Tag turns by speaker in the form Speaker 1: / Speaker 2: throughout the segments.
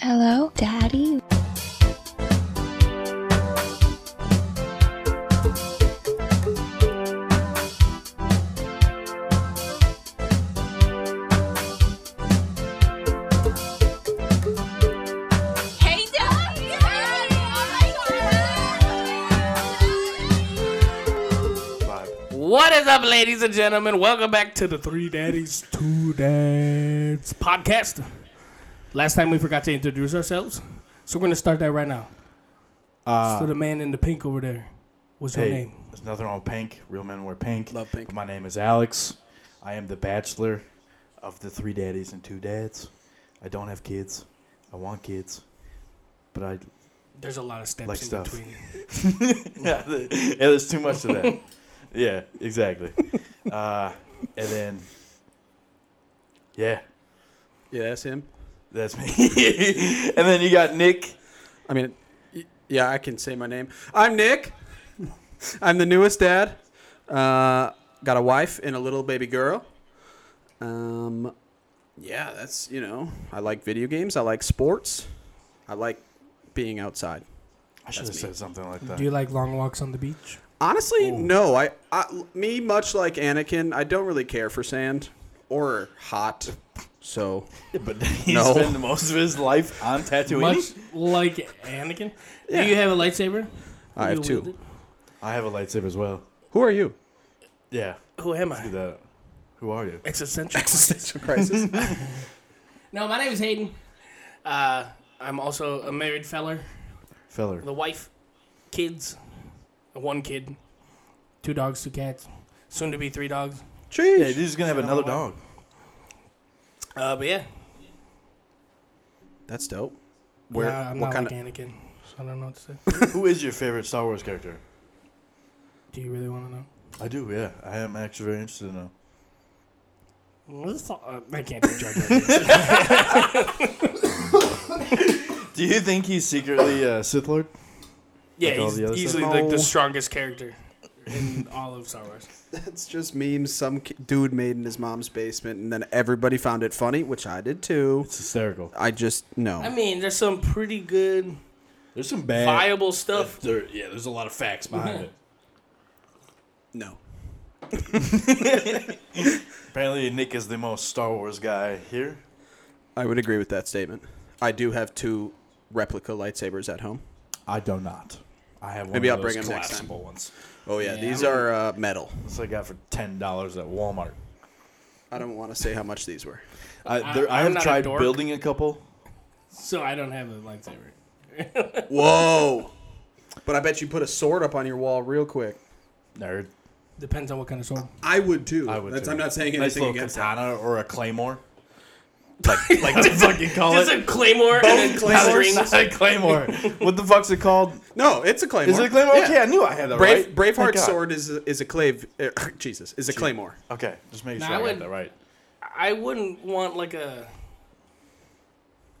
Speaker 1: Hello, Daddy.
Speaker 2: Hey, Daddy!
Speaker 3: What is up, ladies and gentlemen? Welcome back to the Three Daddies, Two Dads podcast. Last time we forgot to introduce ourselves, so we're gonna start that right now.
Speaker 4: Uh,
Speaker 3: so the man in the pink over there, what's your
Speaker 5: Hey,
Speaker 3: name?
Speaker 5: there's nothing wrong with pink. Real men wear pink.
Speaker 3: Love pink.
Speaker 5: But my name is Alex. I am the bachelor of the three daddies and two dads. I don't have kids. I want kids. But I
Speaker 3: There's a lot of steps
Speaker 5: Like
Speaker 3: in
Speaker 5: stuff.
Speaker 3: between.
Speaker 5: yeah, the- yeah, there's too much to that. yeah, exactly. Uh, and then yeah,
Speaker 4: Yeah, that's him.
Speaker 5: that's me. and then you got Nick.
Speaker 4: I mean, y- yeah, I can say my name. I'm Nick. I'm the newest dad. Uh, got a wife and a little baby girl. Um, yeah, that's you know, I like video games. I like sports. I like being outside.
Speaker 5: I should have
Speaker 4: That's me.
Speaker 5: said something like that.
Speaker 3: Do you like long walks on the beach?
Speaker 4: Honestly, no. I, I, me, much like Anakin, I don't really care for sand or hot. So
Speaker 5: but he
Speaker 4: No.
Speaker 5: spent most of his life on Tatooine.
Speaker 3: Much like Anakin.
Speaker 4: Yeah.
Speaker 3: Do you have a lightsaber?
Speaker 4: I
Speaker 3: Do
Speaker 4: have
Speaker 3: you
Speaker 4: two.
Speaker 3: wield
Speaker 5: I have a lightsaber as well.
Speaker 4: who are you?
Speaker 5: Yeah.
Speaker 3: it? Who am
Speaker 5: Do
Speaker 3: I?
Speaker 5: that. Who are you?
Speaker 3: Existential.
Speaker 4: Existential crisis.
Speaker 3: No, my name is Hayden. Uh, I'm also a married feller.
Speaker 5: Feller.
Speaker 3: the wife, kids, one kid, two dogs, two cats, soon to be three dogs.
Speaker 5: Yeah,
Speaker 4: Jeez.
Speaker 5: this is gonna have another dog.
Speaker 3: Uh, but yeah,
Speaker 4: That's dope.
Speaker 3: Where,
Speaker 4: Where?
Speaker 3: I'm
Speaker 4: what
Speaker 3: not
Speaker 4: kind
Speaker 3: like
Speaker 4: of?
Speaker 3: Anakin, so I don't know what to say.
Speaker 5: Who is your favorite Star Wars character?
Speaker 3: Do you really want to know?
Speaker 5: I do, yeah. I am actually very interested in him.
Speaker 3: Well, this is all- uh, I can't be judged.
Speaker 5: Do you think he's secretly a Sith Lord?
Speaker 3: yeah,
Speaker 5: Like all
Speaker 3: he's
Speaker 5: the other
Speaker 3: easily
Speaker 4: stuff?
Speaker 3: like the
Speaker 4: No.
Speaker 3: strongest character in all of Star Wars.
Speaker 4: It's just memes some ki- dude made in his mom's basement, and then everybody found it funny, which I did too.
Speaker 5: It's hysterical.
Speaker 4: I just no.
Speaker 3: I mean, there's some pretty good,
Speaker 5: There's some bad
Speaker 3: viable stuff.
Speaker 5: There, yeah, there's a lot of facts behind
Speaker 3: Yeah.
Speaker 5: it.
Speaker 4: no.
Speaker 5: Apparently, Nick is the most Star Wars guy here.
Speaker 4: I would agree with that statement. I do have two replica lightsabers at home.
Speaker 5: I do not. I have one
Speaker 4: Maybe
Speaker 5: of
Speaker 4: I'll
Speaker 5: those
Speaker 4: bring him next time.
Speaker 5: collapsible ones.
Speaker 4: Oh yeah,
Speaker 3: Yeah,
Speaker 4: these
Speaker 3: I'm-
Speaker 4: are uh, metal.
Speaker 5: This I got for ten dollars at Walmart.
Speaker 4: I don't want to say how much these were.
Speaker 5: I,
Speaker 3: I-
Speaker 5: there, I,
Speaker 3: I'm
Speaker 5: have
Speaker 3: not a
Speaker 5: tried
Speaker 3: dork.
Speaker 5: building a couple.
Speaker 3: So I don't have a lightsaber.
Speaker 4: Whoa! But I bet you put a sword up on your wall real quick.
Speaker 5: Nerd,
Speaker 3: Depends on what kind of sword.
Speaker 4: I would too.
Speaker 5: I would.
Speaker 4: That's,
Speaker 5: too.
Speaker 4: I'm not saying
Speaker 5: nice
Speaker 4: anything
Speaker 5: little
Speaker 4: against that.
Speaker 5: katana or a claymore. Like, like to fucking call
Speaker 3: Just
Speaker 5: it.
Speaker 3: a claymore and a claymore.
Speaker 5: Not a claymore. what the fuck's it called?
Speaker 4: No, it's a claymore.
Speaker 5: Is it a claymore?
Speaker 4: Yeah.
Speaker 5: Okay, I knew I had that
Speaker 4: Brave,
Speaker 5: right. Thank
Speaker 4: Braveheart's
Speaker 5: God.
Speaker 4: sword is a, is a clave. er, Jesus, is a claymore.
Speaker 5: Okay, just making
Speaker 3: Nah,
Speaker 5: sure
Speaker 3: I
Speaker 5: I, got
Speaker 3: would-
Speaker 5: that right.
Speaker 3: I wouldn't want like a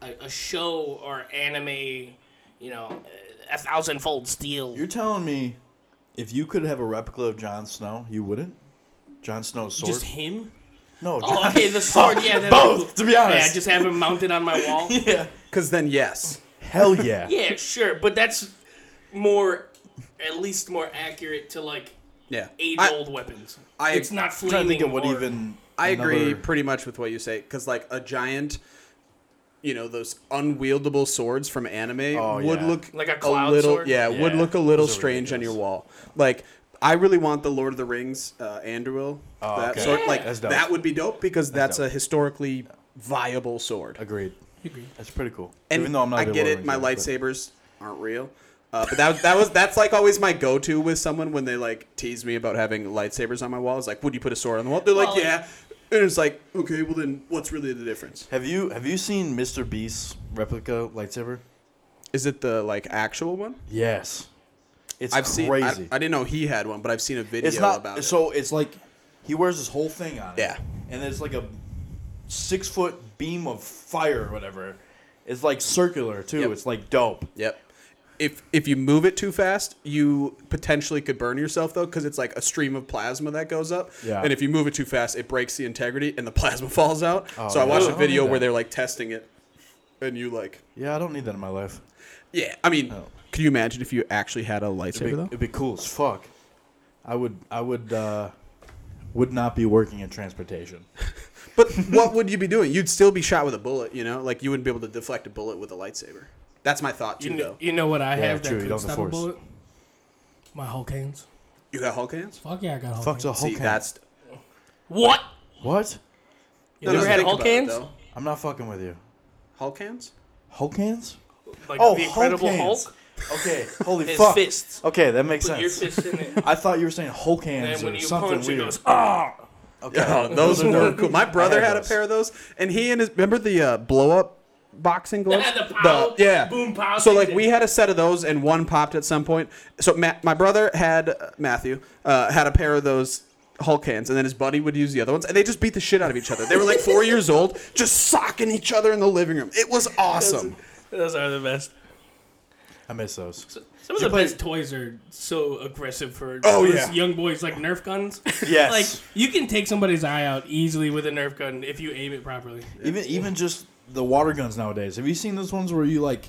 Speaker 3: a, a show or anime, you know, a thousandfold steel.
Speaker 5: You're telling me if you could have a replica of Jon Snow, you wouldn't? Jon Snow's sword?
Speaker 3: Just him?
Speaker 5: no, Jon-
Speaker 3: Oh, okay, the sword. Yeah, that'd be
Speaker 5: both. To be
Speaker 3: cool. Yeah,
Speaker 5: honest,
Speaker 3: just have him mounted on my wall.
Speaker 4: Because then, yes.
Speaker 5: hell yeah.
Speaker 3: yeah, sure, but that's more, at least more accurate to like
Speaker 4: Yeah.
Speaker 3: age-old weapons.
Speaker 4: I-
Speaker 3: it's not
Speaker 5: I'm
Speaker 3: flaming.
Speaker 5: trying to think of what
Speaker 3: or-
Speaker 5: even.
Speaker 4: I, I agree
Speaker 5: another-
Speaker 4: pretty much with what you say. Because, like, a giant, you know, those unwieldable swords from anime
Speaker 5: Oh,
Speaker 4: would
Speaker 5: yeah.
Speaker 4: look
Speaker 3: Like a cloud
Speaker 4: little,
Speaker 3: sword?
Speaker 4: Yeah, would
Speaker 5: Yeah,
Speaker 4: look a little
Speaker 5: those are
Speaker 4: strange on your
Speaker 5: ridiculous.
Speaker 4: wall. Like, I really want the Lord of the Rings uh, Anduil.
Speaker 5: Oh,
Speaker 4: that
Speaker 5: okay.
Speaker 4: sword. Like,
Speaker 5: That's dope.
Speaker 4: that would be dope because that's,
Speaker 5: dope.
Speaker 4: a historically viable sword.
Speaker 5: Agreed. That's pretty cool.
Speaker 4: And
Speaker 5: Even though I'm not. a
Speaker 4: I
Speaker 5: good
Speaker 4: get
Speaker 5: Lord
Speaker 4: it.
Speaker 5: of
Speaker 4: My
Speaker 5: the Rings fan,
Speaker 4: lightsabers aren't real. Uh, but that, that was that's like always my go-to with someone when they like tease me about having lightsabers on my wall. It's like, would you put a sword on the wall? They're like,
Speaker 3: Well,
Speaker 4: yeah. And it's like, okay, well then, what's really the difference?
Speaker 5: but- Have you have you seen Mr. Beast's replica lightsaber?
Speaker 4: Is it the like actual one?
Speaker 5: Yes. It's
Speaker 4: I've seen. I-
Speaker 5: crazy.
Speaker 4: I, didn't know he had one, but I've seen a video
Speaker 5: it's not
Speaker 4: about it.
Speaker 5: so it's like he wears this whole thing on it,
Speaker 4: Yeah.
Speaker 5: and there's like a six foot beam of fire or whatever it's like circular too
Speaker 4: Yep.
Speaker 5: it's like dope
Speaker 4: Yep. If if you move it too fast, you potentially could burn yourself though, because it's like a stream of plasma that goes up.
Speaker 5: Yeah.
Speaker 4: And if you move it too fast, it breaks the integrity and the plasma falls out.
Speaker 5: Oh,
Speaker 4: so I watched
Speaker 5: yeah.
Speaker 4: a video
Speaker 5: Oh, yeah.
Speaker 4: where they're like testing it, and you like.
Speaker 5: Yeah, I don't need that in my life.
Speaker 4: Yeah, I mean,
Speaker 5: No.
Speaker 4: could you imagine if you actually had a lightsaber
Speaker 5: It'd be,
Speaker 4: though?
Speaker 5: it'd be cool as fuck. I would. I would. uh Would not be working in transportation.
Speaker 4: But what would you be doing? You'd still be shot with a bullet, you know? Like you wouldn't be able to deflect a bullet with a lightsaber. That's my thought too,
Speaker 3: You know,
Speaker 4: though.
Speaker 3: you know what I
Speaker 5: Yeah,
Speaker 3: have that
Speaker 5: true, you
Speaker 3: could
Speaker 5: don't
Speaker 3: stop a
Speaker 5: enforce.
Speaker 3: bullet? My Hulk hands.
Speaker 4: You got Hulk hands?
Speaker 3: Fuck yeah, I got Hulk
Speaker 5: Fuck's a
Speaker 3: hands.
Speaker 5: Hulk
Speaker 4: See,
Speaker 5: hand.
Speaker 4: that's
Speaker 3: What?
Speaker 5: What?
Speaker 3: You never had
Speaker 4: think
Speaker 3: Hulk
Speaker 4: about it,
Speaker 3: hands?
Speaker 4: though.
Speaker 5: I'm not fucking with you.
Speaker 4: Hulk hands?
Speaker 5: Hulk hands?
Speaker 3: Like
Speaker 5: Oh,
Speaker 3: the
Speaker 5: Hulk
Speaker 3: Incredible
Speaker 5: hands.
Speaker 3: Hulk?
Speaker 5: Okay. Holy
Speaker 3: His
Speaker 5: fuck.
Speaker 3: fists.
Speaker 5: Okay, that makes
Speaker 3: Put your
Speaker 5: sense.
Speaker 3: fist in it.
Speaker 5: I thought you were saying Hulk
Speaker 3: And
Speaker 5: hands
Speaker 3: when
Speaker 5: or
Speaker 3: you
Speaker 5: something
Speaker 3: punch, it
Speaker 5: weird.
Speaker 3: goes, ah!
Speaker 5: okay.
Speaker 4: Yeah, Oh, those
Speaker 5: are
Speaker 4: were
Speaker 5: dope.
Speaker 4: cool. My brother
Speaker 5: had
Speaker 4: had a
Speaker 5: those.
Speaker 4: pair of those, and he and his remember the uh, blow up boxing gloves.
Speaker 3: Yeah, the pow,
Speaker 4: yeah,
Speaker 3: boom, pow
Speaker 4: So like
Speaker 3: thing.
Speaker 4: we had a set of those, and one popped at some point. So Ma- my brother had uh, Matthew uh, had a pair of those. Hulk hands, and then his buddy would use the other ones, and they just beat the shit out of each other. They were like four years old, just socking each other in the living room. It was awesome.
Speaker 3: Those are the best.
Speaker 5: I miss those.
Speaker 3: Some of the best toys are so aggressive for
Speaker 4: Oh,
Speaker 3: those
Speaker 4: yeah.
Speaker 3: young boys, like Nerf guns.
Speaker 5: Yes.
Speaker 3: like you can take somebody's eye out easily with a Nerf gun if you aim it properly.
Speaker 5: Even even just the water guns nowadays. Have you seen those ones where you like,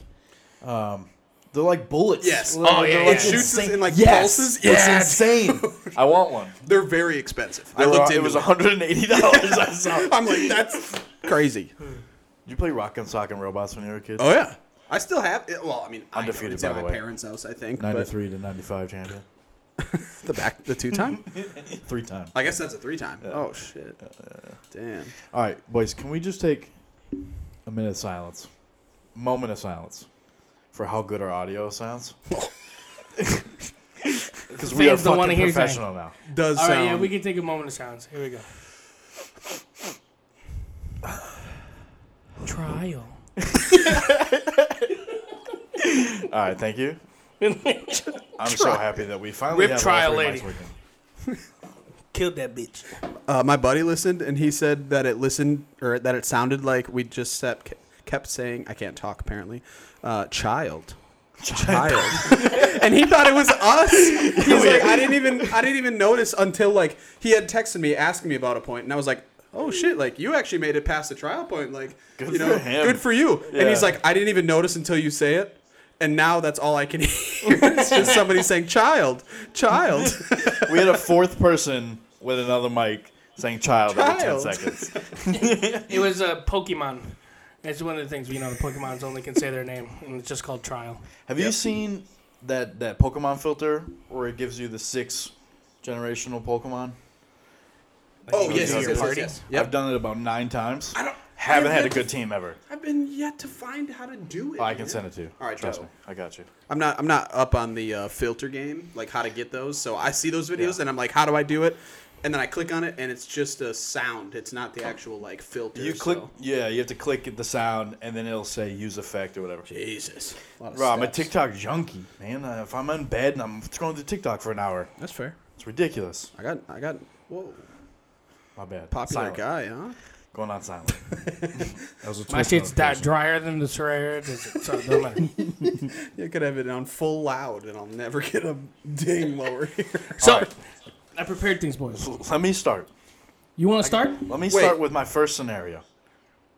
Speaker 5: um, they're like bullets?
Speaker 4: Yes.
Speaker 5: They're-
Speaker 3: Oh,
Speaker 5: they're
Speaker 3: yeah,
Speaker 5: like
Speaker 3: yeah. It
Speaker 4: shoots us
Speaker 5: insane-
Speaker 4: in, like,
Speaker 5: yes.
Speaker 4: pulses? Yeah,
Speaker 5: It's insane. I want one.
Speaker 4: They're very expensive. I
Speaker 5: They were-
Speaker 4: looked into
Speaker 5: it was 180 dollars. I saw. Did
Speaker 4: I'm like, that's crazy.
Speaker 5: you play Rock and Sock and Robots when you were a kid?
Speaker 4: Oh yeah, I still have. It. Well, I mean, I
Speaker 5: Undefeated,
Speaker 4: don't. It's
Speaker 5: by
Speaker 4: at
Speaker 5: the
Speaker 4: my
Speaker 5: way.
Speaker 4: parents' house, I think. But
Speaker 5: 93 to 95 champion.
Speaker 4: the back, the two time.
Speaker 5: Three times.
Speaker 4: I guess that's a three time. Oh shit. Damn.
Speaker 5: All right, boys, can we just take a minute of silence? Moment of silence for how good our audio sounds? Because we are
Speaker 3: Fans don't wanna
Speaker 5: fucking
Speaker 3: hear that.
Speaker 5: professional now.
Speaker 4: Does
Speaker 3: All right,
Speaker 4: sound.
Speaker 3: yeah, we can take a moment of silence. Here we go. Trial.
Speaker 5: All right, thank you. I'm so happy that we finally
Speaker 3: Rip
Speaker 5: have
Speaker 3: trial
Speaker 5: all three
Speaker 3: lady.
Speaker 5: mics working.
Speaker 3: Killed that bitch.
Speaker 4: uh, my buddy listened, and he said that it listened or that it sounded like we just kept kept saying I can't talk. Apparently, uh, child. Child, and he thought it was us. He was like, I didn't even, I didn't even notice until like he had texted me asking me about a point, and I was like, oh shit, like you actually made it past the trial point, like
Speaker 5: Good
Speaker 4: you know,
Speaker 5: for him.
Speaker 4: good for you. And he's
Speaker 5: Yeah.
Speaker 4: like, I didn't even notice until you say it, and now that's all I can hear. it's just somebody saying child, child.
Speaker 5: We had a fourth person with another mic saying child, every 10
Speaker 4: Child.
Speaker 5: seconds.
Speaker 3: It was a Pokemon. It's one of the things you know the Pokemons only can say their name, and it's just called trial.
Speaker 5: Have you seen that, that Pokemon filter where it gives you the six generational Pokemon?
Speaker 4: oh
Speaker 5: yes, yes, yes,
Speaker 3: yes,
Speaker 4: yes.
Speaker 5: I've done it about nine times.
Speaker 4: don't
Speaker 5: Haven't
Speaker 4: I've
Speaker 5: had a
Speaker 4: yet
Speaker 5: good team ever.
Speaker 4: I've been yet to find how to do it.
Speaker 5: I can send it to you.
Speaker 4: All right,
Speaker 5: trust
Speaker 4: Joe.
Speaker 5: me. I got you.
Speaker 4: I'm not I'm not up on the uh, filter game, like how to get those. So I see those videos
Speaker 5: Yeah.
Speaker 4: and I'm like, how do I do it? And then I click on it and it's just a sound. It's not the actual like filter.
Speaker 5: You click,
Speaker 4: so-
Speaker 5: yeah. You have to click the sound, and then it'll say use effect or whatever.
Speaker 4: Jesus. A lot of
Speaker 5: Bro, I'm a
Speaker 4: steps.
Speaker 5: TikTok junkie, man. Uh, if I'm in bed and I'm scrolling through TikTok for an hour,
Speaker 4: That's fair.
Speaker 5: it's ridiculous.
Speaker 4: I got I got whoa
Speaker 5: My bad. Silent.
Speaker 4: popular guy, huh?
Speaker 5: Going on silent. that was a
Speaker 3: My
Speaker 5: Twitch
Speaker 3: shit's di-
Speaker 5: notification.
Speaker 3: drier than the Serrano. So it don't matter.
Speaker 4: You could have it on full loud and I'll never get a ding lower here.
Speaker 3: So,
Speaker 5: right.
Speaker 3: I prepared things, boys.
Speaker 5: Let me start.
Speaker 3: You want to start?
Speaker 5: Let me
Speaker 4: Wait.
Speaker 5: start with my first scenario.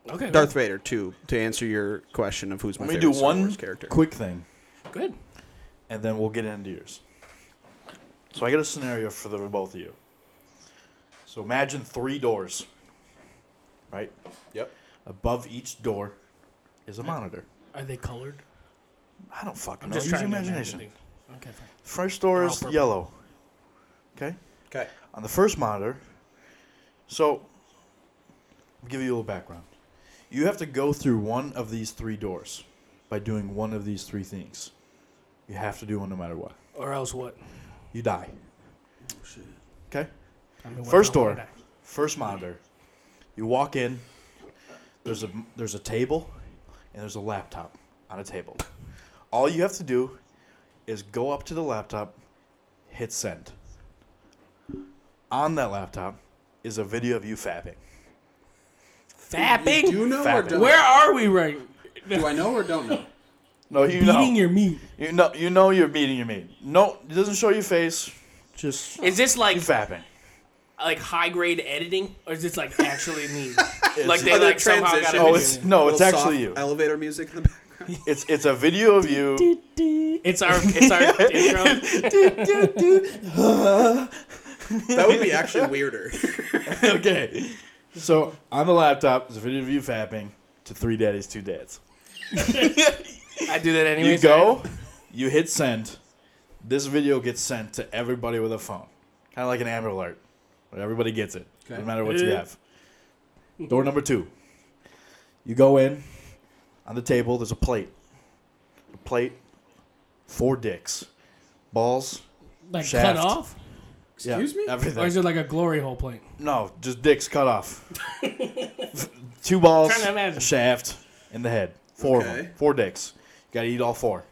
Speaker 3: Okay.
Speaker 4: Darth Vader too, to answer your question of who's my
Speaker 5: Let me
Speaker 4: favorite
Speaker 5: do
Speaker 4: Star
Speaker 5: one
Speaker 4: Wars character.
Speaker 5: quick thing,
Speaker 3: Good.
Speaker 5: and then we'll get into yours. So I got a scenario for the both of you. So imagine three doors. Right
Speaker 4: Yep.
Speaker 5: above each door is a monitor.
Speaker 3: Are they colored?
Speaker 5: I don't fucking
Speaker 3: I'm
Speaker 5: know.
Speaker 3: just
Speaker 5: Use
Speaker 3: trying
Speaker 5: your
Speaker 3: to imagine
Speaker 5: imagination.
Speaker 3: things. Okay, fine.
Speaker 5: First door
Speaker 3: They're all
Speaker 5: is
Speaker 3: purple.
Speaker 5: yellow. Okay?
Speaker 4: Okay.
Speaker 5: On the first monitor, so I'll give you a little background. You have to go through one of these three doors by doing one of these three things. You have to do one no matter what.
Speaker 3: Or else what?
Speaker 5: You die. Okay?
Speaker 3: I mean, what
Speaker 5: First
Speaker 3: the hell
Speaker 5: door,
Speaker 3: would I-
Speaker 5: first monitor. You walk in. There's a there's a table, and there's a laptop on a table. All you have to do is go up to the laptop, hit send. On that laptop is a video of you fapping.
Speaker 3: Fapping.
Speaker 4: Do you know or
Speaker 5: Fapping.
Speaker 4: don't?
Speaker 3: Where are we right?
Speaker 4: Do I know or don't know?
Speaker 5: No, you
Speaker 3: Eating
Speaker 5: know,
Speaker 3: your meat.
Speaker 5: you know, you know, you're beating your meat. No, it doesn't show your face. Just
Speaker 3: Is this like
Speaker 5: fapping.
Speaker 3: like high grade editing, or is this like actually me?
Speaker 5: It's,
Speaker 3: Like they
Speaker 4: Other
Speaker 3: like somehow got
Speaker 4: transition.
Speaker 3: a
Speaker 5: oh,
Speaker 3: video
Speaker 5: it's
Speaker 3: in.
Speaker 5: no, it's
Speaker 4: Little soft
Speaker 5: actually you.
Speaker 4: Elevator music in the background.
Speaker 5: It's it's a video of you.
Speaker 3: It's our it's our intro.
Speaker 4: that would be actually weirder.
Speaker 5: okay, so on the laptop, it's a video of you fapping to Three Daddies, Two Dads.
Speaker 3: I do that anyway.
Speaker 5: You go, you hit send. This video gets sent to everybody with a phone, kind of like an Amber Alert. But everybody gets it,
Speaker 4: Okay.
Speaker 5: no matter what you
Speaker 3: Yeah.
Speaker 5: have. Door number two. You go in. On the table, there's a plate. A plate, four dicks, balls.
Speaker 3: Like
Speaker 5: Shaft.
Speaker 3: cut off,
Speaker 5: yeah,
Speaker 4: Excuse me?
Speaker 5: Everything.
Speaker 3: or is it like a glory hole plate?
Speaker 5: No, just dicks cut off. Two balls,
Speaker 3: Trying to imagine.
Speaker 5: a shaft, and the head. Four of
Speaker 4: Okay.
Speaker 5: them. Four dicks. You gotta eat all four.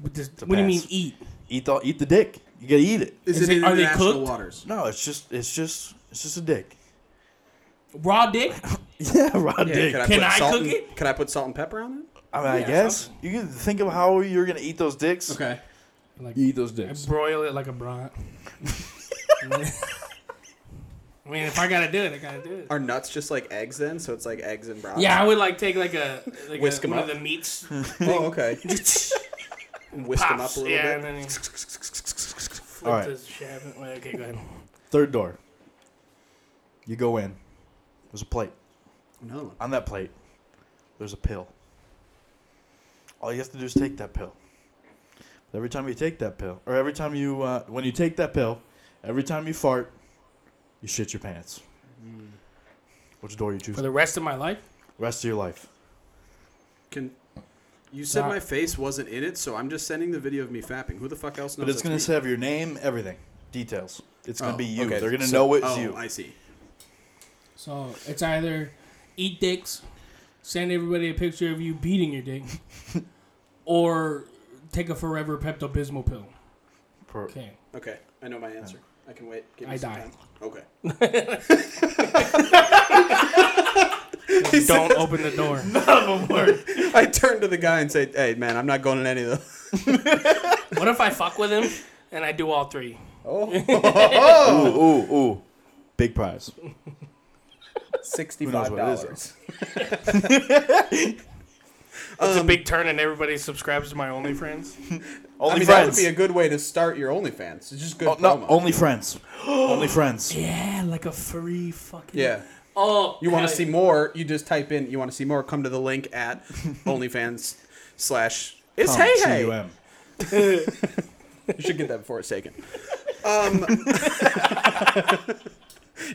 Speaker 3: With this-
Speaker 5: a
Speaker 3: what do you mean
Speaker 5: pass.
Speaker 3: eat?
Speaker 5: Eat the eat the dick. You gotta eat it.
Speaker 4: Is,
Speaker 3: Is
Speaker 4: it,
Speaker 3: it-
Speaker 4: in
Speaker 3: are they
Speaker 4: international
Speaker 3: cooked?
Speaker 4: waters?
Speaker 5: No, it's just it's just it's just a dick.
Speaker 3: Raw dick?
Speaker 5: Yeah, raw dick.
Speaker 4: Can I,
Speaker 3: Can
Speaker 4: put
Speaker 3: I
Speaker 4: salt
Speaker 3: cook
Speaker 4: and-
Speaker 3: it?
Speaker 4: Can I put salt and pepper on it?
Speaker 5: I mean, I
Speaker 3: Yeah,
Speaker 5: guess you can think of how you're gonna eat those dicks.
Speaker 4: Okay.
Speaker 3: Like
Speaker 5: You eat those
Speaker 3: I
Speaker 5: dicks.
Speaker 3: broil it like a brat. I mean, if I gotta do it, I gotta do it.
Speaker 4: Are nuts just like eggs then? So it's like eggs and broccoli.
Speaker 3: Yeah, I would like take like a like
Speaker 4: Whisk
Speaker 3: a,
Speaker 4: 'em
Speaker 3: one
Speaker 4: up.
Speaker 3: of the meats.
Speaker 4: Oh, okay. And Whisk them up
Speaker 3: Pops,
Speaker 4: a little
Speaker 3: yeah,
Speaker 4: bit.
Speaker 3: and then you flip
Speaker 5: All right.
Speaker 3: this shaft. and- Wait, okay, go ahead.
Speaker 5: Third door. You go in. There's a plate.
Speaker 4: No.
Speaker 5: On that plate, there's a pill. All you have to do is take that pill. Every time you take that pill, or every time you, uh, when you take that pill, every time you fart, you shit your pants.
Speaker 4: Mm.
Speaker 5: Which door you choose?
Speaker 3: For the rest of my life,
Speaker 5: Rest of your life.
Speaker 4: Can you said
Speaker 3: Nah.
Speaker 4: my face wasn't in it, so I'm just sending the video of me fapping. Who the fuck else knows?
Speaker 5: But it's gonna
Speaker 4: that's me?
Speaker 5: have your name, everything, details. It's gonna
Speaker 4: Oh,
Speaker 5: be you.
Speaker 4: okay.
Speaker 5: They're gonna
Speaker 4: So-
Speaker 5: know it's
Speaker 4: oh,
Speaker 5: you.
Speaker 4: I see.
Speaker 3: so it's either eat dicks, send everybody a picture of you beating your dick, or take a forever Pepto Bismol pill.
Speaker 5: Per-
Speaker 3: Okay,
Speaker 4: Okay, I know my answer. I can wait. Give me
Speaker 3: I
Speaker 4: some
Speaker 3: die.
Speaker 4: Time. Okay.
Speaker 3: don't open the door.
Speaker 4: I turn to the guy and say, "Hey, man, I'm not going in any of those."
Speaker 3: What if I fuck with him and I do all three?
Speaker 5: Ooh, ooh, ooh. Big prize.
Speaker 4: Sixty-five
Speaker 5: what it is,
Speaker 4: dollars.
Speaker 3: It's a big turn, and everybody subscribes to my OnlyFriends.
Speaker 5: Only
Speaker 4: I mean, that would
Speaker 5: friends.
Speaker 4: be a good way to start your OnlyFans. It's just good
Speaker 5: Oh, no,
Speaker 4: promo.
Speaker 5: only friends. only friends.
Speaker 3: Yeah, like a free fucking.
Speaker 4: yeah.
Speaker 3: Oh,
Speaker 4: You want to
Speaker 3: hell
Speaker 4: see more? You just type in. You want to see more? Come to the link at OnlyFans slash. It's
Speaker 5: Come,
Speaker 4: hey hey.
Speaker 5: CUM.
Speaker 4: You should get that before it's taken. Um,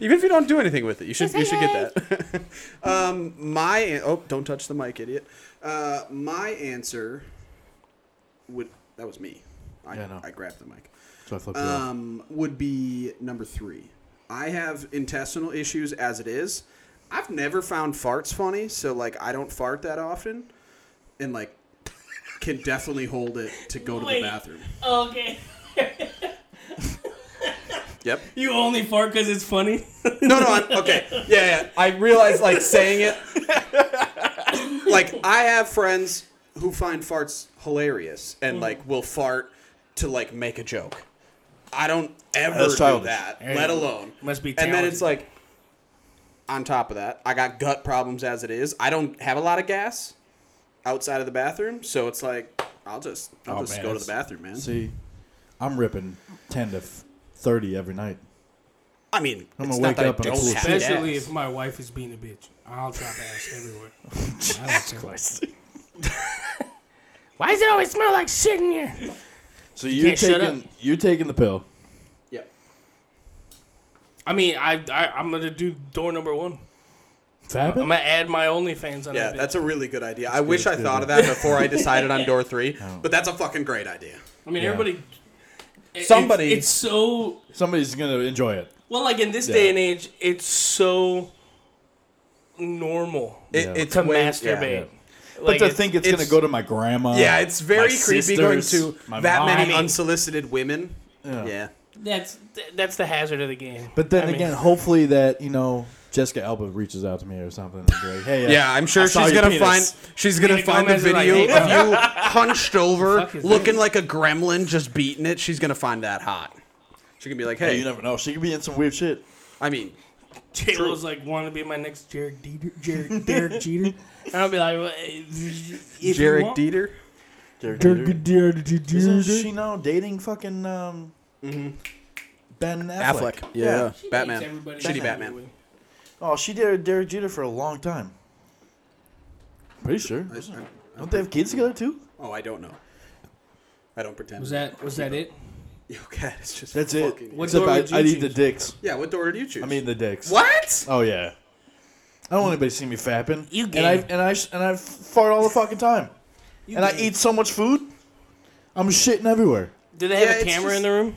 Speaker 4: even if you don't do anything with it, you should you should get that. um, my oh, don't touch the mic, idiot. Uh, my answer would that was me. I,
Speaker 5: Yeah, I know.
Speaker 4: I grabbed the mic.
Speaker 5: So I flipped you off.
Speaker 4: Um, would be number three. I have intestinal issues as it is. I've never found farts funny, so like I don't fart that often, and like can definitely hold it to go to the
Speaker 3: Wait.
Speaker 4: bathroom.
Speaker 3: Okay.
Speaker 4: Yep.
Speaker 3: You only fart because it's funny.
Speaker 4: No, no, I'm, okay. Yeah, yeah. I realize, like, saying it. Like, I have friends who find farts hilarious and, like, will fart to, like, make a joke. I don't ever
Speaker 5: That's
Speaker 4: do
Speaker 5: childish.
Speaker 4: that,
Speaker 3: Hey,
Speaker 4: let alone.
Speaker 3: must be
Speaker 4: And then
Speaker 3: talented.
Speaker 4: it's like, on top of that, I got gut problems as it is. I don't have a lot of gas outside of the bathroom, so it's like, I'll just, I'll
Speaker 5: Oh,
Speaker 4: just
Speaker 5: man,
Speaker 4: go to
Speaker 5: that's-
Speaker 4: the bathroom, man.
Speaker 5: See, I'm ripping 10 to f- 30 every night.
Speaker 4: I mean,
Speaker 5: I'm
Speaker 4: it's
Speaker 5: gonna
Speaker 4: not
Speaker 5: wake
Speaker 4: that I
Speaker 5: up and
Speaker 4: don't
Speaker 5: pull a
Speaker 4: have
Speaker 5: shit.
Speaker 3: Especially
Speaker 4: gas.
Speaker 3: if my wife is being a bitch. I'll drop ass everywhere. Jesus Christ. Why does it always smell like shit in here?
Speaker 5: So you're
Speaker 3: can't shut
Speaker 5: taking, you're taking the pill.
Speaker 4: Yep.
Speaker 3: I mean, I, I I'm gonna do door number one. I'm
Speaker 5: Fapping?
Speaker 3: gonna add my OnlyFans on
Speaker 4: Yeah,
Speaker 3: that. bitch.
Speaker 4: that's a really good idea. I wish I thought of that before I decided on door three, but that's a fucking great idea.
Speaker 3: I mean,
Speaker 5: yeah.
Speaker 3: everybody. it-
Speaker 4: Somebody-
Speaker 3: it's, it's so
Speaker 5: Somebody's going to enjoy it.
Speaker 3: well. Like in this
Speaker 5: Yeah.
Speaker 3: day and age, it's so normal
Speaker 4: It,
Speaker 5: Yeah.
Speaker 4: It's
Speaker 3: to
Speaker 4: way-
Speaker 3: masturbate.
Speaker 5: But
Speaker 3: Like,
Speaker 5: to think it's, going to go to my grandma.
Speaker 4: Yeah, yeah it's very
Speaker 5: my
Speaker 4: creepy going to
Speaker 5: sisters, my
Speaker 4: that many
Speaker 5: mommy.
Speaker 4: unsolicited women. Yeah.
Speaker 3: That's that's the hazard of the game.
Speaker 5: But then
Speaker 3: I mean,
Speaker 5: again, hopefully that, you know, Jessica Alba reaches out to me or something. And be like, hey, uh,
Speaker 4: Yeah, I'm sure
Speaker 5: I saw
Speaker 4: she's
Speaker 5: your
Speaker 4: gonna
Speaker 5: penis."
Speaker 4: find she's gonna
Speaker 3: Selena
Speaker 4: find the
Speaker 3: Gomez is like,
Speaker 4: video
Speaker 3: "Hey,
Speaker 4: of you hunched over,
Speaker 3: fuck is
Speaker 4: looking like a gremlin, just beating it. She's gonna find that hot. She can be like,
Speaker 5: Hey,
Speaker 4: "Hey,
Speaker 5: you never know. She could be in some weird shit.
Speaker 4: I mean,
Speaker 3: J Lo's like, want to be my next Jared Dieter, Jared Derek Jeter, and I'll be like, well, if you
Speaker 4: Jarek
Speaker 3: want-
Speaker 4: Dieter.
Speaker 5: Derek Jeter.
Speaker 3: Derek Derek
Speaker 5: Isn't
Speaker 3: Jeter.
Speaker 5: she now dating fucking um, Ben Affleck?
Speaker 4: Mm-hmm. Affleck. Yeah.
Speaker 3: She
Speaker 4: Batman.
Speaker 3: dates everybody
Speaker 4: Shitty
Speaker 3: else.
Speaker 4: Batman.
Speaker 5: Oh, she dated Derek Jeter for a long time. Pretty sure. Don't they have kids together too?
Speaker 4: Oh, I don't know. I don't pretend.
Speaker 3: Was that was that it?
Speaker 4: Yo, God, it's just
Speaker 5: That's
Speaker 4: fucking-
Speaker 5: it.
Speaker 3: What
Speaker 5: Except
Speaker 3: door
Speaker 5: I,
Speaker 3: would you
Speaker 5: I need the
Speaker 3: choose?
Speaker 5: dicks.
Speaker 4: Yeah, what door did you choose?
Speaker 5: I mean the dicks.
Speaker 4: what?
Speaker 5: Oh yeah. I don't want anybody to see me fapping.
Speaker 3: You
Speaker 5: and I
Speaker 3: gay.
Speaker 5: and I and I fart all the fucking time.
Speaker 3: You
Speaker 5: and I
Speaker 3: gay.
Speaker 5: eat so much food. I'm shitting everywhere.
Speaker 3: Do they have
Speaker 4: Yeah,
Speaker 3: a
Speaker 4: it's
Speaker 3: camera in
Speaker 4: just-
Speaker 3: the room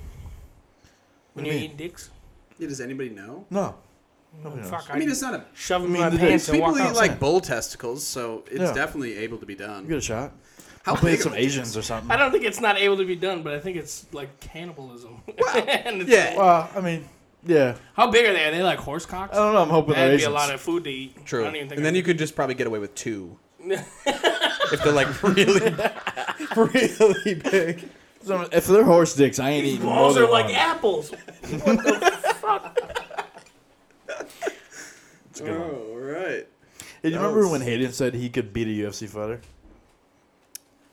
Speaker 3: when
Speaker 5: do
Speaker 3: you're
Speaker 5: you mean?
Speaker 3: eating dicks? Oh,
Speaker 4: Yeah, does anybody know?
Speaker 5: No. Nobody knows.
Speaker 3: Fuck,
Speaker 4: I mean, it's not a.
Speaker 3: shove them
Speaker 5: mean,
Speaker 3: in my
Speaker 5: the
Speaker 3: pants and
Speaker 4: People
Speaker 3: walk
Speaker 4: eat
Speaker 3: out.
Speaker 4: like bull testicles, so it's
Speaker 5: Yeah.
Speaker 4: definitely able to be
Speaker 5: You
Speaker 4: done.
Speaker 5: get a shot.
Speaker 4: How
Speaker 5: I'll play
Speaker 4: big
Speaker 5: some
Speaker 4: of a-
Speaker 5: Asians or something.
Speaker 3: I don't think it's not able to be done, but I think it's like cannibalism. And it's-
Speaker 4: Yeah.
Speaker 5: Well, I mean, yeah.
Speaker 3: How big are they? Are they like horse cocks?
Speaker 5: I don't know. I'm hoping they're
Speaker 3: That'd be
Speaker 5: Asians.
Speaker 3: a lot of food to eat. I
Speaker 4: Oh, True.
Speaker 3: don't even think
Speaker 4: And then
Speaker 3: I-
Speaker 4: you could just probably get away with two. if they're like really, really big.
Speaker 5: So, if they're horse dicks, I ain't eating more
Speaker 3: balls
Speaker 5: than
Speaker 3: are like
Speaker 5: one.
Speaker 3: apples.
Speaker 4: Oh, right.
Speaker 5: Hey, do you remember when Hayden said he could beat a UFC fighter?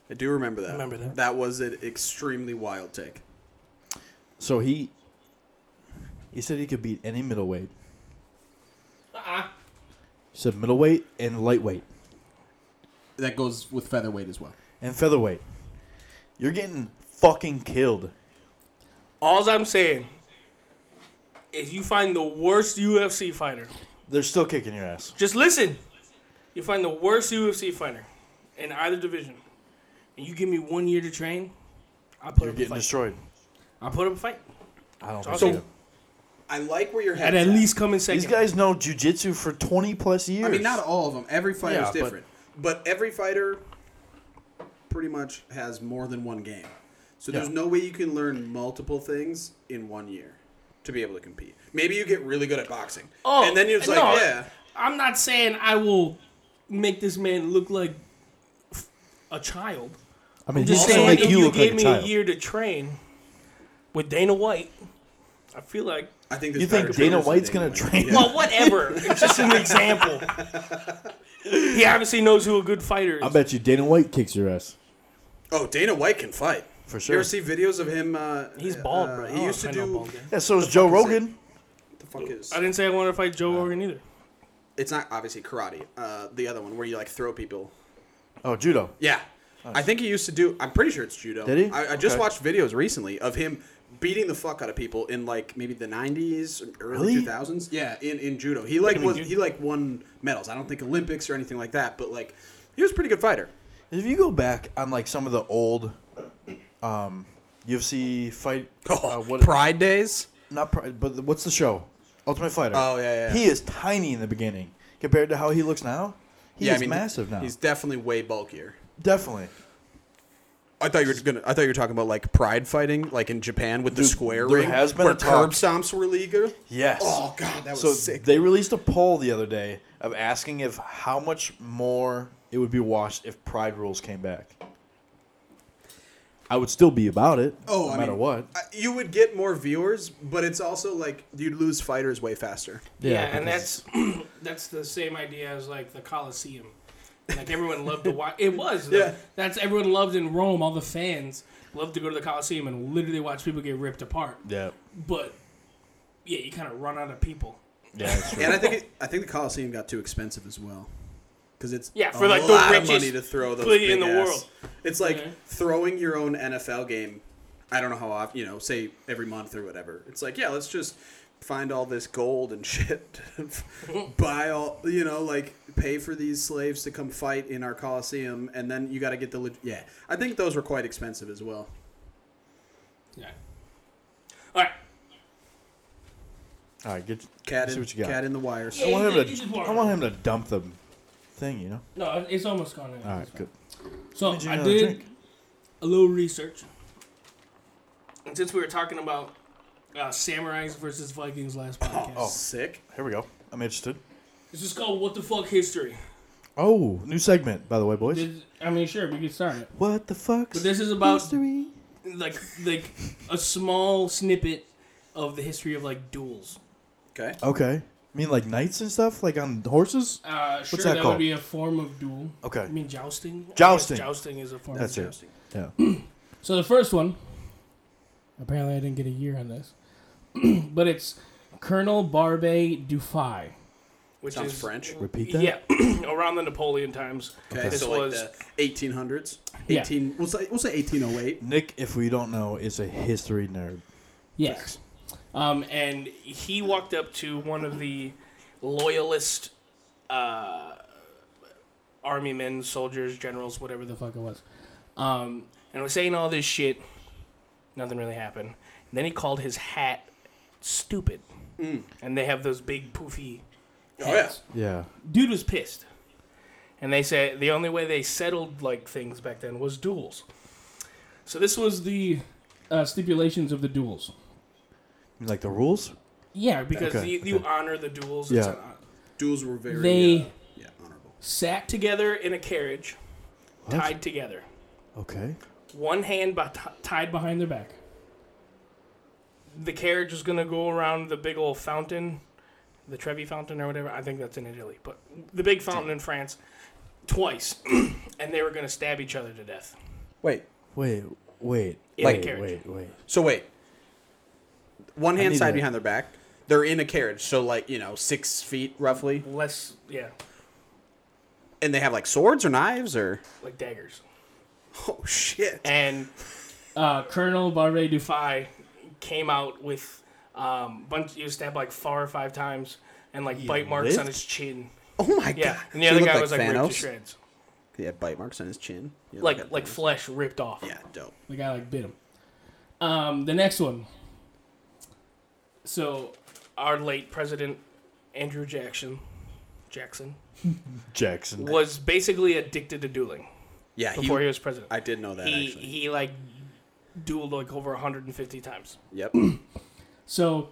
Speaker 4: I do remember that.
Speaker 3: Remember that.
Speaker 4: That was an extremely wild take.
Speaker 5: So he he said he could beat any middleweight.
Speaker 3: Uh-uh.
Speaker 5: He said middleweight and lightweight
Speaker 4: That goes with featherweight as well.
Speaker 5: and featherweight. You're getting fucking killed.
Speaker 3: All I'm saying is you find the worst UFC fighter.
Speaker 5: They're still kicking your ass.
Speaker 3: Just listen. You find the worst UFC fighter in either division, and you give me one year to train, I put
Speaker 5: You're
Speaker 3: up a
Speaker 5: getting
Speaker 3: fight.
Speaker 5: destroyed.
Speaker 3: I put up a fight.
Speaker 5: I don't
Speaker 3: So-
Speaker 5: think so.
Speaker 4: I like where your head.
Speaker 3: And at least come in second.
Speaker 5: These guys know jujitsu for 20 plus years.
Speaker 4: I mean, not all of them. Every fighter's
Speaker 5: Yeah, but-
Speaker 4: different, but, every fighter pretty much has more than one game. So there's
Speaker 5: Yeah.
Speaker 4: no way you can learn multiple things in one year to be able to compete. Maybe you get really good at boxing,
Speaker 3: Oh,
Speaker 4: and then you're just
Speaker 3: no,
Speaker 4: like, yeah,
Speaker 3: I'm not saying I will make this man look like f- a child.
Speaker 5: I mean,
Speaker 3: Just
Speaker 5: he's
Speaker 3: saying,
Speaker 5: gonna make
Speaker 3: if
Speaker 5: you
Speaker 3: you
Speaker 5: look like
Speaker 3: gave
Speaker 5: a
Speaker 3: me
Speaker 5: child.
Speaker 3: a year to train with Dana White, I feel like.
Speaker 4: I think. This
Speaker 5: You think
Speaker 4: fighter
Speaker 5: Dana
Speaker 4: trainers
Speaker 5: White's
Speaker 4: are
Speaker 5: gonna
Speaker 4: Dana White.
Speaker 5: train
Speaker 4: Yeah.
Speaker 3: Well, whatever. it's just an example. He obviously knows who a good fighter is.
Speaker 5: I bet you Dana White kicks your ass.
Speaker 4: Oh, Dana White can fight
Speaker 5: For
Speaker 4: You
Speaker 5: sure.
Speaker 4: ever see videos of him? Uh,
Speaker 3: He's bald,
Speaker 4: uh,
Speaker 3: bro.
Speaker 4: He
Speaker 3: Oh,
Speaker 4: used to
Speaker 3: I know
Speaker 4: do.
Speaker 3: bald
Speaker 4: What
Speaker 3: guy.
Speaker 5: Yeah, so is Joe
Speaker 4: fuck is
Speaker 5: Rogan.
Speaker 4: the fuck is?
Speaker 3: I didn't say I want to fight Joe Rogan either.
Speaker 4: It's not obviously karate. Uh, the other one where you like throw people.
Speaker 5: Oh, judo.
Speaker 4: Yeah. I think he used to do. I'm pretty sure it's judo.
Speaker 5: Did he?
Speaker 4: I, I just
Speaker 5: Okay.
Speaker 4: watched videos recently of him beating the fuck out of people in like maybe the 90s, or early
Speaker 5: Really?
Speaker 4: 2000s. Yeah, in, in judo. He like was,
Speaker 3: dude.
Speaker 4: he like won medals. I don't think Olympics or anything like that, but like he was a pretty good fighter.
Speaker 5: If you go back on like some of the old um, UFC fight,
Speaker 4: Oh,
Speaker 5: uh, what,
Speaker 4: Pride days.
Speaker 5: not Pride, but what's the show? Ultimate Fighter.
Speaker 4: Oh, yeah, yeah,
Speaker 5: He is tiny in the beginning compared to how he looks now. He
Speaker 4: yeah,
Speaker 5: is massive now.
Speaker 4: He's definitely way bulkier.
Speaker 5: definitely.
Speaker 4: I thought you were gonna. I thought you were talking about like pride fighting, like in Japan with
Speaker 5: Dude,
Speaker 4: the square
Speaker 5: there
Speaker 4: ring,
Speaker 5: has been
Speaker 4: where
Speaker 5: a talk-
Speaker 4: curb stomps were legal.
Speaker 5: Yes.
Speaker 4: Oh god, that was
Speaker 5: so
Speaker 4: sick.
Speaker 5: they released a poll the other day of asking if how much more it would be watched if Pride rules came back. I would still be about it,
Speaker 4: Oh,
Speaker 5: no
Speaker 4: I
Speaker 5: matter
Speaker 4: mean,
Speaker 5: what.
Speaker 4: I- you would get more viewers, but it's also like you'd lose fighters way faster.
Speaker 3: Yeah,
Speaker 5: because-
Speaker 3: and that's that's the same idea as like the Colosseum. Like everyone loved to watch. It was. like,
Speaker 4: Yeah.
Speaker 3: That's everyone loved in Rome. All the fans loved to go to the Colosseum and literally watch people get ripped apart.
Speaker 5: yeah,
Speaker 3: But yeah, you kind of run out of people.
Speaker 5: yeah, that's true.
Speaker 4: And I think it, I think the Coliseum got too expensive as well, because it's
Speaker 3: Yeah,
Speaker 4: a
Speaker 3: for, like, the
Speaker 4: lot of
Speaker 3: richest
Speaker 4: money to throw those
Speaker 3: league in
Speaker 4: big
Speaker 3: the
Speaker 4: ass-
Speaker 3: world.
Speaker 4: It's like
Speaker 3: Okay.
Speaker 4: throwing your own NFL game. I don't know how often you know, say every month or whatever. It's like yeah, let's just find all this gold and shit, buy all you know, like pay for these slaves to come fight in our Coliseum, and then you got to get the leg- yeah. I think those were quite expensive as well.
Speaker 3: Yeah. All right.
Speaker 5: All right, get
Speaker 4: Cat
Speaker 5: see
Speaker 4: in,
Speaker 5: what you got.
Speaker 4: cat in the wires.
Speaker 5: I
Speaker 3: Yeah.
Speaker 5: want
Speaker 3: You-
Speaker 5: him
Speaker 3: you just
Speaker 5: to.
Speaker 3: walk
Speaker 5: I want him to dump the thing, you know.
Speaker 3: No, it's almost gone.
Speaker 5: All right, good.
Speaker 3: So
Speaker 5: Did you
Speaker 3: I
Speaker 5: know
Speaker 3: did
Speaker 5: drink?
Speaker 3: a little research, and since we were talking about uh, samurais versus Vikings last podcast,
Speaker 4: Oh, sick.
Speaker 5: Here we go. I'm interested.
Speaker 3: this is called "What the Fuck History."
Speaker 5: Oh, new segment, by the way, boys.
Speaker 3: This- I mean, sure, we can start it.
Speaker 5: what the fuck?
Speaker 3: But this is about
Speaker 5: history.
Speaker 3: like like a small snippet of the history of like duels.
Speaker 4: Okay.
Speaker 5: Okay. I mean, like knights and stuff, like on horses.
Speaker 3: Uh, sure,
Speaker 5: that
Speaker 3: that,
Speaker 5: called?
Speaker 3: would be a form of duel.
Speaker 5: Okay.
Speaker 3: I mean, jousting. I guess
Speaker 5: Jousting.
Speaker 3: Jousting is a form
Speaker 5: That's
Speaker 3: of
Speaker 5: it.
Speaker 3: jousting.
Speaker 5: Yeah.
Speaker 3: So the first one, apparently I didn't get a year on this, but it's Colonel Barbe Dufay. Which
Speaker 4: Sounds
Speaker 3: is,
Speaker 4: French.
Speaker 5: Repeat that.
Speaker 3: Yeah, around the Napoleon times.
Speaker 4: Okay,
Speaker 3: This
Speaker 4: so like
Speaker 3: was-
Speaker 4: the 1800s.
Speaker 3: Yeah.
Speaker 4: 18. We'll say we'll say 1808.
Speaker 5: Nick, if we don't know, is a history nerd.
Speaker 3: Yes. Um, and he walked up to one of the loyalist uh, army men, soldiers, generals, whatever the fuck it was, um, and was saying all this shit. Nothing really happened. And then he called his hat stupid, and they have those big poofy.
Speaker 4: Mm. Oh, yeah.
Speaker 3: hats.
Speaker 5: Yeah.
Speaker 3: Dude was pissed, and they said the only way they settled like things back then was duels. So this was the uh, stipulations of the duels.
Speaker 5: Like the rules.
Speaker 3: Yeah, because
Speaker 5: Okay,
Speaker 3: you, you
Speaker 5: okay.
Speaker 3: honor the duels.
Speaker 5: Yeah.
Speaker 3: It's uh, an,
Speaker 4: Duels were very
Speaker 3: They-
Speaker 4: uh, yeah honorable.
Speaker 3: sat together in a carriage, tied together,
Speaker 5: Okay.
Speaker 3: one hand by t- tied behind their back. The carriage was gonna go around the big old fountain, the Trevi Fountain or whatever. I think that's in Italy, but the big fountain in France, twice, and they were gonna stab each other to death.
Speaker 4: Wait.
Speaker 5: Wait. Wait.
Speaker 3: In the
Speaker 5: wait,
Speaker 3: carriage.
Speaker 5: wait. Wait.
Speaker 4: So wait. One hand
Speaker 5: need
Speaker 4: side
Speaker 5: that.
Speaker 4: behind their back. They're in a carriage, so like you know six feet roughly,
Speaker 3: Less, yeah,
Speaker 4: and they have like swords or knives or.
Speaker 3: like daggers.
Speaker 4: Oh shit!
Speaker 3: and uh, Colonel Barre Dufay came out with um, bunch. He was stabbed like four or five times, and like bite marks on
Speaker 5: lived?
Speaker 3: his chin.
Speaker 4: oh my
Speaker 3: Yeah,
Speaker 4: god!
Speaker 3: and the
Speaker 4: He
Speaker 3: other
Speaker 4: looked
Speaker 3: guy was like ripped to
Speaker 4: Thanos.
Speaker 3: shreds,
Speaker 4: He had bite marks on his chin. He
Speaker 3: like
Speaker 4: looked
Speaker 3: like flesh ripped off.
Speaker 4: yeah, dope.
Speaker 3: the guy like bit him. Um, the next one. So, our late president Andrew Jackson, Jackson
Speaker 5: Jackson.
Speaker 3: was basically addicted to dueling
Speaker 4: Yeah, he,
Speaker 3: before he, was president.
Speaker 4: I did know that
Speaker 3: he
Speaker 4: actually.
Speaker 3: he like dueled like over 150 times.
Speaker 4: yep.
Speaker 3: So,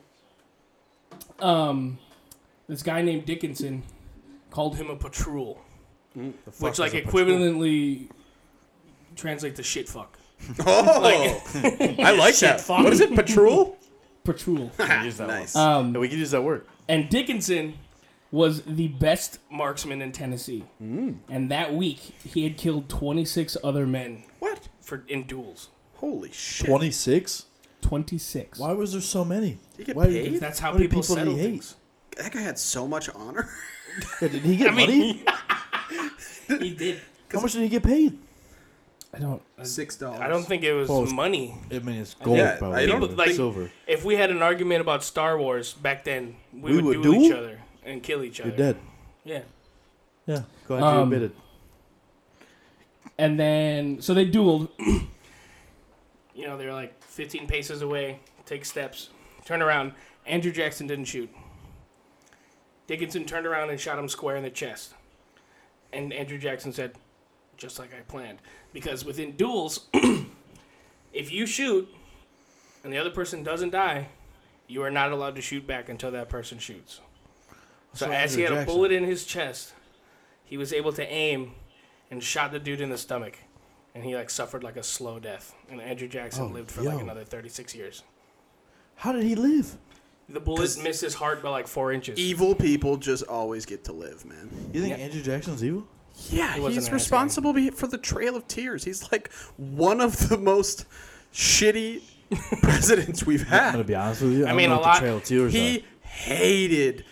Speaker 3: um, this guy named Dickinson called him a patrol,
Speaker 5: Mm, The fuck
Speaker 3: which
Speaker 5: is
Speaker 3: like
Speaker 5: a
Speaker 3: equivalently translates to shit fuck.
Speaker 4: Oh, I like that.
Speaker 3: fuck.
Speaker 4: What is it? Patrol.
Speaker 3: Patrol.
Speaker 5: patrol? We can use that
Speaker 4: nice.
Speaker 5: one.
Speaker 3: Um,
Speaker 5: Yeah, we can use that word.
Speaker 3: and Dickinson was the best marksman in Tennessee.
Speaker 5: Mm.
Speaker 3: And that week, he had killed 26 other men
Speaker 4: What?
Speaker 3: for in duels.
Speaker 4: Holy shit!
Speaker 5: Twenty six.
Speaker 3: 26.
Speaker 5: Why was there so many?
Speaker 4: Did he get
Speaker 5: Why
Speaker 4: paid?
Speaker 3: That's how
Speaker 5: How many
Speaker 3: people,
Speaker 5: people did
Speaker 3: settle
Speaker 5: he hate?
Speaker 3: things.
Speaker 4: That guy had so much honor.
Speaker 5: Yeah, did he get
Speaker 3: I mean,
Speaker 5: money?
Speaker 3: He did.
Speaker 5: How much did he get paid?
Speaker 3: I don't.
Speaker 4: Six dollars.
Speaker 3: I don't think it was
Speaker 5: Well, it's-
Speaker 3: money.
Speaker 5: I mean, it's gold.
Speaker 4: Yeah,
Speaker 5: probably,
Speaker 4: I don't
Speaker 5: but it's
Speaker 3: like-
Speaker 5: silver.
Speaker 3: If we had an argument about Star Wars back then, we,
Speaker 5: We
Speaker 3: would,
Speaker 5: would
Speaker 3: duel, each
Speaker 5: duel?
Speaker 3: other and kill each other.
Speaker 5: You're dead.
Speaker 3: Yeah.
Speaker 5: Yeah. Glad you
Speaker 3: Um,
Speaker 5: admitted.
Speaker 3: And then, so they dueled. you know, they're like 15 paces away, take steps, turn around. Andrew Jackson didn't shoot. Dickinson turned around and shot him square in the chest. And Andrew Jackson said, just like I planned. Because within duels, if you shoot and the other person doesn't die, you are not allowed to shoot back until that person shoots. So,
Speaker 5: So
Speaker 3: as he had
Speaker 5: Andrew
Speaker 3: a
Speaker 5: Jackson-
Speaker 3: bullet in his chest, he was able to aim and shot the dude in the stomach. And he like suffered like a slow death. And Andrew Jackson
Speaker 5: Oh,
Speaker 3: lived for
Speaker 5: yo.
Speaker 3: like another 36 years.
Speaker 5: How did he live?
Speaker 3: The bullet missed his heart by like four inches.
Speaker 4: Evil people just always get to live, man.
Speaker 5: You think Andrew Jackson's evil?
Speaker 4: Yeah,
Speaker 3: He wasn't
Speaker 4: he's
Speaker 3: an ass
Speaker 4: responsible be- for the Trail of Tears. He's like one of the most shitty presidents we've
Speaker 5: I'm gonna
Speaker 4: had.
Speaker 5: be honest with you. I,
Speaker 3: mean,
Speaker 5: don't
Speaker 3: a
Speaker 5: know what
Speaker 3: lot-
Speaker 5: The Trail of Tears
Speaker 4: He hated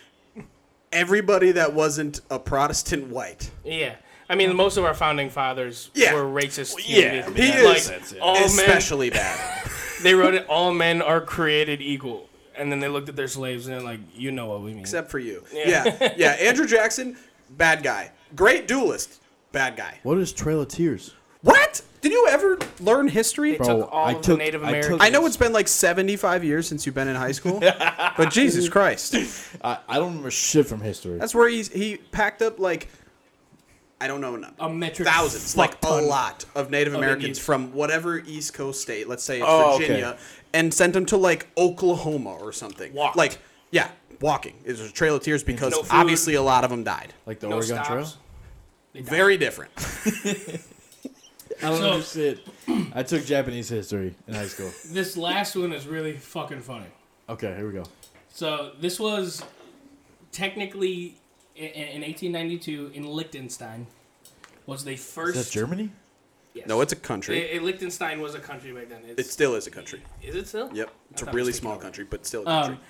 Speaker 4: everybody that wasn't a Protestant white.
Speaker 3: yeah. I mean, most of our founding fathers
Speaker 4: Yeah.
Speaker 3: were racist.
Speaker 4: yeah,
Speaker 3: human
Speaker 4: he
Speaker 3: beings.
Speaker 4: is
Speaker 3: Like, Oh, all men,
Speaker 4: Especially bad.
Speaker 3: they wrote it, all men are created equal. And then they looked at their slaves and they're like, you know what we mean.
Speaker 4: Except for you. Yeah. yeah. Andrew Jackson, bad guy. Great duelist, bad guy.
Speaker 5: What is Trail of Tears?
Speaker 4: What? Did you ever learn history?
Speaker 3: Bro, Took all of the Native Americans.
Speaker 4: I know it's been like 75 years since you've been in high school, but
Speaker 3: Mm.
Speaker 4: Jesus Christ.
Speaker 5: I, I don't remember shit from history.
Speaker 4: That's where he's, he packed up like, I don't know, a number.
Speaker 3: A metric
Speaker 4: thousands,
Speaker 3: fuck
Speaker 4: like a
Speaker 3: ton.
Speaker 4: lot of Native Americans
Speaker 3: Indians.
Speaker 4: from whatever East Coast state, let's say it's
Speaker 5: Oh, okay.
Speaker 4: Virginia, and sent them to like Oklahoma or something.
Speaker 3: Walked.
Speaker 4: Like, yeah, walking. It was a trail of tears because
Speaker 3: No food.
Speaker 4: obviously a lot of them died.
Speaker 5: like the
Speaker 3: no
Speaker 5: Oregon
Speaker 3: stops.
Speaker 5: Trail.
Speaker 4: Very different.
Speaker 5: I don't
Speaker 3: So-
Speaker 5: understand. I took Japanese history in high school.
Speaker 3: This last one is really fucking funny.
Speaker 5: Okay, here we go.
Speaker 3: So this was technically i- in, in 1892 in Liechtenstein was the first.
Speaker 5: Is that Germany?
Speaker 3: Yes.
Speaker 4: No, it's a country.
Speaker 3: I- I- Liechtenstein was a country back then.
Speaker 4: It still is a country.
Speaker 3: Is it still?
Speaker 4: Yep.
Speaker 3: I
Speaker 4: It's a
Speaker 3: thought it
Speaker 4: really
Speaker 3: was
Speaker 4: small
Speaker 3: taken
Speaker 4: country, but still a
Speaker 3: over.
Speaker 4: country.
Speaker 3: Um,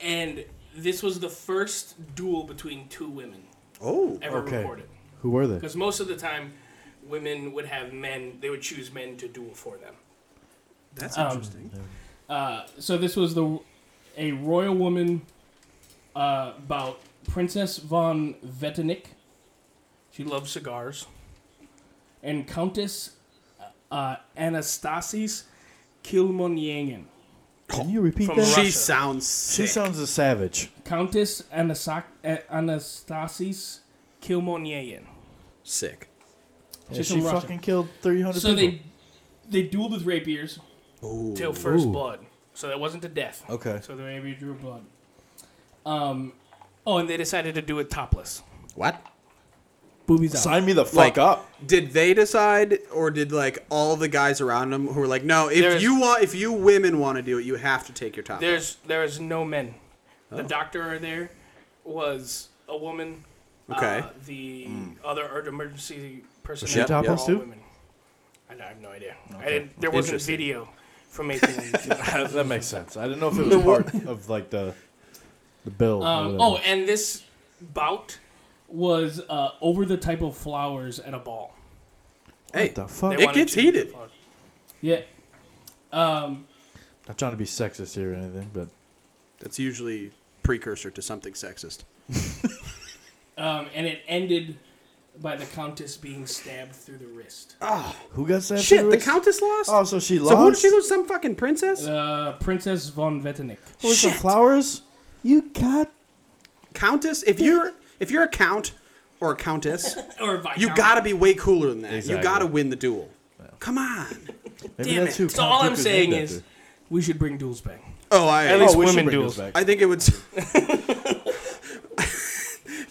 Speaker 3: and this was the first duel between two women
Speaker 4: oh.
Speaker 3: ever
Speaker 5: Okay.
Speaker 3: recorded.
Speaker 5: Who were they?
Speaker 3: Because most of the time, women would have men. They would choose men to duel for them.
Speaker 4: That's
Speaker 3: um,
Speaker 4: interesting.
Speaker 3: Uh, so this was the a royal woman uh, about Princess von Vettenich. She loves cigars. And Countess uh, Anastasis Kilmonyangan.
Speaker 5: Can you repeat
Speaker 3: From
Speaker 5: that?
Speaker 3: Russia.
Speaker 4: She sounds
Speaker 5: She
Speaker 4: sick.
Speaker 5: sounds a savage.
Speaker 3: Countess Anasak- A- Anastasis Kilmonyangan.
Speaker 4: sick.
Speaker 5: Yeah,
Speaker 3: She's
Speaker 5: she
Speaker 3: from Russia.
Speaker 5: fucking killed 300
Speaker 3: So
Speaker 5: people.
Speaker 3: they they dueled with rapiers till first blood. So that wasn't to death.
Speaker 5: Okay.
Speaker 3: So the rapier drew blood. Um, oh, and they decided to do it topless.
Speaker 4: What?
Speaker 3: Boobies out.
Speaker 5: Sign me the fuck
Speaker 4: Like-
Speaker 5: up.
Speaker 4: Did they decide, or did like all the guys around them who were like, "No, if
Speaker 3: There's-
Speaker 4: you want, if you women want to do it, you have to take your top." off."
Speaker 3: There's there is no men.
Speaker 4: Oh.
Speaker 3: The doctor there was a woman.
Speaker 4: Okay. Mm.
Speaker 3: Uh, the other ur- emergency person.
Speaker 5: she topless too?
Speaker 3: Women. I, I have no idea. I didn't, there wasn't
Speaker 4: Interesting.
Speaker 3: video from 1892.
Speaker 5: that makes sense. I didn't know if it was part of like the the bill. or
Speaker 3: um,
Speaker 5: whatever.
Speaker 3: oh, and this bout was uh, over the type of flowers at a ball.
Speaker 4: hey,
Speaker 5: what the fuck?
Speaker 3: They
Speaker 4: It
Speaker 3: wanted
Speaker 4: gets
Speaker 3: to-
Speaker 4: heated.
Speaker 3: Yeah. Um,
Speaker 5: Not trying to be sexist here or anything, but
Speaker 4: that's usually precursor to something sexist.
Speaker 3: um, and it ended by the countess being stabbed through the wrist.
Speaker 5: who got stabbed?
Speaker 4: Shit,
Speaker 5: through
Speaker 4: the
Speaker 5: wrist?
Speaker 4: countess lost.
Speaker 5: Oh, so she lost.
Speaker 4: so who did she lose? Some fucking princess.
Speaker 3: Uh, Princess von Vettenich.
Speaker 5: Who was the
Speaker 4: Shit.
Speaker 5: flowers? You got.
Speaker 4: countess. If you're if you're a count or a countess,
Speaker 3: Or Viscount.
Speaker 4: you gotta be way cooler than that. You
Speaker 5: Exactly.
Speaker 4: gotta win the duel. Come on.
Speaker 5: Maybe
Speaker 3: Damn
Speaker 5: that's
Speaker 3: it.
Speaker 5: who
Speaker 3: So
Speaker 5: Count
Speaker 3: all I'm
Speaker 5: Dooku named
Speaker 3: saying
Speaker 5: after.
Speaker 3: is, we should bring duels back.
Speaker 4: Oh, I
Speaker 3: At
Speaker 5: oh,
Speaker 3: least
Speaker 5: we should
Speaker 3: women
Speaker 5: bring
Speaker 3: duels.
Speaker 5: this back.
Speaker 4: I think it would.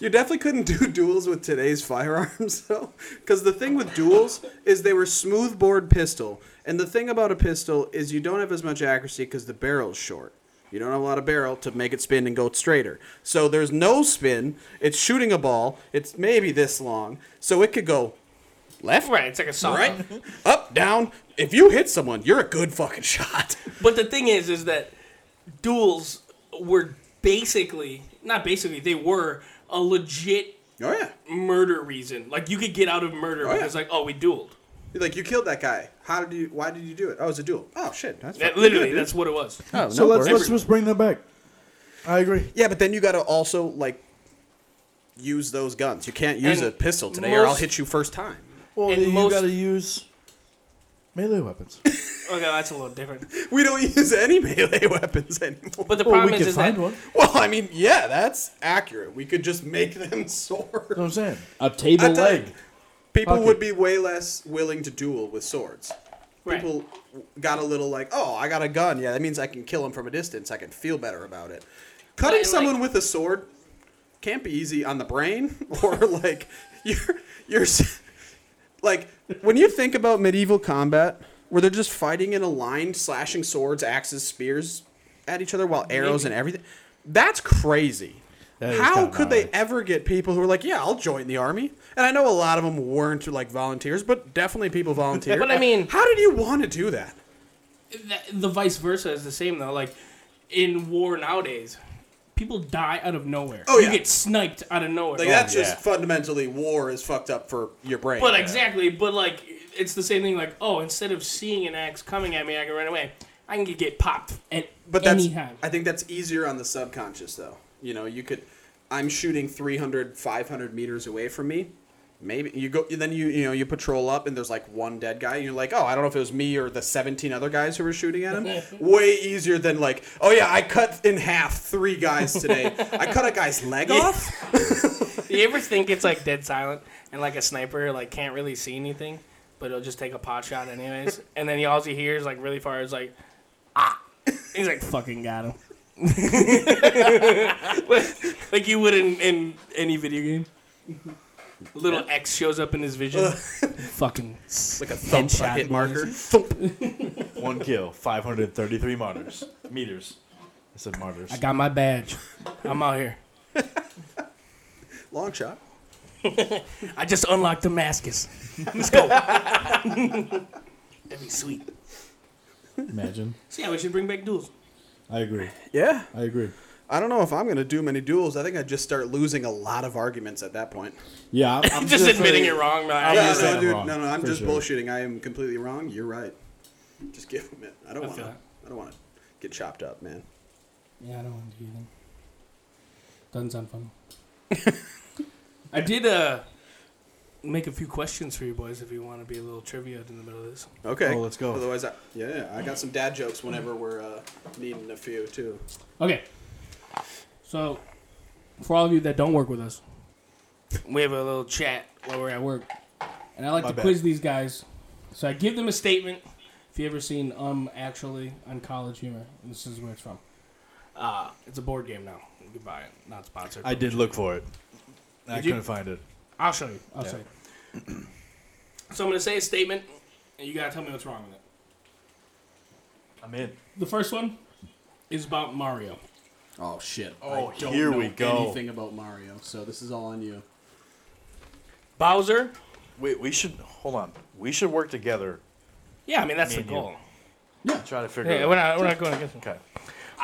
Speaker 4: you definitely couldn't do duels with today's firearms, though, because the thing with duels is they were smoothbore pistol, and the thing about a pistol is you don't have as much accuracy because the barrel's short. You don't have a lot of barrel to make it spin and go straighter. So there's no spin. It's shooting a ball. It's maybe this long, so it could go left,
Speaker 3: Right, it's like a song.
Speaker 4: right, up, down. If you hit someone, you're a good fucking shot.
Speaker 3: But the thing is, is that duels were basically not basically they were a legit
Speaker 4: Oh yeah.
Speaker 3: murder reason. Like you could get out of murder
Speaker 4: Oh, yeah.
Speaker 3: because like oh we dueled.
Speaker 4: You're like, you killed that guy. How did you? Why did you do it? Oh, it was a duel. Oh shit. That's
Speaker 3: That,
Speaker 4: fucking
Speaker 3: literally,
Speaker 4: good, dude.
Speaker 3: that's what it was.
Speaker 5: so let's let's just bring that back. I agree.
Speaker 4: yeah, but then you got to also like use those guns. You can't use
Speaker 3: And
Speaker 4: a pistol today, or I'll
Speaker 3: most-
Speaker 4: hit you first time.
Speaker 5: Well,
Speaker 3: And
Speaker 5: you
Speaker 3: most-
Speaker 5: gotta use melee weapons.
Speaker 3: Okay, that's a little different.
Speaker 4: We don't use any melee weapons anymore.
Speaker 3: But the
Speaker 5: well,
Speaker 3: problem
Speaker 5: we
Speaker 3: is,
Speaker 5: can
Speaker 3: is
Speaker 5: find
Speaker 3: that
Speaker 5: one.
Speaker 4: well, I mean, yeah, that's accurate. We could just make them swords.
Speaker 5: That's what I'm saying.
Speaker 1: A table
Speaker 4: I tell you,
Speaker 1: leg.
Speaker 4: People
Speaker 5: Fuck
Speaker 4: would
Speaker 5: it.
Speaker 4: be way less willing to duel with swords.
Speaker 3: Right.
Speaker 4: People got a little like, oh, I got a gun. Yeah, that means I can kill him from a distance. I can feel better about it. Cutting
Speaker 3: and,
Speaker 4: someone
Speaker 3: like-
Speaker 4: with a sword can't be easy on the brain or like you're you're s- like when you think about medieval combat where they're just fighting in a line, slashing swords, axes, spears at each other while arrows and everything. That's crazy.
Speaker 5: That is
Speaker 4: How
Speaker 5: kinda
Speaker 4: could they
Speaker 5: gnarly.
Speaker 4: ever get people who are like, yeah, I'll join the army? And I know a lot of them weren't like volunteers, but definitely people volunteered.
Speaker 3: But I mean-
Speaker 4: how did you want to do that?
Speaker 3: that- the vice versa is the same though. Like in war nowadays, people die out of nowhere.
Speaker 4: Oh, yeah.
Speaker 3: you get sniped out of nowhere.
Speaker 4: Like that's
Speaker 5: yeah.
Speaker 4: just fundamentally war is fucked up for your brain.
Speaker 3: But exactly, but like it's the same thing. Like, oh, instead of seeing an axe coming at me, I can run away. I can get popped at
Speaker 4: but that's
Speaker 3: any time.
Speaker 4: I think that's easier on the subconscious though. You know, you could I'm shooting 300 500 meters away from me. Maybe you go then you you know you patrol up and there's like one dead guy and you're like, "Oh, I don't know if it was me or the 17 other guys who were shooting at him." Way easier than like, "Oh yeah, I cut in half three guys today. I cut a guy's leg off."
Speaker 3: Do you ever think it's like dead silent and like a sniper like can't really see anything, but it'll just take a pot shot anyways, and then all you hear is like really far is like ah, he's like fucking got him. like, like you would in, in any video game. Little X shows up in his vision. fucking
Speaker 4: Like a thumb
Speaker 3: Headshot
Speaker 4: socket marker.
Speaker 3: noises.
Speaker 4: Thump.
Speaker 5: One kill, 533 martyrs. Meters. I said martyrs.
Speaker 3: I got my badge. I'm out here.
Speaker 4: Long shot.
Speaker 3: I just unlocked Damascus. Let's go. That'd be sweet.
Speaker 1: Imagine.
Speaker 3: So yeah, we should bring back duels.
Speaker 1: I agree.
Speaker 4: Yeah.
Speaker 1: I agree.
Speaker 4: I don't know if I'm going to do many duels. I think I'd just start losing a lot of arguments at that point.
Speaker 1: Yeah, I'm, I'm
Speaker 3: Just admitting
Speaker 1: very-
Speaker 3: it wrong, man.
Speaker 1: I'm
Speaker 4: Yeah,
Speaker 1: just saying
Speaker 4: no,
Speaker 1: I'm
Speaker 4: dude,
Speaker 1: wrong,
Speaker 4: no, no, I'm
Speaker 1: for
Speaker 4: just
Speaker 1: sure.
Speaker 4: bullshitting. I am completely wrong. You're right. Just give him it. I don't
Speaker 3: I
Speaker 4: want
Speaker 3: feel
Speaker 4: to.
Speaker 3: that.
Speaker 4: I don't want to get chopped up, man.
Speaker 3: Yeah, I don't want to do them. Doesn't sound fun. I did uh, make a few questions for you boys if you want to be a little trivia in the middle of this.
Speaker 4: Okay.
Speaker 5: Oh, let's go.
Speaker 4: Otherwise, I, yeah, I got some dad jokes whenever we're uh, needing a few too.
Speaker 3: Okay. So, for all of you that don't work with us, we have a little chat while we're at work, and I like
Speaker 5: My
Speaker 3: to
Speaker 5: bad.
Speaker 3: quiz these guys. So I give them a statement. If you ever seen um actually on College Humor, this is where it's from. Uh, it's a board game now. You can buy it. Not sponsored.
Speaker 5: I did look for it. I
Speaker 3: Did you?
Speaker 5: couldn't find it.
Speaker 3: I'll show you. I'll
Speaker 5: Yeah.
Speaker 3: show you. so I'm gonna say a statement, and you gotta tell me what's wrong with it.
Speaker 5: I'm in.
Speaker 3: The first one is about Mario.
Speaker 4: Oh shit!
Speaker 5: Oh, here we go.
Speaker 4: Anything about Mario? So this is all on you.
Speaker 3: Bowser.
Speaker 5: Wait, we should hold on. We should work together
Speaker 3: Yeah, I mean that's the
Speaker 5: Me and you.
Speaker 3: goal.
Speaker 5: and try to figure
Speaker 3: Yeah,
Speaker 5: out.
Speaker 3: we're not we're not going against him.
Speaker 5: okay.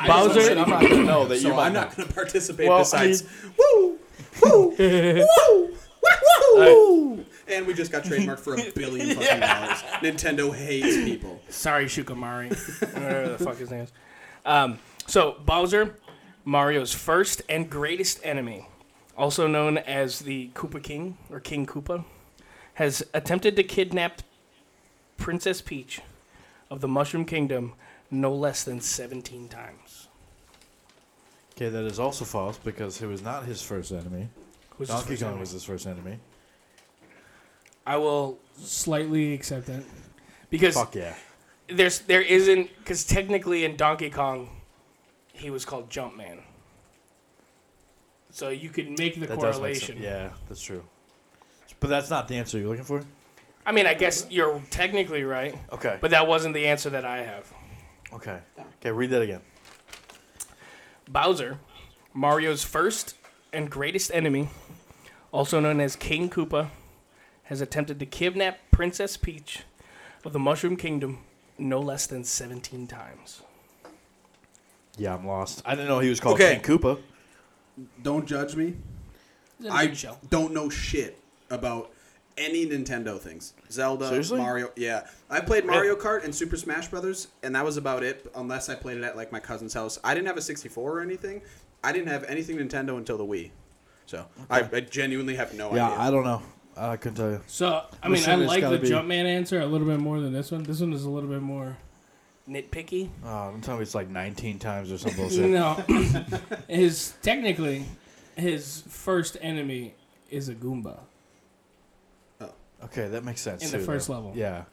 Speaker 3: Bowser.
Speaker 4: I'm not
Speaker 5: gonna know that
Speaker 4: So
Speaker 5: you might
Speaker 4: I'm not
Speaker 5: know.
Speaker 4: going to participate.
Speaker 5: Well, I
Speaker 4: besides, woo, woo, woo, woo, woo, and we just got trademarked for a billion fucking dollars. Nintendo hates people.
Speaker 3: Sorry, Shukamari. Whatever the fuck his name is. Um, so, Bowser, Mario's first and greatest enemy, also known as the Koopa King or King Koopa, has attempted to kidnap Princess Peach of the Mushroom Kingdom no less than 17 times.
Speaker 5: Okay, that is also false because it was not his first enemy.
Speaker 3: Who's his
Speaker 5: Donkey
Speaker 3: first
Speaker 5: Kong
Speaker 3: enemy?
Speaker 5: was his first enemy.
Speaker 3: I will slightly accept that. Because
Speaker 5: Fuck yeah.
Speaker 3: there's there isn't because technically in Donkey Kong, he was called Jumpman. So you could make the
Speaker 5: That does make
Speaker 3: correlation.
Speaker 5: sense. Yeah, that's true. But that's not the answer you're looking for.
Speaker 3: I mean, I guess you're technically right,
Speaker 5: Okay.
Speaker 3: but that wasn't the answer that I have.
Speaker 5: okay. Okay, read that again.
Speaker 3: Bowser, Mario's first and greatest enemy, also known as King Koopa, has attempted to kidnap Princess Peach of the Mushroom Kingdom no less than 17 times.
Speaker 5: Yeah, I'm lost. I didn't know he was called
Speaker 4: Okay.
Speaker 5: King Koopa.
Speaker 4: Don't judge me. I don't know shit about any Nintendo things. Zelda,
Speaker 5: Seriously?
Speaker 4: Mario. Yeah, I played Mario Kart and Super Smash Brothers, and that was about it. Unless I played it at like my cousin's house. I didn't have a 64 or anything. I didn't have anything Nintendo until the Wii. So I, I genuinely have no
Speaker 5: Yeah,
Speaker 4: idea.
Speaker 5: I don't know. Uh, I couldn't tell you.
Speaker 3: So, I
Speaker 5: I'm
Speaker 3: mean, I
Speaker 5: assuming it's
Speaker 3: like the
Speaker 5: gotta be-
Speaker 3: Jumpman answer a little bit more than this one. This one is a little bit more nitpicky.
Speaker 5: Oh, I'm telling you, it's like 19 times or some bullshit.
Speaker 3: No, his technically his first enemy is a Goomba
Speaker 5: Okay, that makes sense.
Speaker 3: in the
Speaker 5: too,
Speaker 3: first
Speaker 5: though.
Speaker 3: level.
Speaker 5: Yeah,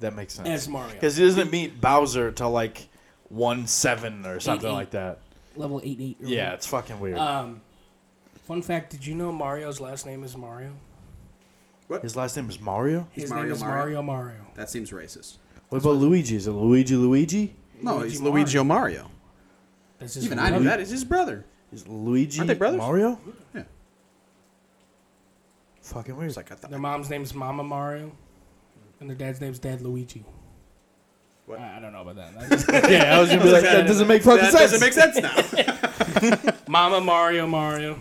Speaker 5: that makes
Speaker 3: as
Speaker 5: sense.
Speaker 3: Mario.
Speaker 5: Because he doesn't meet Bowser till like one seven or something
Speaker 3: eight.
Speaker 5: like that.
Speaker 3: level 8 8.
Speaker 5: Yeah, it's fucking weird.
Speaker 3: Um, fun fact did you know Mario's last name is Mario?
Speaker 5: His last name is Mario.
Speaker 3: His
Speaker 4: Mario
Speaker 3: name is Mario
Speaker 4: Mario?
Speaker 3: Mario.
Speaker 4: that seems racist.
Speaker 5: What about Luigi? Is it Luigi Luigi?
Speaker 4: No,
Speaker 3: Luigi
Speaker 4: he's Luigi Mario.
Speaker 3: That's his
Speaker 4: Even I
Speaker 3: name.
Speaker 4: knew that. It's his brother.
Speaker 5: Is Luigi
Speaker 4: Aren't they brothers?
Speaker 5: Mario?
Speaker 4: Yeah.
Speaker 5: Fucking weird.
Speaker 4: It's like I thought.
Speaker 3: Their mom's name's Mama Mario, and their dad's name's Dad Luigi.
Speaker 4: What?
Speaker 3: I, I don't know about that. I just-
Speaker 5: yeah, I was gonna be like, that doesn't make fucking
Speaker 4: That
Speaker 5: sense.
Speaker 4: doesn't make sense now.
Speaker 3: Mama Mario Mario.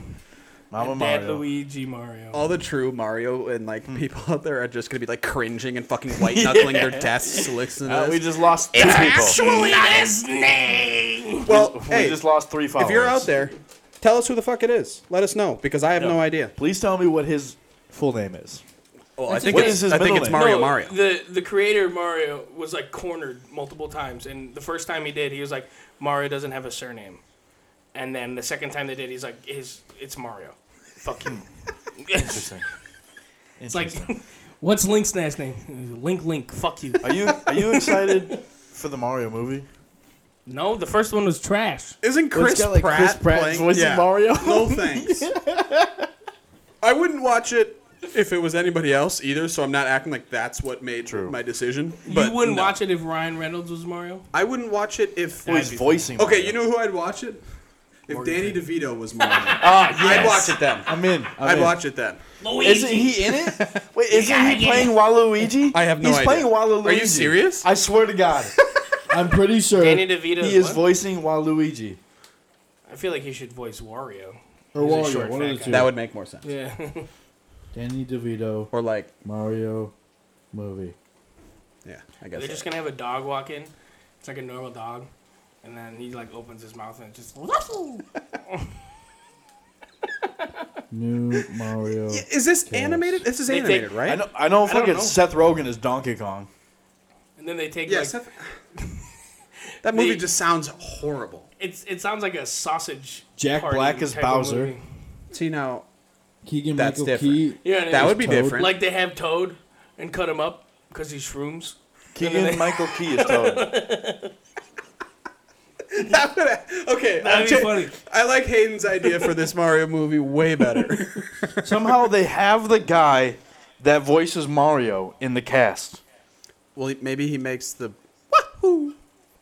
Speaker 5: Mama
Speaker 3: and Dad
Speaker 5: Mario.
Speaker 3: Luigi Mario.
Speaker 4: All the true Mario and like people out there are just gonna be like cringing and fucking white knuckling their desks listening to
Speaker 5: Uh,
Speaker 4: this.
Speaker 5: we just lost two people.
Speaker 3: not his name!
Speaker 4: well,
Speaker 5: we just lost three followers.
Speaker 4: If you're out there, tell us who the fuck it is. Let us know because I have no idea.
Speaker 5: please tell me what his full name is.
Speaker 4: Oh,
Speaker 3: I think What it's- is
Speaker 5: his
Speaker 4: I think
Speaker 5: middle
Speaker 4: it's
Speaker 5: name?
Speaker 4: Mario
Speaker 3: No,
Speaker 4: Mario.
Speaker 3: The the creator of Mario was like cornered multiple times, and the first time he did, he was like, Mario doesn't have a surname, and then the second time they did, he's like, his it's Mario. Fucking. it's
Speaker 5: Interesting.
Speaker 3: like,
Speaker 5: Interesting.
Speaker 3: what's Link's last name? Link Link. Fuck you.
Speaker 5: are you are you excited for the Mario movie?
Speaker 3: No, the first one was trash.
Speaker 4: Isn't Chris,
Speaker 5: got, like,
Speaker 4: Pratt
Speaker 5: Chris Pratt's
Speaker 4: playing
Speaker 5: voice in Mario?
Speaker 4: no thanks. I wouldn't watch it if it was anybody else either. So I'm not acting like that's what made
Speaker 5: True.
Speaker 4: my decision. But
Speaker 3: you wouldn't
Speaker 4: no.
Speaker 3: watch it if Ryan Reynolds was Mario.
Speaker 4: I wouldn't watch it if
Speaker 5: Well, he's voicing.
Speaker 4: Okay,
Speaker 5: Mario.
Speaker 4: you know who I'd watch it? If Danny DeVito was Mario,
Speaker 5: Ah,
Speaker 4: I'd
Speaker 5: yes.
Speaker 4: watch it then.
Speaker 1: I'm in. I'm
Speaker 4: I'd
Speaker 1: in.
Speaker 4: watch it then.
Speaker 5: Isn't he in it? Wait, isn't he playing Waluigi?
Speaker 4: I have no
Speaker 5: He's
Speaker 4: idea.
Speaker 5: playing Waluigi.
Speaker 4: Are you serious?
Speaker 5: I swear to God,
Speaker 1: I'm pretty sure.
Speaker 3: Danny DeVito.
Speaker 5: he is
Speaker 3: what?
Speaker 5: voicing Waluigi.
Speaker 3: I feel like he should voice Wario.
Speaker 1: or
Speaker 3: he's a
Speaker 1: Wario,
Speaker 3: short,
Speaker 1: one of
Speaker 3: fat
Speaker 1: the
Speaker 3: guy.
Speaker 1: two.
Speaker 4: that would make more sense.
Speaker 3: Yeah.
Speaker 1: Danny DeVito,
Speaker 4: Or like,
Speaker 1: Mario movie.
Speaker 4: yeah, I guess.
Speaker 3: They're just gonna have a dog walk in. It's like a normal dog, and then he like opens his mouth and it's just.
Speaker 1: New Mario.
Speaker 4: Y- Is this animated? This is
Speaker 3: They
Speaker 4: animated,
Speaker 3: take-
Speaker 4: right?
Speaker 5: I know. I know.
Speaker 3: I don't
Speaker 5: Fucking
Speaker 3: know.
Speaker 5: Seth Rogen is Donkey Kong.
Speaker 3: And then they take
Speaker 4: Yeah,
Speaker 3: like
Speaker 4: Seth- that movie
Speaker 3: They-
Speaker 4: just sounds horrible.
Speaker 3: it's it sounds like a sausage.
Speaker 1: Jack
Speaker 3: party
Speaker 1: Black is
Speaker 3: type of
Speaker 1: Bowser.
Speaker 3: movie.
Speaker 4: See now,
Speaker 1: Keegan
Speaker 4: That's
Speaker 1: Michael
Speaker 4: different.
Speaker 1: Key.
Speaker 3: You know what I
Speaker 4: that
Speaker 3: mean?
Speaker 4: would be
Speaker 1: Toad.
Speaker 4: different.
Speaker 3: like they have Toad and cut him up because he's shrooms.
Speaker 5: Keegan Michael Key is Toad.
Speaker 4: That would- okay,
Speaker 3: That'd be
Speaker 4: I'll
Speaker 3: funny.
Speaker 4: I like Hayden's idea for this Mario movie way better.
Speaker 5: Somehow they have the guy that voices Mario in the cast.
Speaker 4: well, he- maybe he makes the wahoo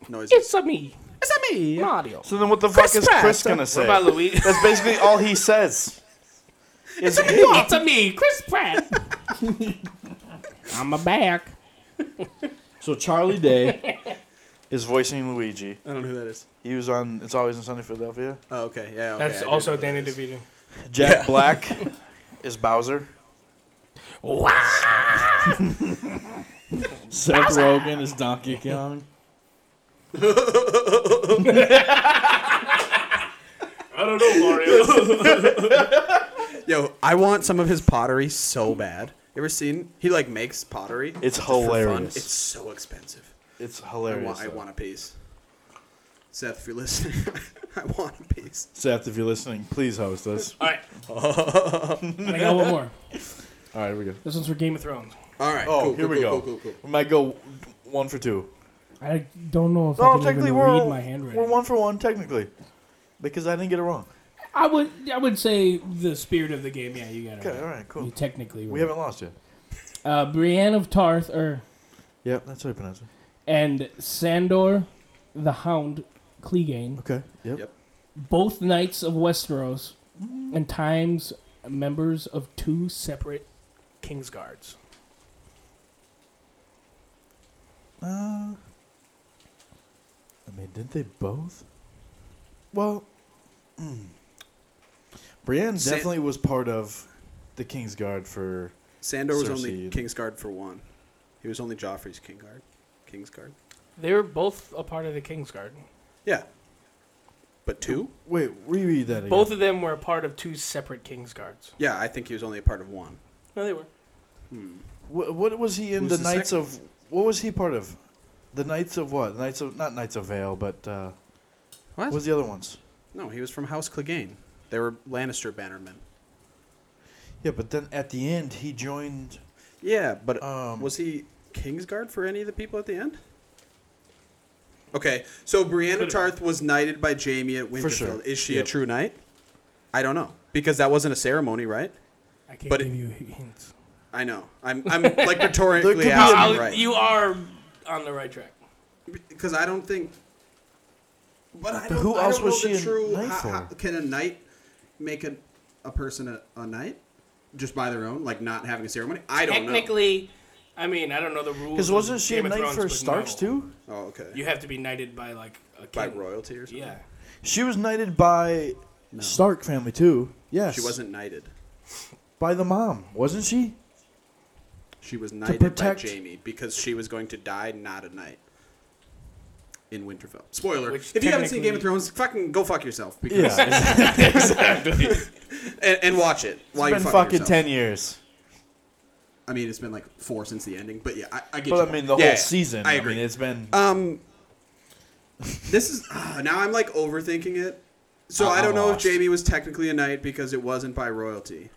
Speaker 4: noises.
Speaker 3: a me,
Speaker 4: Is that me?
Speaker 3: Mario.
Speaker 5: So then, what the fuck
Speaker 4: Chris
Speaker 5: is
Speaker 4: Pratt.
Speaker 5: Chris gonna
Speaker 3: What
Speaker 5: say?
Speaker 3: about Luigi?
Speaker 5: That's basically all he says. Is
Speaker 3: it's a me, Chris Pratt. I'm a back.
Speaker 1: So Charlie Day.
Speaker 5: is voicing Luigi.
Speaker 4: I don't know who that is.
Speaker 5: He was on It's Always in Sunny Philadelphia.
Speaker 4: Oh, okay, yeah. Okay, I
Speaker 3: That's
Speaker 4: do
Speaker 3: also
Speaker 4: know
Speaker 3: Danny
Speaker 4: this.
Speaker 3: DeVito.
Speaker 5: Jack Black is Bowser.
Speaker 1: Seth Rogen is Donkey Kong.
Speaker 3: I don't know Mario.
Speaker 4: Yo, I want some of his pottery so bad. You ever seen? He like makes pottery.
Speaker 5: It's
Speaker 4: just for fun.
Speaker 5: hilarious.
Speaker 4: It's so expensive.
Speaker 5: It's
Speaker 4: I
Speaker 5: hilarious.
Speaker 4: want, I
Speaker 5: though.
Speaker 4: want a piece. Seth, if you're listening, I want a piece.
Speaker 5: Seth, if you're listening, please host us.
Speaker 3: All right. I got one more.
Speaker 5: All right, here we go.
Speaker 3: This one's for Game of Thrones.
Speaker 4: All right.
Speaker 5: Oh,
Speaker 4: cool,
Speaker 5: here
Speaker 4: cool,
Speaker 5: we
Speaker 4: cool,
Speaker 5: go.
Speaker 4: Cool, cool, cool.
Speaker 5: We might go one for two.
Speaker 3: I don't know if I
Speaker 5: No,
Speaker 3: can
Speaker 5: Oh, technically
Speaker 3: even
Speaker 5: we're,
Speaker 3: read my handwriting.
Speaker 5: we're one for one technically, because I didn't get it wrong.
Speaker 3: I would I would say the spirit of the game. Yeah, you got it.
Speaker 5: Okay, all
Speaker 3: right.
Speaker 5: right, cool.
Speaker 3: You technically
Speaker 5: We
Speaker 3: right.
Speaker 5: haven't lost yet.
Speaker 3: uh, Brienne of Tarth er,
Speaker 5: Yep, that's how you pronounce it.
Speaker 3: and Sandor the Hound Clegane,
Speaker 5: Okay. Yep.
Speaker 4: Yep.
Speaker 3: both knights of Westeros, and times members of two separate Kingsguards.
Speaker 5: Uh, I mean, didn't they both? Well, mm. Brienne
Speaker 4: Sa-
Speaker 5: definitely was part of the King's Guard for.
Speaker 4: Sandor was
Speaker 5: Cersei.
Speaker 4: only Kingsguard for one. He was only Joffrey's Kingguard. Kingsguard.
Speaker 3: They were both a part of the Kingsguard.
Speaker 4: Yeah. But two?
Speaker 5: Wait, reread that again.
Speaker 3: Both of them were a part of two separate Kingsguards.
Speaker 4: Yeah, I think he was only a part of one.
Speaker 3: No, they were.
Speaker 5: What, what was he in
Speaker 4: Who's
Speaker 5: the,
Speaker 4: the
Speaker 5: Knights
Speaker 4: second?
Speaker 5: of? What was he part of? The Knights of what? Knights of not Knights of Vale, but uh,
Speaker 4: What?
Speaker 5: what was the other ones?
Speaker 4: No, he was from House Clegane. They were Lannister bannermen.
Speaker 5: Yeah, but then at the end he joined.
Speaker 4: Yeah, but
Speaker 5: Um,
Speaker 4: was he Kingsguard for any of the people at the end? Okay, so Brienne of Tarth was knighted by Jamie at Winterfell.
Speaker 5: For sure.
Speaker 4: Is she
Speaker 5: Yep.
Speaker 4: a true knight? I don't know because that wasn't a ceremony, right?
Speaker 3: I can't
Speaker 4: But it-
Speaker 3: give you hints.
Speaker 4: I know. I'm I'm like rhetorically
Speaker 5: be
Speaker 4: asking,
Speaker 3: I'll-
Speaker 4: right?
Speaker 3: You are on the right track.
Speaker 4: because I don't think. But I
Speaker 5: But
Speaker 4: don't,
Speaker 5: who
Speaker 4: I
Speaker 5: else
Speaker 4: don't
Speaker 5: was
Speaker 4: know the
Speaker 5: she a
Speaker 4: true.
Speaker 5: knight
Speaker 4: how- how-
Speaker 5: for?
Speaker 4: can a knight make a, a person a, a knight just by their own, like not having a ceremony? I don't
Speaker 3: Technically, I mean, I don't know the rules.
Speaker 5: Because
Speaker 3: of
Speaker 5: wasn't she
Speaker 3: Game
Speaker 5: a
Speaker 3: of
Speaker 5: knight
Speaker 3: Thrones,
Speaker 5: for
Speaker 3: but
Speaker 5: Starks
Speaker 3: no.
Speaker 5: too?
Speaker 4: know. Oh, okay.
Speaker 3: You have to be knighted by like a king.
Speaker 4: by royalty or something.
Speaker 3: Yeah.
Speaker 5: She was knighted by Stark family too. Yes,
Speaker 4: She wasn't knighted.
Speaker 5: by the mom, wasn't she?
Speaker 4: She was knighted
Speaker 5: protect-
Speaker 4: by Jamie because she was going to die not a knight. In Winterfell. Spoiler.
Speaker 3: Which
Speaker 4: if you haven't seen Game of
Speaker 3: technically-
Speaker 4: Thrones, fucking go fuck yourself. Because,
Speaker 5: Yeah,
Speaker 4: and, and watch it while
Speaker 5: it's been
Speaker 4: you're fucking
Speaker 5: fucking
Speaker 4: yourself.
Speaker 5: ten years.
Speaker 4: I mean, it's been like four since the ending, but yeah, I, I get.
Speaker 5: But
Speaker 4: you.
Speaker 5: I mean, the
Speaker 4: Yeah,
Speaker 5: whole
Speaker 4: yeah,
Speaker 5: season.
Speaker 4: I agree.
Speaker 5: mean, it's been.
Speaker 4: Um, this is ah, now I'm like overthinking it. So
Speaker 5: I-
Speaker 4: I don't
Speaker 5: I'm
Speaker 4: know
Speaker 5: lost.
Speaker 4: if Jamie was technically a knight because it wasn't by royalty.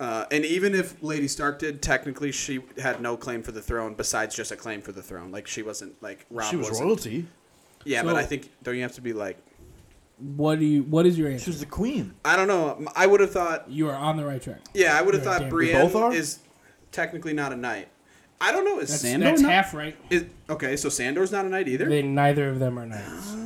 Speaker 4: Uh, and even if Lady Stark did, technically she had no claim for the throne besides just a claim for the throne. Like she wasn't like Rob
Speaker 5: she was
Speaker 4: not
Speaker 5: royalty.
Speaker 4: Yeah, but
Speaker 3: So-
Speaker 4: I think don't you have to be like
Speaker 3: What do you? What is your
Speaker 5: She
Speaker 3: answer?
Speaker 5: was the queen.
Speaker 4: I don't know. I would have thought
Speaker 3: You are on the right track.
Speaker 4: yeah, I would have
Speaker 3: You're a
Speaker 4: thought
Speaker 3: damn-
Speaker 4: Brienne
Speaker 5: both are?
Speaker 4: is technically not a knight. I don't know. Is
Speaker 3: That's,
Speaker 4: Sandor
Speaker 3: that's
Speaker 4: not-
Speaker 3: half right.
Speaker 4: is- okay, so Sandor's not a knight either.
Speaker 3: Then neither of them are knights.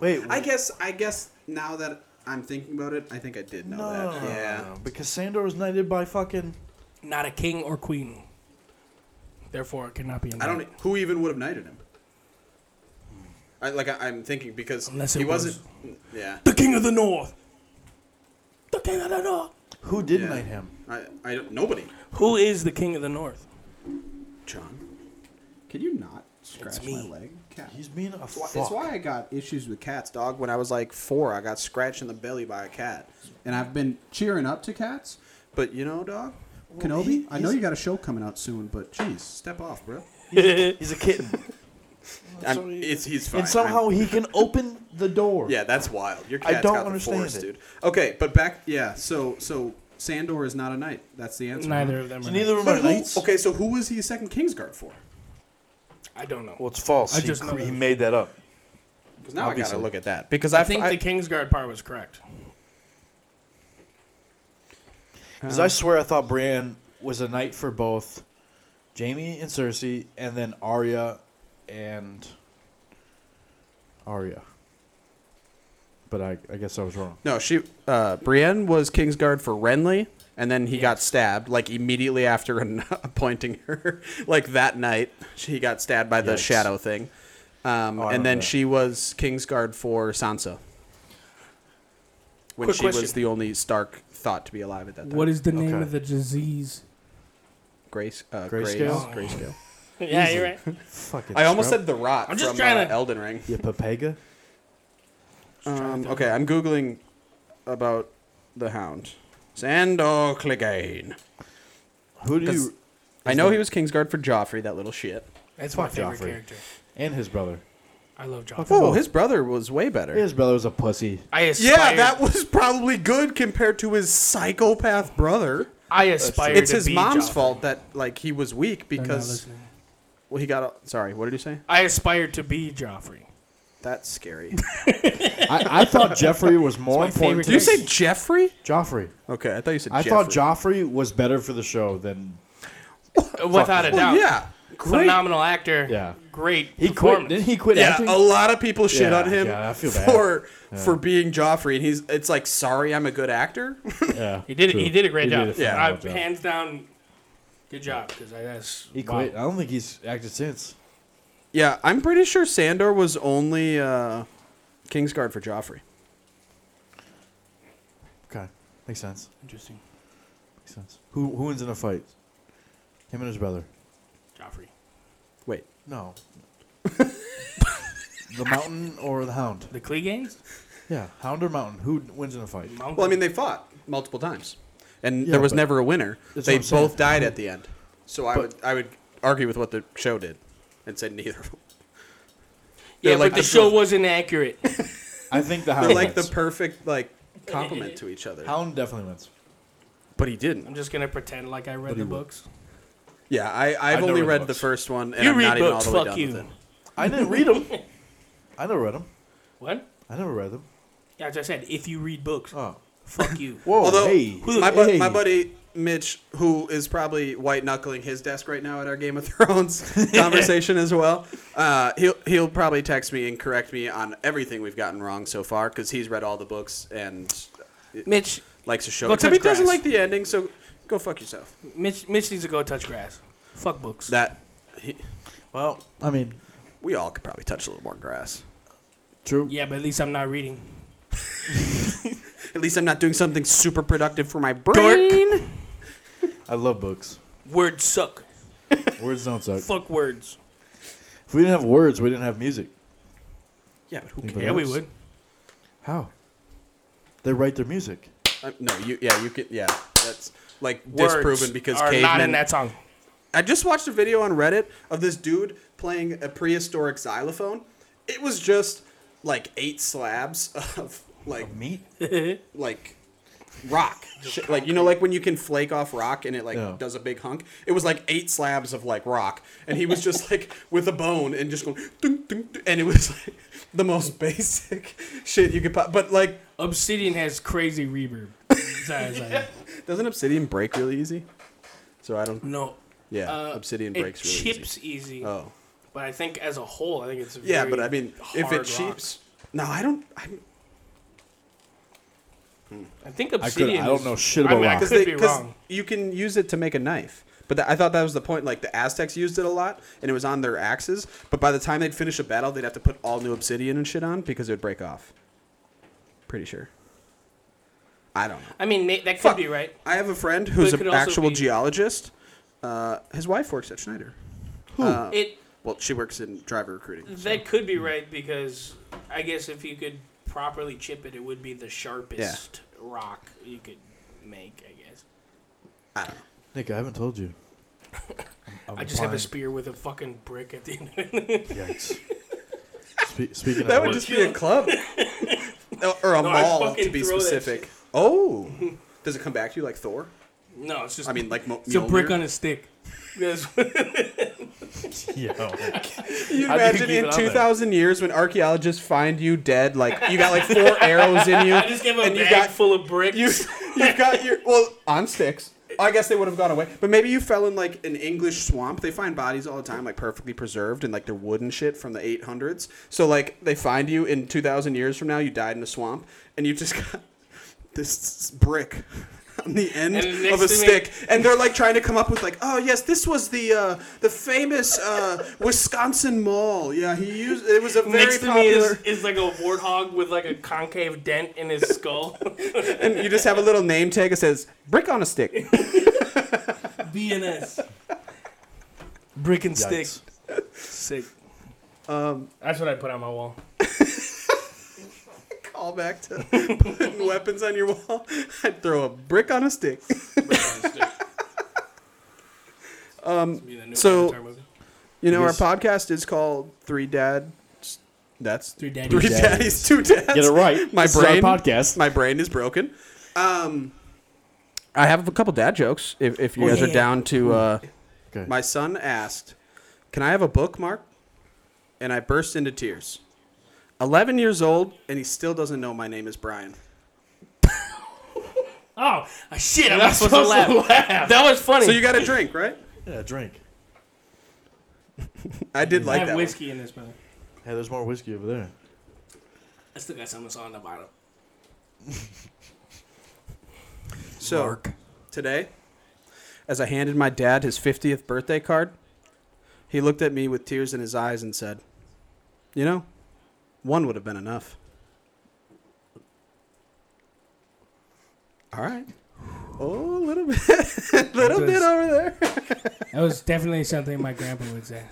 Speaker 5: Wait,
Speaker 4: I guess I guess now that I'm thinking about it, I think I did know
Speaker 5: No,
Speaker 4: that. Yeah.
Speaker 5: because Sandor was knighted by fucking.
Speaker 3: Not a king or queen. Therefore, it cannot be. A
Speaker 4: I don't. e-
Speaker 3: knight.
Speaker 4: Who even would have knighted him? I, like I, I'm thinking because
Speaker 3: Unless
Speaker 4: he
Speaker 3: it was-
Speaker 4: wasn't. Yeah.
Speaker 3: The king of the north. The king of the north.
Speaker 5: Who did
Speaker 4: Yeah.
Speaker 5: knight him?
Speaker 4: I, I don't- nobody.
Speaker 3: Who is the king of the north?
Speaker 4: John, can you not
Speaker 3: scratch my me.
Speaker 4: leg? Cat.
Speaker 5: He's being a fuck.
Speaker 4: It's why I got issues with cats, dog. When I was like four, I got scratched in the belly by a cat, and I've been cheering up to cats. But you know, dog, Kenobi,
Speaker 5: he-
Speaker 4: I know
Speaker 5: he's-
Speaker 4: you got a show coming out soon, but jeez, step off, bro.
Speaker 5: He's a kitten,
Speaker 4: I'm-
Speaker 5: so he-
Speaker 4: it's he's fine.
Speaker 5: and somehow
Speaker 4: I'm-
Speaker 5: he can open the door.
Speaker 4: yeah, that's wild. Your
Speaker 5: I
Speaker 4: cat's
Speaker 5: don't
Speaker 4: got
Speaker 5: understand
Speaker 4: the force,
Speaker 5: it.
Speaker 4: dude. Okay, but back, yeah. So, so Sandor is not a knight. That's the answer.
Speaker 3: Neither of them. Are
Speaker 5: Neither of
Speaker 3: knights.
Speaker 5: them are
Speaker 4: Who-
Speaker 5: knights.
Speaker 4: okay, so who was he a second Kingsguard for?
Speaker 3: I don't know.
Speaker 5: Well, it's false.
Speaker 3: I
Speaker 5: he,
Speaker 3: just
Speaker 5: cre-
Speaker 3: know
Speaker 5: he
Speaker 3: that.
Speaker 5: made that up.
Speaker 4: Because now I
Speaker 5: Obviously.
Speaker 4: gotta look at that. Because I,
Speaker 3: I think the Kingsguard part was correct.
Speaker 5: Because I swear I thought Brienne was a knight for both Jamie and Cersei, and then Arya and Arya. But I, I guess I was wrong.
Speaker 4: No, she uh, Brienne was Kingsguard for Renly, and then he got stabbed like immediately after an- appointing her. like that night, she got stabbed by the
Speaker 5: Yikes.
Speaker 4: shadow thing, um,
Speaker 5: Oh, I
Speaker 4: and then
Speaker 5: remember that.
Speaker 4: she was Kingsguard for Sansa when
Speaker 3: Quick
Speaker 4: she was
Speaker 3: question.
Speaker 4: the only Stark thought to be alive at that time.
Speaker 3: What is the name
Speaker 5: Okay.
Speaker 3: of the disease?
Speaker 4: Grace? Uh,
Speaker 5: Grayscale?
Speaker 4: Grace, grayscale.
Speaker 3: yeah, you're right.
Speaker 5: Fucking.
Speaker 4: I almost said the rot
Speaker 3: I'm just
Speaker 4: from
Speaker 3: trying
Speaker 4: uh,
Speaker 3: to-
Speaker 4: Elden Ring.
Speaker 5: Yeah, Papega.
Speaker 4: Um, okay, I'm googling about the Hound. Sandor Clegane.
Speaker 5: Who do
Speaker 4: 'Cause
Speaker 5: you?
Speaker 4: I know he was Kingsguard for Joffrey, that little shit.
Speaker 3: That's my
Speaker 5: Fuck
Speaker 3: favorite
Speaker 5: Joffrey.
Speaker 3: character.
Speaker 5: And his brother.
Speaker 3: I love Joffrey.
Speaker 4: Whoa, his brother was way better.
Speaker 5: His brother was a pussy.
Speaker 3: I aspired,
Speaker 4: yeah, that was probably good compared to his psychopath brother.
Speaker 3: I aspire.
Speaker 4: It's
Speaker 3: to
Speaker 4: his
Speaker 3: be
Speaker 4: mom's
Speaker 3: Joffrey.
Speaker 4: fault that like he was weak
Speaker 3: They're not
Speaker 4: because
Speaker 3: listening.
Speaker 4: well he got a, sorry. What did you say?
Speaker 3: I aspired to be Joffrey.
Speaker 4: That's scary.
Speaker 1: I, I thought Jeffrey was more
Speaker 3: my
Speaker 1: important.
Speaker 3: favorite
Speaker 1: To
Speaker 4: did you
Speaker 1: the-
Speaker 4: say Jeffrey?
Speaker 5: Joffrey.
Speaker 4: Okay, I thought you said.
Speaker 1: I thought Joffrey was better for the show than
Speaker 3: Without a
Speaker 4: Well,
Speaker 3: doubt.
Speaker 4: yeah, great.
Speaker 3: Phenomenal actor.
Speaker 1: yeah.
Speaker 3: Great.
Speaker 1: He quit.
Speaker 3: performance.
Speaker 1: Didn't he quit
Speaker 4: Yeah,
Speaker 1: acting?
Speaker 5: oh.
Speaker 4: a lot of people shit
Speaker 1: Yeah,
Speaker 4: on him
Speaker 1: yeah, I feel bad.
Speaker 4: for for being Joffrey, and he's it's like sorry, I'm a good actor.
Speaker 1: yeah,
Speaker 3: He did. He did a great job.
Speaker 1: did a
Speaker 4: Yeah.
Speaker 3: I,
Speaker 1: phenomenal job.
Speaker 3: hands down, good job. Because I that's
Speaker 5: He
Speaker 3: wow.
Speaker 5: quit. I don't think he's acted since.
Speaker 4: yeah, I'm pretty sure Sandor was only uh, Kingsguard for Joffrey.
Speaker 5: Okay, makes sense.
Speaker 3: Interesting.
Speaker 5: Makes sense. Who who wins in a fight? Him and his brother.
Speaker 3: Joffrey.
Speaker 4: Wait,
Speaker 5: No. the mountain or the hound?
Speaker 3: The Cleganes.
Speaker 5: Yeah, hound or mountain? Who wins in a fight?
Speaker 3: Mountain.
Speaker 4: Well, I mean, they fought multiple times, and
Speaker 5: Yeah,
Speaker 4: there was
Speaker 5: but-
Speaker 4: never a winner.
Speaker 5: That's
Speaker 4: They
Speaker 5: what I'm saying.
Speaker 4: both died at the end. So I
Speaker 5: But-
Speaker 4: would I would argue with what the show did, and say neither. of them.
Speaker 3: yeah,
Speaker 4: they're like
Speaker 3: but the
Speaker 4: the-
Speaker 3: show wasn't accurate.
Speaker 5: I think the hound.
Speaker 4: They're like the
Speaker 5: wins.
Speaker 4: perfect like compliment to each other.
Speaker 5: hound definitely wins.
Speaker 4: But he
Speaker 3: I'm
Speaker 4: didn't.
Speaker 3: just gonna pretend like I read
Speaker 5: do
Speaker 3: the
Speaker 5: you want?
Speaker 3: books.
Speaker 4: Yeah, I I've
Speaker 5: don't
Speaker 4: only
Speaker 5: read
Speaker 4: read the
Speaker 5: books.
Speaker 4: first one, and
Speaker 3: You
Speaker 4: I'm
Speaker 3: read
Speaker 4: not
Speaker 3: books,
Speaker 4: even all the
Speaker 3: fuck
Speaker 4: way
Speaker 3: you.
Speaker 4: done with it.
Speaker 5: I didn't read them. I never read them.
Speaker 3: What?
Speaker 5: I never read them.
Speaker 3: Yeah, as I said, if you read books,
Speaker 5: Oh,
Speaker 3: fuck you.
Speaker 5: whoa!
Speaker 4: Although
Speaker 5: hey,
Speaker 4: Oh, my, bu-
Speaker 5: hey.
Speaker 4: my buddy Mitch, who is probably white knuckling his desk right now at our Game of Thrones conversation as well, uh, he'll he'll probably text me and correct me on everything we've gotten wrong so far because he's read all the books and
Speaker 3: Mitch,
Speaker 4: likes to show.
Speaker 3: Go
Speaker 4: Except he
Speaker 3: touch
Speaker 4: doesn't
Speaker 3: grass.
Speaker 4: like the ending, so go fuck yourself.
Speaker 3: Mitch, Mitch needs to go touch grass. Fuck books.
Speaker 4: That he,
Speaker 5: Well, I mean,
Speaker 4: we all could probably touch a little more grass.
Speaker 5: true.
Speaker 3: yeah, but at least I'm not reading.
Speaker 4: At least I'm not doing something super productive for my brain.
Speaker 5: I love books.
Speaker 3: Words suck.
Speaker 5: Words don't suck.
Speaker 3: Fuck words.
Speaker 5: If we didn't have words, we didn't have music.
Speaker 4: Yeah, but who
Speaker 5: Think
Speaker 4: cares?
Speaker 3: Yeah, we
Speaker 5: Words?
Speaker 3: would.
Speaker 5: How? They write their music.
Speaker 4: Uh, no, you. Yeah, you could. Yeah, that's like
Speaker 3: Words
Speaker 4: disproven because
Speaker 3: are not in
Speaker 4: cavemen.
Speaker 3: that song.
Speaker 4: I just watched a video on Reddit of this dude playing a prehistoric xylophone. It was just like eight slabs of like
Speaker 5: Meat.
Speaker 4: like rock Shit, like you know like when you can flake off rock and it like
Speaker 5: Yeah.
Speaker 4: does a big hunk it was like eight slabs of like rock and he was just like with a bone and just going dun, dun, dun, and it was like the most basic shit you could pop but like
Speaker 3: Obsidian has crazy reverb. Sorry, sorry.
Speaker 4: doesn't obsidian break really easy so i don't
Speaker 3: No.
Speaker 4: yeah
Speaker 3: Uh,
Speaker 4: obsidian
Speaker 3: it
Speaker 4: breaks really
Speaker 3: chips
Speaker 4: easy
Speaker 3: easy.
Speaker 4: oh
Speaker 3: But I think as a whole, I think it's
Speaker 4: yeah
Speaker 3: very
Speaker 4: but i mean if
Speaker 3: hard
Speaker 4: it
Speaker 3: rock.
Speaker 4: chips no i don't I,
Speaker 3: I think
Speaker 1: I could.
Speaker 3: obsidian.
Speaker 1: I don't
Speaker 3: is-
Speaker 1: know shit
Speaker 3: I
Speaker 1: about
Speaker 3: mean, I
Speaker 1: rock.
Speaker 3: could-
Speaker 4: they-
Speaker 3: be wrong.
Speaker 4: you can use it to make a knife. But tha- I thought that was the point. Like the Aztecs used it a lot, and it was on their axes. But by the time they'd finish a battle, they'd have to put all new obsidian and shit on because it would break off. Pretty sure. I don't know.
Speaker 3: I mean, may- that could
Speaker 4: Fuck.
Speaker 3: be right.
Speaker 4: I have a friend
Speaker 3: But it
Speaker 4: who's an
Speaker 3: could also
Speaker 4: actual
Speaker 3: be-
Speaker 4: geologist. Uh, his wife works at Schneider. Who?
Speaker 3: It
Speaker 4: well, she works in driver recruiting. so-
Speaker 3: that could be right because I guess if you could properly chip it, it would be the sharpest rock you could make. I guess.
Speaker 5: Nick, I haven't told you. I'm
Speaker 3: I just have a
Speaker 5: applying.
Speaker 3: spear with a fucking brick at the end.
Speaker 5: Yikes. Spe- speaking
Speaker 4: That
Speaker 5: of
Speaker 4: would
Speaker 5: work,
Speaker 4: just be a club. No, or a
Speaker 3: No, I'd
Speaker 4: mall, to
Speaker 3: fucking
Speaker 4: be
Speaker 3: throw that
Speaker 4: specific. Oh. Does it come back to you like Thor?
Speaker 3: No, it's just.
Speaker 4: I mean, like Mo-
Speaker 3: it's a brick
Speaker 4: Mjolnir?
Speaker 3: on a stick. That's-
Speaker 5: yo,
Speaker 4: You
Speaker 5: How do you
Speaker 4: imagine
Speaker 5: keep
Speaker 4: in
Speaker 5: it on there?
Speaker 4: 2,000 years when archaeologists find you dead, like you got like four arrows in you,
Speaker 3: I just gave a
Speaker 4: and
Speaker 3: bag
Speaker 4: you got
Speaker 3: full of bricks.
Speaker 4: you you've got your well on sticks. I guess they would have gone away, but maybe you fell in like an English swamp. They find bodies all the time, like perfectly preserved and like they're wood and shit from the 800s. So like they find you in 2,000 years from now, you died in a swamp, and you just got this brick. On the end
Speaker 3: And the
Speaker 4: of a
Speaker 3: next thing
Speaker 4: stick, and they're like trying to come up with like, oh yes, this was the uh, the famous uh, Wisconsin Mall. Yeah, he used it was a very
Speaker 3: Next to
Speaker 4: popular.
Speaker 3: me is, is like a warthog with like a concave dent in his skull.
Speaker 4: and you just have a little name tag that says brick on a stick.
Speaker 3: BNS. Brick and stick.
Speaker 5: Yikes.
Speaker 3: Sick. Um, That's what I put on my wall.
Speaker 4: call back to putting weapons on your wall, I'd throw a brick on a stick.
Speaker 3: um,
Speaker 4: so- You know, our podcast is called Three Dad. That's
Speaker 3: Three Daddies.
Speaker 4: Three
Speaker 3: Daddies.
Speaker 4: daddies, two dads.
Speaker 1: Get it right.
Speaker 4: My
Speaker 1: This is our
Speaker 4: brain
Speaker 1: podcast.
Speaker 4: My brain is broken. Um, I have a couple dad jokes. If, if you guys are
Speaker 3: yeah.
Speaker 4: down to, uh,
Speaker 5: Okay.
Speaker 4: my son asked, "Can I have a book, Mark?" And I burst into tears. Eleven years old, and he still doesn't know my name is Brian.
Speaker 3: oh shit! I'm not supposed to laugh. That was funny.
Speaker 4: So you got a drink, right?
Speaker 5: yeah, drink.
Speaker 4: I did
Speaker 3: I
Speaker 4: like
Speaker 3: have
Speaker 4: that. one.
Speaker 3: whiskey in this, brother.
Speaker 5: Hey, there's more whiskey over there.
Speaker 3: I still got some that's on the bottom.
Speaker 4: So today, as I handed my dad his 50th birthday card, he looked at me with tears in his eyes and said, "You know, one would have been enough." All right. Oh, a little bit, a little bit over there.
Speaker 3: That was definitely something my grandpa would say.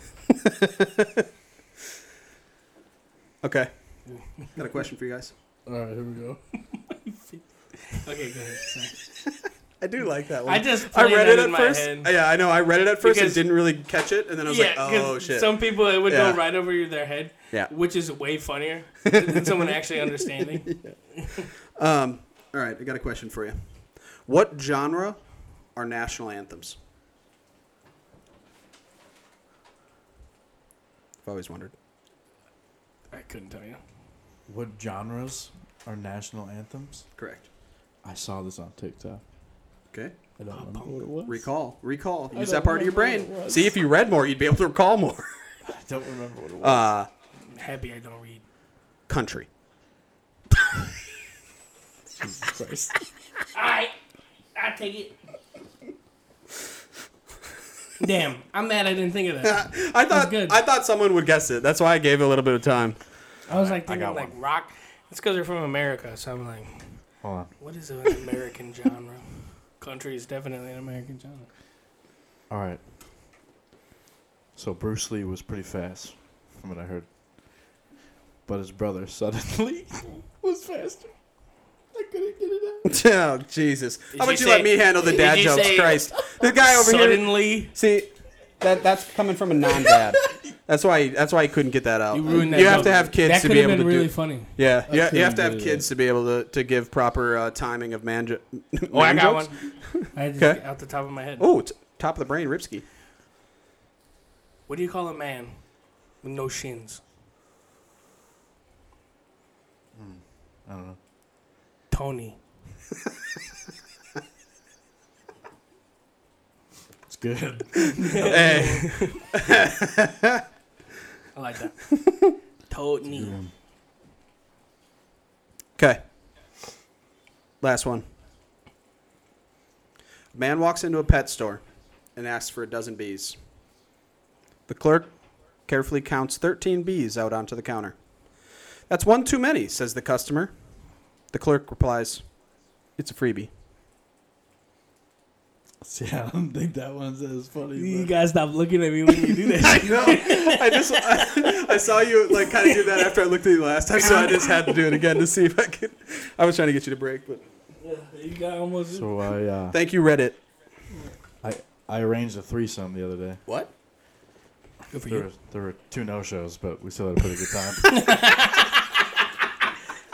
Speaker 4: Okay. Got a question for you guys.
Speaker 3: All right, here we go. okay, go ahead. Sorry.
Speaker 4: I do like that one.
Speaker 3: I just
Speaker 4: I
Speaker 3: played
Speaker 4: read
Speaker 3: that
Speaker 4: it
Speaker 3: in
Speaker 4: at
Speaker 3: my
Speaker 4: first.
Speaker 3: head.
Speaker 4: Yeah, I know. I read it at first
Speaker 3: Because-
Speaker 4: and didn't really catch it, and then I was
Speaker 3: Yeah,
Speaker 4: like,
Speaker 3: 'cause
Speaker 4: "Oh shit!"
Speaker 3: some people it would
Speaker 4: Yeah.
Speaker 3: go right over your- their head.
Speaker 4: Yeah.
Speaker 3: which is way funnier than someone actually understanding.
Speaker 4: Um, all right, I got a question for you. What genre are national anthems? I've always wondered.
Speaker 3: I couldn't tell you.
Speaker 5: What genres are national anthems?
Speaker 4: Correct.
Speaker 5: I saw this on TikTok.
Speaker 4: Okay.
Speaker 5: I don't remember what it was.
Speaker 4: Recall. Recall. Use that part of your brain. See, if you read more, you'd be able to recall more.
Speaker 5: I don't remember what it was.
Speaker 4: Uh,
Speaker 3: I'm happy I don't read.
Speaker 4: country.
Speaker 3: All right, I take it. Damn, I'm mad I didn't think of that.
Speaker 4: I thought
Speaker 3: good.
Speaker 4: I thought someone would guess it. That's why I gave it a little bit of time.
Speaker 3: I was like
Speaker 5: I
Speaker 3: thinking
Speaker 5: got
Speaker 3: like
Speaker 5: one.
Speaker 3: rock. It's because they're from America, so I'm like,
Speaker 5: Hold on.
Speaker 3: what is an American genre? Country is definitely an American genre.
Speaker 5: All right. So Bruce Lee was pretty fast, from what I heard. But his brother suddenly was faster. I couldn't get it out.
Speaker 4: oh Jesus! How
Speaker 3: you
Speaker 4: about you,
Speaker 3: say-
Speaker 4: let me handle the
Speaker 3: did
Speaker 4: dad
Speaker 3: you
Speaker 4: jokes?
Speaker 3: say-
Speaker 4: Christ, the guy over here.
Speaker 3: Suddenly,
Speaker 4: See, that that's coming from a non-dad. that's why that's why he couldn't get that
Speaker 5: Oh,
Speaker 4: out.
Speaker 3: you ruined that.
Speaker 4: have
Speaker 3: joke.
Speaker 4: to have kids
Speaker 3: That
Speaker 4: to
Speaker 3: could
Speaker 4: be
Speaker 3: have
Speaker 4: able
Speaker 3: been
Speaker 4: to
Speaker 3: really
Speaker 4: do.
Speaker 3: funny.
Speaker 4: Yeah, you, you have
Speaker 1: couldn't
Speaker 4: to have
Speaker 1: do
Speaker 4: kids to be able to, to give proper uh, timing of man. Jo-
Speaker 3: Oh, I
Speaker 4: man
Speaker 3: got
Speaker 4: jokes.
Speaker 3: one. I just
Speaker 4: Okay.
Speaker 3: out the top of my head.
Speaker 4: Oh, t- top of the brain, Ripsky.
Speaker 3: What do you call a man with no shins?
Speaker 5: Hmm, I don't know.
Speaker 3: Tony.
Speaker 5: It's good.
Speaker 4: hey,
Speaker 3: I like that. Tony.
Speaker 4: okay. Last one. A man walks into a pet store and asks for a dozen bees. The clerk carefully counts 13 bees out onto the counter. That's one too many, says the customer. The clerk replies, It's a freebie.
Speaker 6: See, I don't think that one's as funny.
Speaker 3: You
Speaker 6: but-
Speaker 3: guys stop looking at me when you do that. shit.
Speaker 4: No, I just I, I saw you like kind of do that after I looked at you last time, so I just had to do it again to see if I could. I was trying to get you to break, but
Speaker 3: you got almost.
Speaker 1: So I, uh,
Speaker 4: thank you, Reddit.
Speaker 1: I I arranged a threesome the other day.
Speaker 4: What?
Speaker 3: Good for
Speaker 1: There
Speaker 3: you.
Speaker 1: were, there were two no shows, but we still had a pretty good time.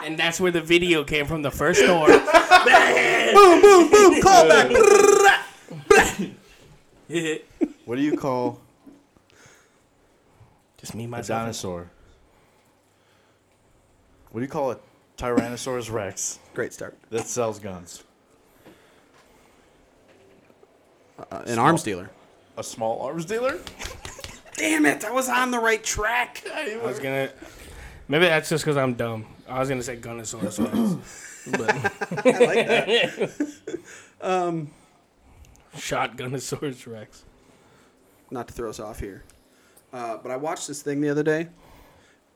Speaker 3: And that's where the video came from the first door.
Speaker 4: Call back.
Speaker 3: Just
Speaker 1: what do you call
Speaker 3: me,
Speaker 1: a
Speaker 3: myself. and-
Speaker 1: dinosaur? What do you call a Tyrannosaurus Rex
Speaker 4: Great start.
Speaker 1: that sells guns?
Speaker 4: Uh, an arms dealer.
Speaker 5: A small arms dealer?
Speaker 4: Damn it! I was on the right track.
Speaker 3: I was gonna. Maybe that's just because I'm dumb. I was gonna say Gunnosaurus. but
Speaker 4: I like that.
Speaker 3: shot Gunnosaurus Rex.
Speaker 4: Not to throw us off here, uh, but I watched this thing the other day,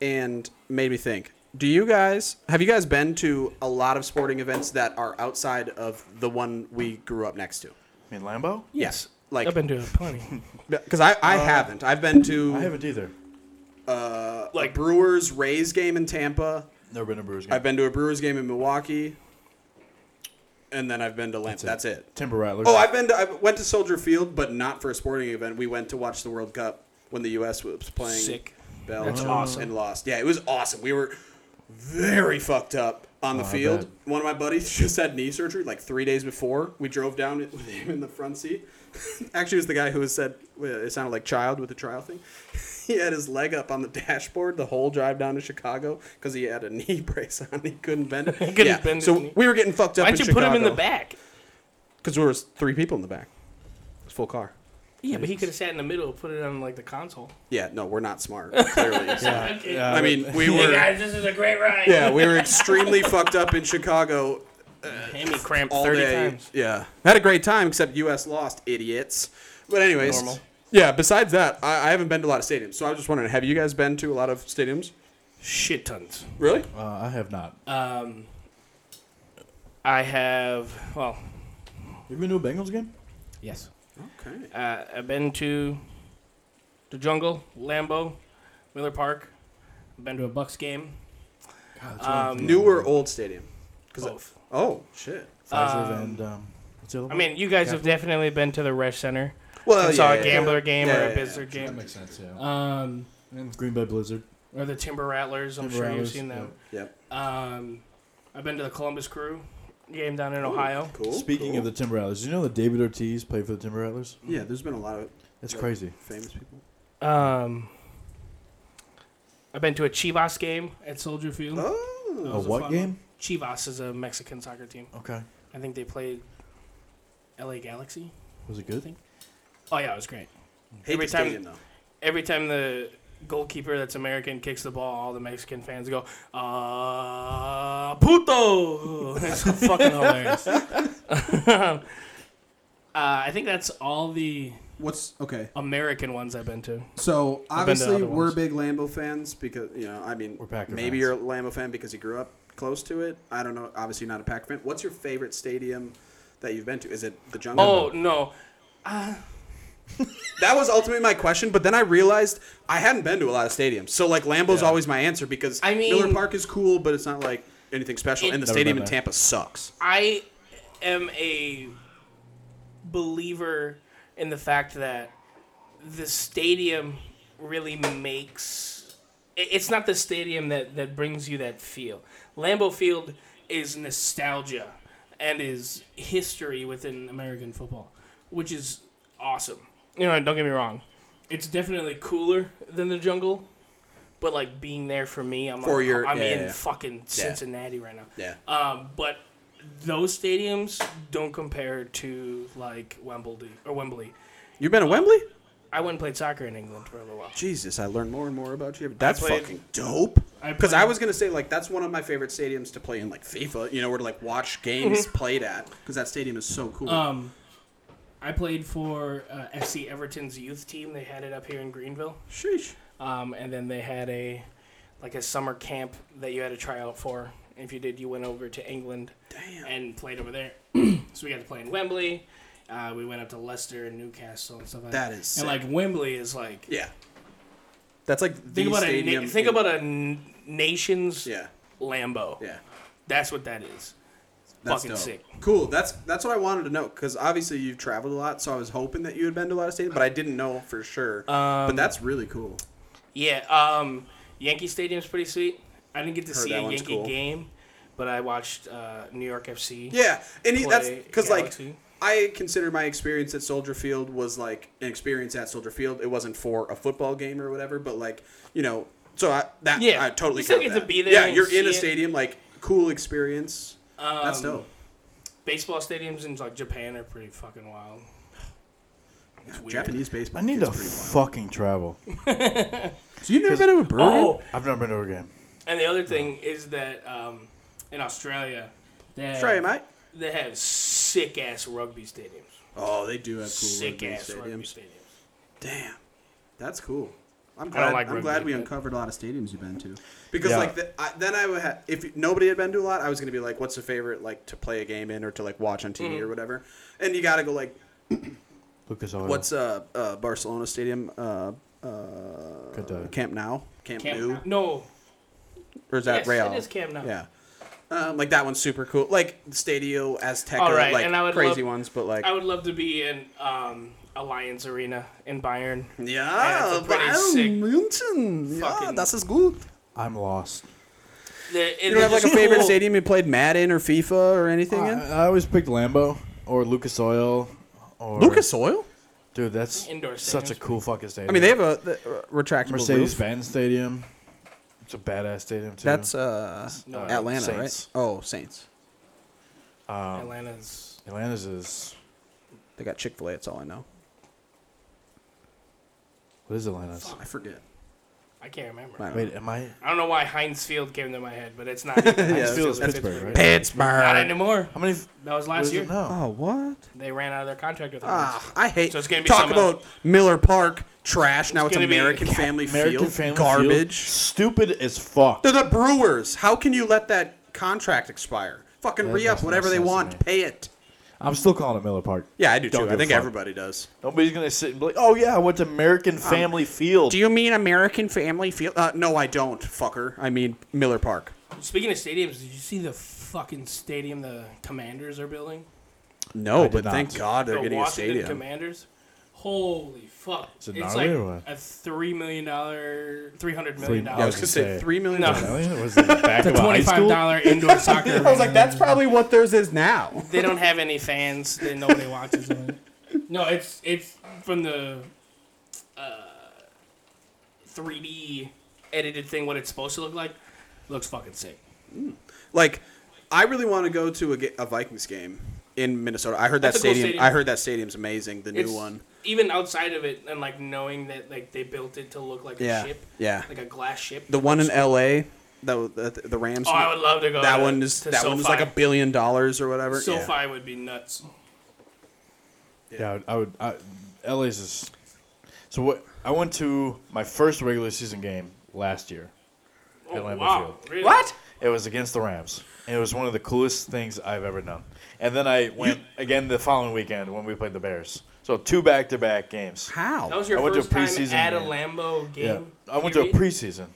Speaker 4: and made me think. Do you guys have you guys been to a lot of sporting events that are outside of the one we grew up next to?
Speaker 5: I mean, Lambo?
Speaker 4: Yes. Uh, Like
Speaker 3: I've been doing plenty.
Speaker 4: Because I, I haven't. I've been to
Speaker 1: I haven't either.
Speaker 4: uh, like Brewers Rays game in Tampa.
Speaker 5: Never been to Brewers game.
Speaker 4: I've been to a Brewers game in Milwaukee, and then I've been to Lamp. That's it.
Speaker 1: Timber Rattlers.
Speaker 4: Oh, I've been to I went to Soldier Field, but not for a sporting event. We went to watch the World Cup when the U.S. was playing.
Speaker 3: Sick.
Speaker 4: Belgium and lost. Yeah, it was awesome. We were very fucked up
Speaker 3: Oh,
Speaker 4: on the
Speaker 1: I
Speaker 4: field.
Speaker 1: bet.
Speaker 4: One of my buddies just had knee surgery like three days before. We drove down it with him in the front seat. Actually, it was the guy who was said it sounded like child with the trial thing. He had his leg up on the dashboard the whole drive down to Chicago because he had a knee brace on. He couldn't bend it.
Speaker 3: couldn't
Speaker 4: yeah.
Speaker 3: bend his
Speaker 4: so
Speaker 3: knee.
Speaker 4: we were getting fucked up.
Speaker 3: Why'd you put him in the back?
Speaker 4: Because there was three people in the back. It was full car.
Speaker 3: Yeah, but he could have sat in the middle, put it on like the console.
Speaker 4: Yeah, no, we're not smart. Clearly, So,
Speaker 1: Yeah,
Speaker 4: I mean, we were.
Speaker 3: this is a great ride.
Speaker 4: Yeah, we were extremely fucked up in Chicago
Speaker 3: Hammy cramped
Speaker 4: all
Speaker 3: thirty
Speaker 4: day.
Speaker 3: times.
Speaker 4: Yeah, had a great time except U.S. lost, idiots. But anyways,
Speaker 3: Normal.
Speaker 4: yeah. Besides that, I, I haven't been to a lot of stadiums, so I was just wondering, have you guys been to a lot of stadiums?
Speaker 3: Shit tons.
Speaker 4: Really?
Speaker 1: uh, I have not.
Speaker 3: Um, I have. Well,
Speaker 1: you been to a Bengals game?
Speaker 3: yes.
Speaker 4: Okay.
Speaker 3: Uh, I've been to the jungle, Lambo, Miller Park. I've been to a Bucks game. Um,
Speaker 4: New or old stadium? 'Cause I-
Speaker 3: Both.
Speaker 4: oh shit.
Speaker 1: Pfizer and um, what's the other
Speaker 3: I
Speaker 1: one?
Speaker 3: mean, you guys have definitely been to the Resch Center.
Speaker 4: Well,
Speaker 3: and saw
Speaker 4: Oh, yeah,
Speaker 3: a
Speaker 4: yeah,
Speaker 3: gambler
Speaker 4: yeah.
Speaker 3: game
Speaker 4: Yeah,
Speaker 3: or
Speaker 4: yeah,
Speaker 3: a
Speaker 4: yeah.
Speaker 3: Bizzer
Speaker 1: that
Speaker 3: game.
Speaker 1: makes sense. Yeah.
Speaker 3: Um,
Speaker 1: and Green Bay Blizzard.
Speaker 3: or the Timber Rattlers. I'm
Speaker 1: Timber
Speaker 3: sure
Speaker 1: Rattlers,
Speaker 3: you've seen them.
Speaker 4: Yep.
Speaker 3: Um, I've been to the Columbus Crew game down in Ohio.
Speaker 4: Cool.
Speaker 1: Speaking
Speaker 4: cool.
Speaker 1: of the Timber Rattlers, did you know that David Ortiz played for the Timber Rattlers?
Speaker 4: yeah, there's been a lot of
Speaker 1: That's
Speaker 4: Yeah.
Speaker 1: crazy.
Speaker 4: famous people.
Speaker 3: Um, I've been to a Chivas game at Soldier Field.
Speaker 4: Oh.
Speaker 3: That
Speaker 1: A
Speaker 3: was
Speaker 1: what
Speaker 3: fun
Speaker 1: game?
Speaker 3: one. Chivas is a Mexican soccer team.
Speaker 1: Okay.
Speaker 3: I think they played LA Galaxy.
Speaker 1: Was it good?
Speaker 3: Think- Oh yeah, it was great.
Speaker 4: Hate
Speaker 3: every
Speaker 4: the
Speaker 3: time-
Speaker 4: stadium, though.
Speaker 3: Every time the goalkeeper that's American kicks the ball, all the Mexican fans go, "Ah, puto!" It's fucking hilarious. uh, I think that's all the
Speaker 4: What's okay?
Speaker 3: American ones I've been to.
Speaker 4: So
Speaker 3: I've been to
Speaker 4: obviously
Speaker 3: other
Speaker 4: we're
Speaker 3: ones.
Speaker 4: big Lambo fans because you know I mean
Speaker 1: We're Packer
Speaker 4: maybe
Speaker 1: fans.
Speaker 4: you're a Lambo fan because you grew up close to it. I don't know. Obviously you're not a Packer fan. What's your favorite stadium that you've been to? Is it the Jungle?
Speaker 3: Oh no,
Speaker 4: that was ultimately my question. But then I realized I hadn't been to a lot of stadiums. So like Lambo's always my answer because
Speaker 3: I mean-
Speaker 4: Miller Park is cool, but it's not like anything special.
Speaker 3: It-
Speaker 4: and the
Speaker 1: Never
Speaker 4: stadium
Speaker 1: been
Speaker 4: in
Speaker 1: there.
Speaker 4: Tampa sucks.
Speaker 3: I am a believer in the fact that the stadium really makes i- it's not the stadium that that brings you that feel. Lambeau Field is nostalgia and is history within American football, which is awesome. You know, don't get me wrong. It's definitely cooler than the jungle, but like being there for me, I'm
Speaker 4: For
Speaker 3: like,
Speaker 4: your-
Speaker 3: I'm
Speaker 4: yeah,
Speaker 3: in
Speaker 4: yeah, yeah.
Speaker 3: fucking Cincinnati right now.
Speaker 4: Yeah.
Speaker 3: Um, but those stadiums don't compare to like Wembley or Wembley.
Speaker 4: You've been to Wembley?
Speaker 3: I went and played soccer in England for a little while.
Speaker 4: Jesus, I learned more and more about you. That's
Speaker 7: played-
Speaker 4: fucking dope.
Speaker 3: I
Speaker 4: Because I
Speaker 3: played-
Speaker 4: was gonna say like that's one of my favorite stadiums to play in, like FIFA. You know, where to like watch games
Speaker 3: Mm-hmm.
Speaker 4: played at because that stadium is so cool.
Speaker 3: Um, I played for uh, FC Everton's youth team. They had it up here in Greenville,
Speaker 4: Sheesh.
Speaker 3: um, and then they had a like a summer camp that you had to try out for. If you did, you went over to England
Speaker 4: Damn.
Speaker 3: and played over there. so we got to play in Wembley. Uh, we went up to Leicester and Newcastle and stuff like that.
Speaker 4: That is
Speaker 3: and like Wembley is like
Speaker 4: yeah. That's like the
Speaker 3: think about a
Speaker 4: stadium.
Speaker 3: na- think
Speaker 4: in-
Speaker 3: about a n- nation's
Speaker 4: yeah,
Speaker 3: Lambo.
Speaker 4: yeah.
Speaker 3: That's what that is.
Speaker 4: That's
Speaker 3: Fucking
Speaker 4: dope.
Speaker 3: sick.
Speaker 4: Cool. That's that's what I wanted to know because obviously you've traveled a lot, so I was hoping that you had been to a lot of stadiums, but I didn't know for sure.
Speaker 3: Um,
Speaker 4: but that's really cool.
Speaker 3: Yeah, um, Yankee Stadium's pretty sweet. I didn't get to
Speaker 4: Heard
Speaker 3: see
Speaker 4: that
Speaker 3: a
Speaker 4: one's
Speaker 3: Yankee
Speaker 4: cool.
Speaker 3: game, but I watched uh, New York FC.
Speaker 4: Yeah, and he, that's
Speaker 3: play
Speaker 4: because like
Speaker 3: Galaxy.
Speaker 4: I consider my experience at Soldier Field was like an experience at Soldier Field. It wasn't for a football game or whatever, but like you know, so I that
Speaker 3: Yeah,
Speaker 4: I totally
Speaker 3: you still
Speaker 4: count
Speaker 3: get to
Speaker 4: that.
Speaker 3: be there
Speaker 4: Yeah,
Speaker 3: and
Speaker 4: you're in
Speaker 3: see
Speaker 4: a
Speaker 3: it. Um,
Speaker 4: stadium, like cool experience. that's dope.
Speaker 3: Baseball stadiums in like Japan are pretty fucking wild. It's weird.
Speaker 4: Japanese baseball.
Speaker 5: I need
Speaker 4: gets
Speaker 5: to
Speaker 4: pretty wild.
Speaker 5: fucking travel.
Speaker 4: So you've never been to a brewery?
Speaker 3: Oh,
Speaker 5: I've never been to a game.
Speaker 3: and the
Speaker 4: Oh.
Speaker 3: other thing is that um, in Australia, they have,
Speaker 4: Try it, mate.
Speaker 3: they have sick ass rugby stadiums.
Speaker 4: Oh, they do have cool
Speaker 3: sick
Speaker 4: rugby
Speaker 3: ass rugby
Speaker 4: stadiums.
Speaker 3: stadiums.
Speaker 4: Damn, that's cool. I'm glad.
Speaker 3: like
Speaker 4: I'm
Speaker 3: rugby,
Speaker 4: glad we
Speaker 3: but-
Speaker 4: uncovered a lot of stadiums you've been to. Because
Speaker 5: Yeah.
Speaker 4: like the, I, then I would ha- if nobody had been to a lot, I was gonna be like, what's the favorite like to play a game in or to like watch on TV
Speaker 3: Mm-hmm.
Speaker 4: or whatever. And you gotta go like,
Speaker 5: Lucas Oil.
Speaker 4: what's uh, uh Barcelona Stadium uh uh
Speaker 5: Good day.
Speaker 4: Camp Now Camp,
Speaker 3: Camp
Speaker 4: Nou
Speaker 3: No,
Speaker 4: or is that
Speaker 3: yes,
Speaker 4: Real?
Speaker 3: it is Camp Nou.
Speaker 4: Yeah. Um, like that one's super cool. Like Stadio Azteca,
Speaker 3: All right,
Speaker 4: like
Speaker 3: and I would
Speaker 4: crazy
Speaker 3: love-
Speaker 4: ones, but like
Speaker 3: I would love to be in um, Alliance Arena in Bayern.
Speaker 4: yeah,
Speaker 3: it's a pretty
Speaker 4: Bayern
Speaker 3: sick
Speaker 4: München. Yeah,
Speaker 3: fucking-
Speaker 4: das ist gut.
Speaker 5: I'm lost.
Speaker 3: The-
Speaker 4: You don't have like a favorite
Speaker 3: cool.
Speaker 4: stadium you played Madden or FIFA or anything
Speaker 5: I,
Speaker 4: in?
Speaker 5: I always picked Lambo or Lucas Oil or
Speaker 4: Lucas Oil?
Speaker 5: Dude, that's
Speaker 3: Indoor
Speaker 5: such a
Speaker 3: stadiums.
Speaker 5: cool fucking stadium.
Speaker 4: I mean, they have a the, uh, retractable
Speaker 5: Mercedes
Speaker 4: roof.
Speaker 5: Benz Stadium. It's a badass stadium too.
Speaker 4: That's uh,
Speaker 3: No,
Speaker 4: Atlanta,
Speaker 5: Saints.
Speaker 4: right? Oh, Saints.
Speaker 3: Atlanta's
Speaker 5: Atlanta's is
Speaker 4: They got Chick Fil A. That's all I know.
Speaker 5: what is Atlanta's?
Speaker 4: I forget.
Speaker 3: I can't remember.
Speaker 4: Right.
Speaker 5: Wait, am I?
Speaker 3: I don't know why Heinz Field came to my head, but it's not. yeah,
Speaker 5: Heinz Field is Pittsburgh, right?
Speaker 3: Not
Speaker 4: Pittsburgh.
Speaker 3: anymore.
Speaker 5: How many? f-
Speaker 3: That was
Speaker 5: what
Speaker 3: last
Speaker 5: is
Speaker 3: year.
Speaker 5: it now?
Speaker 4: Oh, what?
Speaker 3: They ran out of their contract with Heinz.
Speaker 4: Ah, I hate.
Speaker 3: So it's gonna be
Speaker 4: talk
Speaker 3: something
Speaker 4: about Miller Park trash. Now it's,
Speaker 3: gonna be-
Speaker 4: American Family
Speaker 5: American
Speaker 4: Oh, Field
Speaker 5: Family
Speaker 4: garbage.
Speaker 5: Field, stupid as fuck.
Speaker 4: They're the Brewers. How can you let that contract expire? Fucking
Speaker 5: That
Speaker 4: re up
Speaker 5: makes no
Speaker 4: whatever they
Speaker 5: sense to
Speaker 4: want.
Speaker 5: me.
Speaker 4: Pay it.
Speaker 5: I'm still calling it Miller Park.
Speaker 4: Yeah, I do
Speaker 5: Don't
Speaker 4: too. I
Speaker 5: give a
Speaker 4: think
Speaker 5: fuck.
Speaker 4: everybody does.
Speaker 5: Nobody's gonna sit and be like, "Oh yeah, I went to American Family Field."
Speaker 4: Do you mean American Family Field? Uh, no, I don't, fucker. I mean Miller Park.
Speaker 3: Speaking of stadiums, did you see the fucking stadium the Commanders are building?
Speaker 4: No,
Speaker 5: did
Speaker 4: but
Speaker 5: not.
Speaker 4: thank God they're
Speaker 3: the
Speaker 4: getting
Speaker 3: Washington
Speaker 4: a stadium.
Speaker 3: Commanders. Holy fuck!
Speaker 5: it
Speaker 3: it's
Speaker 5: gnarly
Speaker 3: like
Speaker 5: or what?
Speaker 3: a three million dollar, three hundred
Speaker 5: Three-
Speaker 3: million
Speaker 4: I
Speaker 5: Yeah,
Speaker 4: was
Speaker 3: dollars.
Speaker 4: gonna say
Speaker 5: Say-
Speaker 4: three million.
Speaker 3: No.
Speaker 4: dollars.
Speaker 5: Really? Was it the back of a high
Speaker 3: Twenty-five
Speaker 5: school?
Speaker 3: dollar indoor soccer.
Speaker 4: I was like,
Speaker 3: arena.
Speaker 4: that's probably what theirs is now.
Speaker 3: They don't have any fans. They nobody watches them. No, it's it's from the uh, three D edited thing. What it's supposed to look like looks fucking sick.
Speaker 4: Like, I really want to go to a, ga- a Vikings game in Minnesota. I heard that
Speaker 3: That's a cool
Speaker 4: stadium,
Speaker 3: stadium.
Speaker 4: I heard that stadium's amazing. The new
Speaker 3: It's
Speaker 4: one.
Speaker 3: even outside of it, and like knowing that like they built it to look like
Speaker 4: Yeah.
Speaker 3: a ship,
Speaker 4: Yeah.
Speaker 3: like a glass ship.
Speaker 4: The one in L.A. The the, the Rams.
Speaker 3: oh, I would love to go.
Speaker 4: that
Speaker 3: to-
Speaker 4: one is
Speaker 3: to
Speaker 4: that one is like a
Speaker 3: SoFi.
Speaker 4: billion dollars or whatever.
Speaker 3: SoFi
Speaker 4: yeah.
Speaker 3: would be nuts.
Speaker 5: Yeah, I would. I, LA's is. So what? I went to my first regular season game last year.
Speaker 3: Oh,
Speaker 5: Lambeau
Speaker 3: wow,
Speaker 5: Field.
Speaker 3: really?
Speaker 4: What?
Speaker 5: It was against the Rams, and it was one of the coolest things I've ever done. And then I went again the following weekend when we played the Bears. So two back-to-back games.
Speaker 4: How?
Speaker 3: That was your
Speaker 5: I went to
Speaker 3: first
Speaker 5: a
Speaker 3: time
Speaker 5: preseason
Speaker 3: at a
Speaker 5: game.
Speaker 3: Lambo game.
Speaker 5: Yeah, I went to a
Speaker 3: period?
Speaker 5: preseason,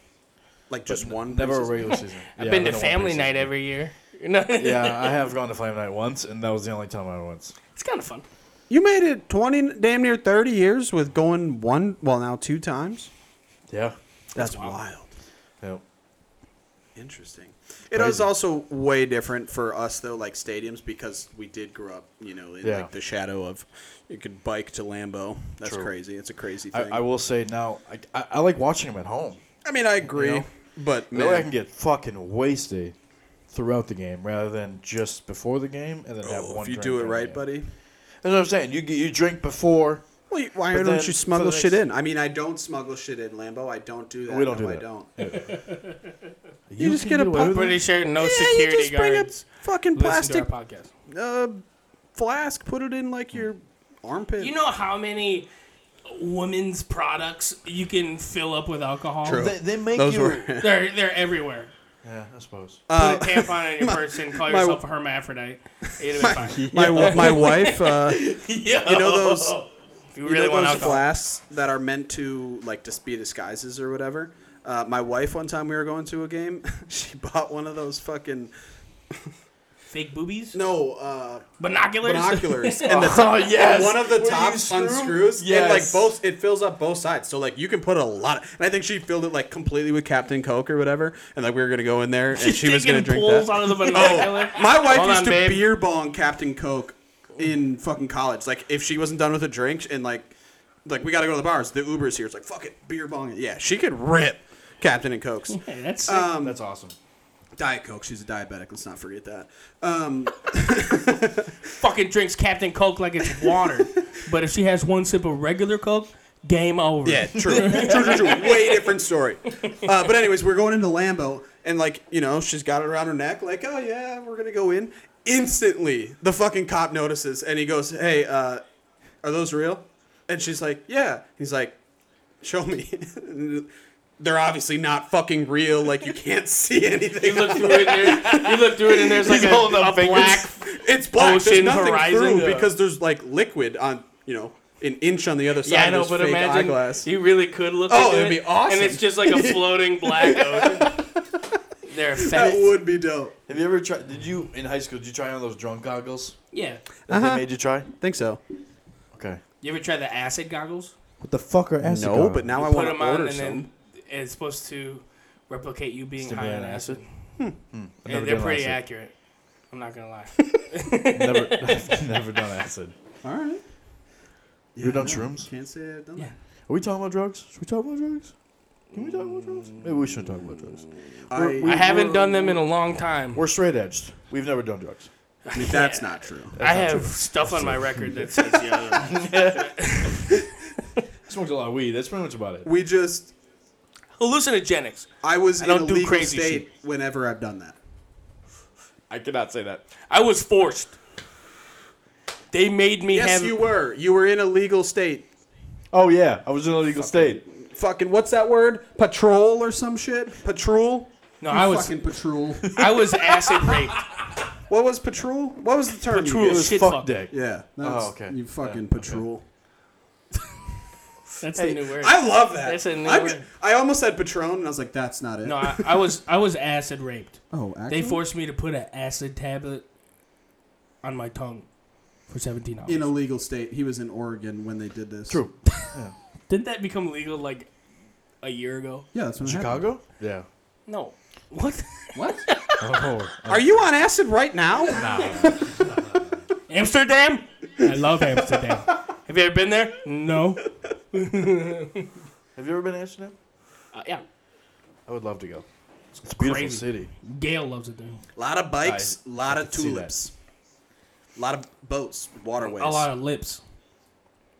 Speaker 4: like just one.
Speaker 5: never a
Speaker 4: preseason?
Speaker 5: regular season.
Speaker 3: I've
Speaker 5: Yeah,
Speaker 3: been
Speaker 5: I
Speaker 3: to
Speaker 5: went
Speaker 3: family
Speaker 5: one preseason.
Speaker 3: night every year. No,
Speaker 5: yeah, I have gone to Flame Night once, and that was the only time I went. once.
Speaker 3: it's kind of fun.
Speaker 4: You made it twenty, damn near thirty years with going one, well now two times.
Speaker 5: Yeah.
Speaker 4: That's, wild.
Speaker 5: Yeah.
Speaker 4: Interesting. It was also way different for us though, like stadiums, because we did grow up, you know, in
Speaker 5: Yeah.
Speaker 4: like the shadow of you could bike to Lambo. That's
Speaker 5: True.
Speaker 4: crazy. It's a crazy
Speaker 5: I,
Speaker 4: thing.
Speaker 5: I will say now, I, I, I like watching them at home.
Speaker 4: I mean, I agree,
Speaker 5: You know?
Speaker 4: but
Speaker 5: That
Speaker 4: man,
Speaker 5: way I can get fucking wasted throughout the game rather than just before the game and then have
Speaker 4: oh,
Speaker 5: one.
Speaker 4: if you
Speaker 5: drink
Speaker 4: do it
Speaker 5: during the
Speaker 4: right,
Speaker 5: game.
Speaker 4: buddy.
Speaker 5: That's what I'm saying. You get- you drink before,
Speaker 4: Well, you- why
Speaker 1: But
Speaker 4: don't
Speaker 1: then
Speaker 4: you
Speaker 1: for
Speaker 4: smuggle
Speaker 1: the
Speaker 4: shit in? I mean, I don't smuggle shit in, Lambo. I don't do that.
Speaker 1: We don't
Speaker 4: No,
Speaker 1: do
Speaker 4: I
Speaker 1: that.
Speaker 4: don't.
Speaker 5: You,
Speaker 4: just
Speaker 5: can
Speaker 4: get a
Speaker 5: do
Speaker 4: pop-
Speaker 5: it.
Speaker 3: I'm pretty sure no
Speaker 4: yeah, you
Speaker 3: security
Speaker 4: just bring
Speaker 3: guards
Speaker 4: a fucking
Speaker 3: listen
Speaker 4: plastic
Speaker 3: to our podcast.
Speaker 4: uh, flask, put it in like your armpit.
Speaker 3: You know how many women's products you can fill up with alcohol?
Speaker 4: True.
Speaker 1: They, they make
Speaker 4: those
Speaker 1: you.
Speaker 4: were.
Speaker 3: They're they're everywhere.
Speaker 1: Yeah, I suppose.
Speaker 4: Uh,
Speaker 3: Put a tampon in your purse and call
Speaker 4: my-
Speaker 3: yourself a hermaphrodite. It'd be fine.
Speaker 4: my wa- my wife. Uh, you
Speaker 3: Yeah.
Speaker 4: know those.
Speaker 3: If you
Speaker 4: You
Speaker 3: really
Speaker 4: know
Speaker 3: want
Speaker 4: those
Speaker 3: alcohol.
Speaker 4: flasks that are meant to like just be disguises or whatever. Uh, my wife one time we were going to a game, she bought one of those fucking
Speaker 3: fake boobies,
Speaker 4: no uh,
Speaker 3: binoculars.
Speaker 4: binoculars, and the
Speaker 1: Oh yes.
Speaker 4: one of the
Speaker 1: Will you
Speaker 4: tops
Speaker 1: screw?
Speaker 4: unscrews. It like
Speaker 1: Yes.
Speaker 4: both. It fills up both sides. So like you can put a lot. Of, and I think she filled it like completely with Captain Coke or whatever. And like we were gonna go in there and she was gonna
Speaker 3: taking
Speaker 4: drink
Speaker 3: pulls
Speaker 4: that.
Speaker 3: out of the binocular.
Speaker 4: Oh, my wife
Speaker 3: Hold
Speaker 4: used
Speaker 3: on,
Speaker 4: to
Speaker 3: babe.
Speaker 4: beer bong Captain Coke in fucking college. Like if she wasn't done with a drink and like like we gotta go to the bars. The Uber's here. It's like fuck it, beer bong. it. Yeah, she could rip Captain and Cokes.
Speaker 3: Hey, that's sick.
Speaker 4: um,
Speaker 1: That's awesome.
Speaker 4: Diet Coke. She's a diabetic. Let's not forget that. Um,
Speaker 3: fucking drinks Captain Coke like it's water. but if she has one sip of regular Coke, game over.
Speaker 4: Yeah, true. true, true, true. Way different story. Uh, but anyways, we're going into Lambo, and like you know, she's got it around her neck. Like, oh yeah, we're gonna go in. Instantly, the fucking cop notices, and he goes, "Hey, uh, are those real?" And she's like, "Yeah." He's like, "Show me." They're obviously not fucking real. Like you can't see anything.
Speaker 3: You look through it, and there- you look through it, and there's like a,
Speaker 1: holding up
Speaker 3: a
Speaker 1: fingers.
Speaker 3: black.
Speaker 4: it's black. there's
Speaker 3: Ocean
Speaker 4: nothing
Speaker 3: horizon.
Speaker 4: through
Speaker 3: Yeah.
Speaker 4: because there's like liquid on you know an inch on the other side.
Speaker 3: Yeah, I
Speaker 4: of
Speaker 3: know,
Speaker 4: this
Speaker 3: but
Speaker 4: fake
Speaker 3: imagine
Speaker 4: eyeglass.
Speaker 3: you really could look.
Speaker 4: Oh,
Speaker 3: into
Speaker 4: it'd
Speaker 3: it,
Speaker 4: be awesome.
Speaker 3: And it's just like a floating black ocean. They're
Speaker 4: that
Speaker 3: effective.
Speaker 4: would be dope.
Speaker 1: Have you ever tried? Did you in high school? Did you try on those drunk goggles
Speaker 3: Yeah.
Speaker 1: that
Speaker 4: Uh-huh.
Speaker 1: they made you try?
Speaker 4: Think so.
Speaker 1: Okay.
Speaker 3: You ever try the acid goggles?
Speaker 6: What the fuck are acid?
Speaker 4: No, but now I
Speaker 3: Put
Speaker 4: want
Speaker 3: them
Speaker 4: to
Speaker 3: on,
Speaker 4: order
Speaker 3: and
Speaker 4: some.
Speaker 3: then it's supposed to replicate you being
Speaker 1: Still
Speaker 3: high
Speaker 1: being
Speaker 3: on
Speaker 1: on
Speaker 3: acid.
Speaker 1: acid? I've
Speaker 3: And
Speaker 1: never
Speaker 3: they're
Speaker 1: done
Speaker 3: pretty
Speaker 1: acid.
Speaker 3: accurate. I'm not gonna lie.
Speaker 1: Never, I've never done acid.
Speaker 4: All right.
Speaker 1: You ever done shrooms?
Speaker 4: Can't say I've done
Speaker 3: Yeah.
Speaker 1: Are we talking about drugs? Should we talk about drugs? Can we talk about drugs? Maybe we should talk about drugs.
Speaker 4: I,
Speaker 3: I haven't done them in a long time.
Speaker 1: We're straight edged. We've never done drugs.
Speaker 4: that's not true.
Speaker 3: I have stuff on my record that says the other.
Speaker 1: Smoked a lot of weed. That's pretty much about it.
Speaker 4: We just,
Speaker 3: Hallucinogenics.
Speaker 4: I was in
Speaker 3: don't
Speaker 4: a
Speaker 3: do
Speaker 4: legal
Speaker 3: crazy
Speaker 4: state whenever I've done that.
Speaker 1: I cannot say that.
Speaker 3: I was forced. They made me
Speaker 4: Yes,
Speaker 3: have.
Speaker 4: you were. You were in a legal state.
Speaker 1: Oh yeah, I was in a legal state.
Speaker 4: Fucking, what's that word? Patrol or some shit? Patrol?
Speaker 3: no, I was.
Speaker 6: Fucking patrol.
Speaker 3: I was acid raped.
Speaker 4: What was patrol? What was the term? you
Speaker 3: Patrol
Speaker 4: used?
Speaker 3: is- Shit
Speaker 1: Fuck,
Speaker 3: fuck.
Speaker 1: dick.
Speaker 4: Yeah. That's,
Speaker 1: Oh, okay.
Speaker 4: You fucking patrol.
Speaker 3: That's the new word.
Speaker 4: I love that.
Speaker 3: That's a new
Speaker 4: I'm-
Speaker 3: word.
Speaker 4: I almost said patron, and I was like, that's not it.
Speaker 3: no, I, I was. I was acid raped.
Speaker 6: oh,
Speaker 3: They
Speaker 6: actually?
Speaker 3: forced me to put an acid tablet on my tongue for seventeen hours.
Speaker 4: in a legal state. He was in Oregon when they did this.
Speaker 1: True.
Speaker 3: Didn't that become legal like a year ago?
Speaker 6: yeah, that's when it happened.
Speaker 1: Chicago? Yeah.
Speaker 3: No. What?
Speaker 6: What?
Speaker 1: Oh,
Speaker 4: Are you on acid right now?
Speaker 3: Amsterdam? I love Amsterdam. Have you ever been there? No.
Speaker 1: have you ever been to Amsterdam?
Speaker 3: Uh, yeah.
Speaker 1: I would love to go. It's a beautiful
Speaker 3: crazy.
Speaker 1: city.
Speaker 3: Gail loves it there.
Speaker 4: A lot of bikes, a lot of
Speaker 1: can see that.
Speaker 4: tulips, a lot of boats, waterways.
Speaker 3: A lot of lips.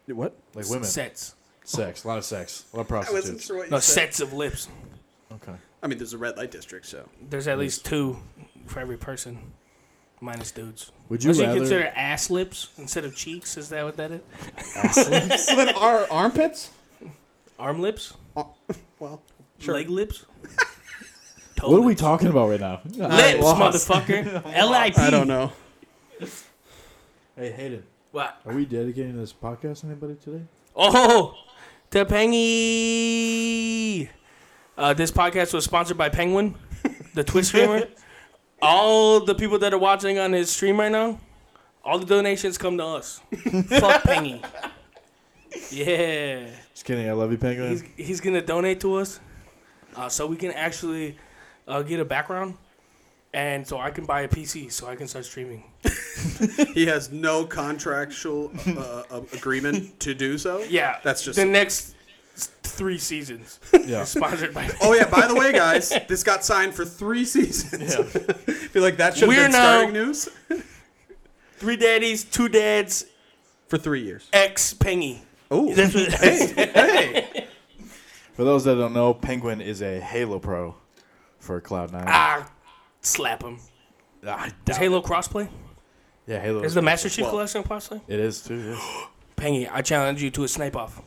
Speaker 4: what?
Speaker 1: Like women,
Speaker 3: Sets.
Speaker 1: sex, a lot of sex, a lot of
Speaker 4: I wasn't
Speaker 1: prostitutes.
Speaker 4: sure what you
Speaker 3: No,
Speaker 4: said.
Speaker 3: sets of lips.
Speaker 1: Okay.
Speaker 4: I mean, there's a red light district, so
Speaker 3: There's at least two for every person, minus dudes.
Speaker 1: Would you
Speaker 3: Would you
Speaker 1: rather?
Speaker 3: consider ass lips instead of cheeks? Is that what that is?
Speaker 6: so then our armpits?
Speaker 3: Arm lips?
Speaker 4: well,
Speaker 3: Leg lips? Toe
Speaker 1: what are we
Speaker 3: lips?
Speaker 1: talking about right now?
Speaker 3: Lips, motherfucker. L.I.P.
Speaker 4: I don't know.
Speaker 1: Hey, Hayden,
Speaker 3: What?
Speaker 1: are we dedicating this podcast to anybody today?
Speaker 3: Oh, to Pengy. Uh, this podcast was sponsored by Penguin, the Twitch streamer. all the people that are watching on his stream right now, all the donations come to us. Fuck Pengy. Yeah.
Speaker 1: Just kidding. I love you, Penguin.
Speaker 3: He's, he's going to donate to us uh, so we can actually uh, get a background. And so I can buy a PC so I can start streaming.
Speaker 4: He has no contractual uh, uh, agreement to do so.
Speaker 3: Yeah.
Speaker 4: That's just-
Speaker 3: The next s- three seasons.
Speaker 1: Yeah.
Speaker 3: is Sponsored by
Speaker 4: Oh yeah. By the way, guys, this got signed for three seasons. Feel like that should have
Speaker 3: We're
Speaker 4: been
Speaker 3: now-
Speaker 4: starting news
Speaker 3: Three daddies, two dads,
Speaker 4: for three years.
Speaker 3: X Pengy.
Speaker 4: Oh,
Speaker 1: That's what-
Speaker 4: hey,
Speaker 5: For those that don't know, Penguin is a Halo pro for Cloud Nine.
Speaker 3: Ah, slap him.
Speaker 5: Ah,
Speaker 3: Is Halo crossplay?
Speaker 5: yeah, Halo.
Speaker 3: Is the Master Chief Collection crossplay?
Speaker 5: It is too. yes.
Speaker 3: Pengy, I challenge you to a snipe off.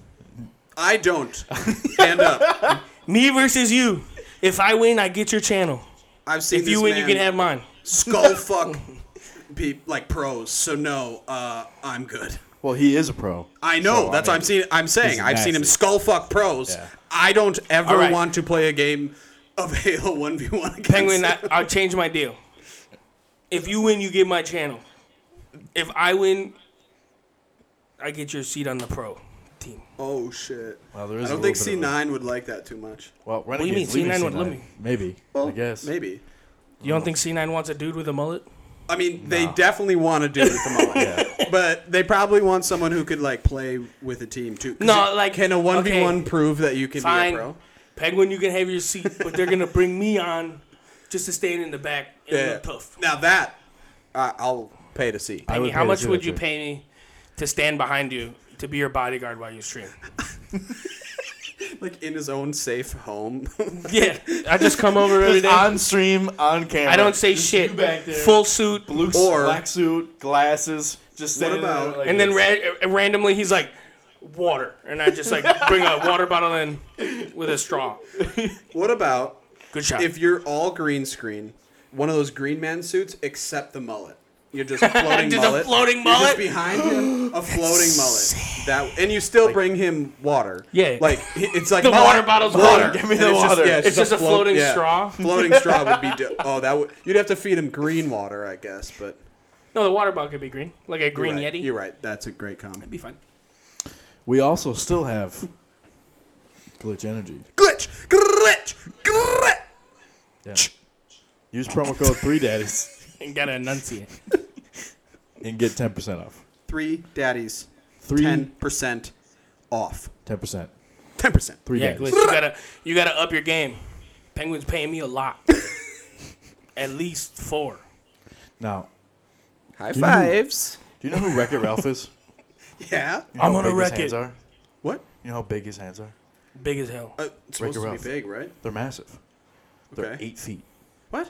Speaker 4: I don't. Stand up.
Speaker 3: Me versus you. If I win, I get your channel.
Speaker 4: I've seen
Speaker 3: If you
Speaker 4: this
Speaker 3: win, you
Speaker 4: man
Speaker 3: can have mine.
Speaker 4: skull fuck, be like pros. So no, uh, I'm good.
Speaker 5: Well, he is a pro.
Speaker 4: I know.
Speaker 5: So,
Speaker 4: that's
Speaker 5: I
Speaker 4: what I'm seeing. I'm saying.
Speaker 5: he's
Speaker 4: I've seen him
Speaker 5: nasty.
Speaker 4: skull fuck pros.
Speaker 5: Yeah.
Speaker 4: I don't ever
Speaker 3: All right.
Speaker 4: want to play a game of Halo One v One against
Speaker 3: Penguin, I, I'll change my deal. If you win, you get my channel. If I win, I get your seat on the pro team.
Speaker 4: Oh shit!
Speaker 5: Well, there
Speaker 4: I
Speaker 5: is a
Speaker 4: don't think
Speaker 5: little bit of
Speaker 4: C9 would like that too much.
Speaker 5: Well,
Speaker 3: do you
Speaker 5: Renegades
Speaker 3: mean?
Speaker 5: leaving
Speaker 3: C9 would let me.
Speaker 5: Maybe.
Speaker 4: Well,
Speaker 5: I guess.
Speaker 4: maybe.
Speaker 3: You don't think C9 wants a dude with a mullet?
Speaker 4: I mean, they definitely want to do it at the moment, but they probably want someone who could like play with a team too. 'Cause
Speaker 3: No,
Speaker 4: it-
Speaker 3: like,
Speaker 4: can a one v one
Speaker 3: okay.
Speaker 4: prove that you can
Speaker 3: Fine.
Speaker 4: be a pro?
Speaker 3: Penguin, you can have your seat, but they're going to bring me on just to stand in the back and look tough.
Speaker 4: Now that I I'll pay to see.
Speaker 5: I would
Speaker 3: How
Speaker 5: pay to
Speaker 3: much
Speaker 5: see
Speaker 3: would
Speaker 5: that
Speaker 3: you
Speaker 5: too.
Speaker 3: pay me to stand behind you to be your bodyguard while you stream?
Speaker 4: Like in his own safe home.
Speaker 3: Yeah, I just come over every
Speaker 5: Just
Speaker 3: day.
Speaker 5: on stream, on camera.
Speaker 3: I don't say
Speaker 5: Just you
Speaker 3: shit.
Speaker 5: Back there,
Speaker 3: Full suit,
Speaker 5: blue
Speaker 4: Or-
Speaker 5: black suit, glasses. Just standing there
Speaker 4: about-
Speaker 5: like
Speaker 3: and then
Speaker 5: this.
Speaker 3: ra- uh, randomly he's like, "Water," and I just like bring a water bottle in with a straw.
Speaker 4: what about
Speaker 3: Good shot.
Speaker 4: if you're all green screen, one of those green man suits, except the mullet. You're just floating
Speaker 3: Just a
Speaker 4: mullet.
Speaker 3: floating
Speaker 4: You're just
Speaker 3: mullet?
Speaker 4: behind him, a floating mullet. That and you still bring him water.
Speaker 3: Yeah.
Speaker 4: like he- it's like
Speaker 3: The
Speaker 4: mullet,
Speaker 3: water bottle's water.
Speaker 4: Give
Speaker 5: me the water.
Speaker 4: Just, yeah,
Speaker 3: It's just a
Speaker 4: float-
Speaker 3: floating
Speaker 4: yeah.
Speaker 3: straw?
Speaker 4: Floating straw would be. do- oh, that would. You'd have to feed him green water, I guess. But
Speaker 3: no, the water bottle could be green, like a green
Speaker 4: you're right.
Speaker 3: yeti.
Speaker 4: You're right. That's a great comment.
Speaker 3: Be fine.
Speaker 5: we also still have glitch energy.
Speaker 4: Glitch, glitch, glitch.
Speaker 5: Use promo code three daddies
Speaker 3: And gotta enunciate.
Speaker 5: and get ten percent off.
Speaker 4: Three daddies,
Speaker 5: Three
Speaker 4: ten percent off.
Speaker 5: ten percent.
Speaker 4: Ten percent.
Speaker 5: Three
Speaker 3: Yeah,
Speaker 5: daddies.
Speaker 3: Glitch, you gotta you gotta up your game. Penguins paying me a lot. At least four.
Speaker 5: Now,
Speaker 4: High fives.
Speaker 5: do you know who Wreck-It Ralph is?
Speaker 4: Yeah.
Speaker 5: You know
Speaker 3: I'm
Speaker 5: how
Speaker 3: gonna
Speaker 5: big
Speaker 3: wreck
Speaker 5: his hands
Speaker 3: it.
Speaker 5: are?
Speaker 4: What?
Speaker 5: You know how big his hands are?
Speaker 3: Big as hell.
Speaker 4: Uh, it's supposed
Speaker 5: Wreck-It
Speaker 4: to
Speaker 5: Ralph.
Speaker 4: be big, right?
Speaker 5: They're massive. They're
Speaker 4: Okay.
Speaker 5: eight feet
Speaker 4: What?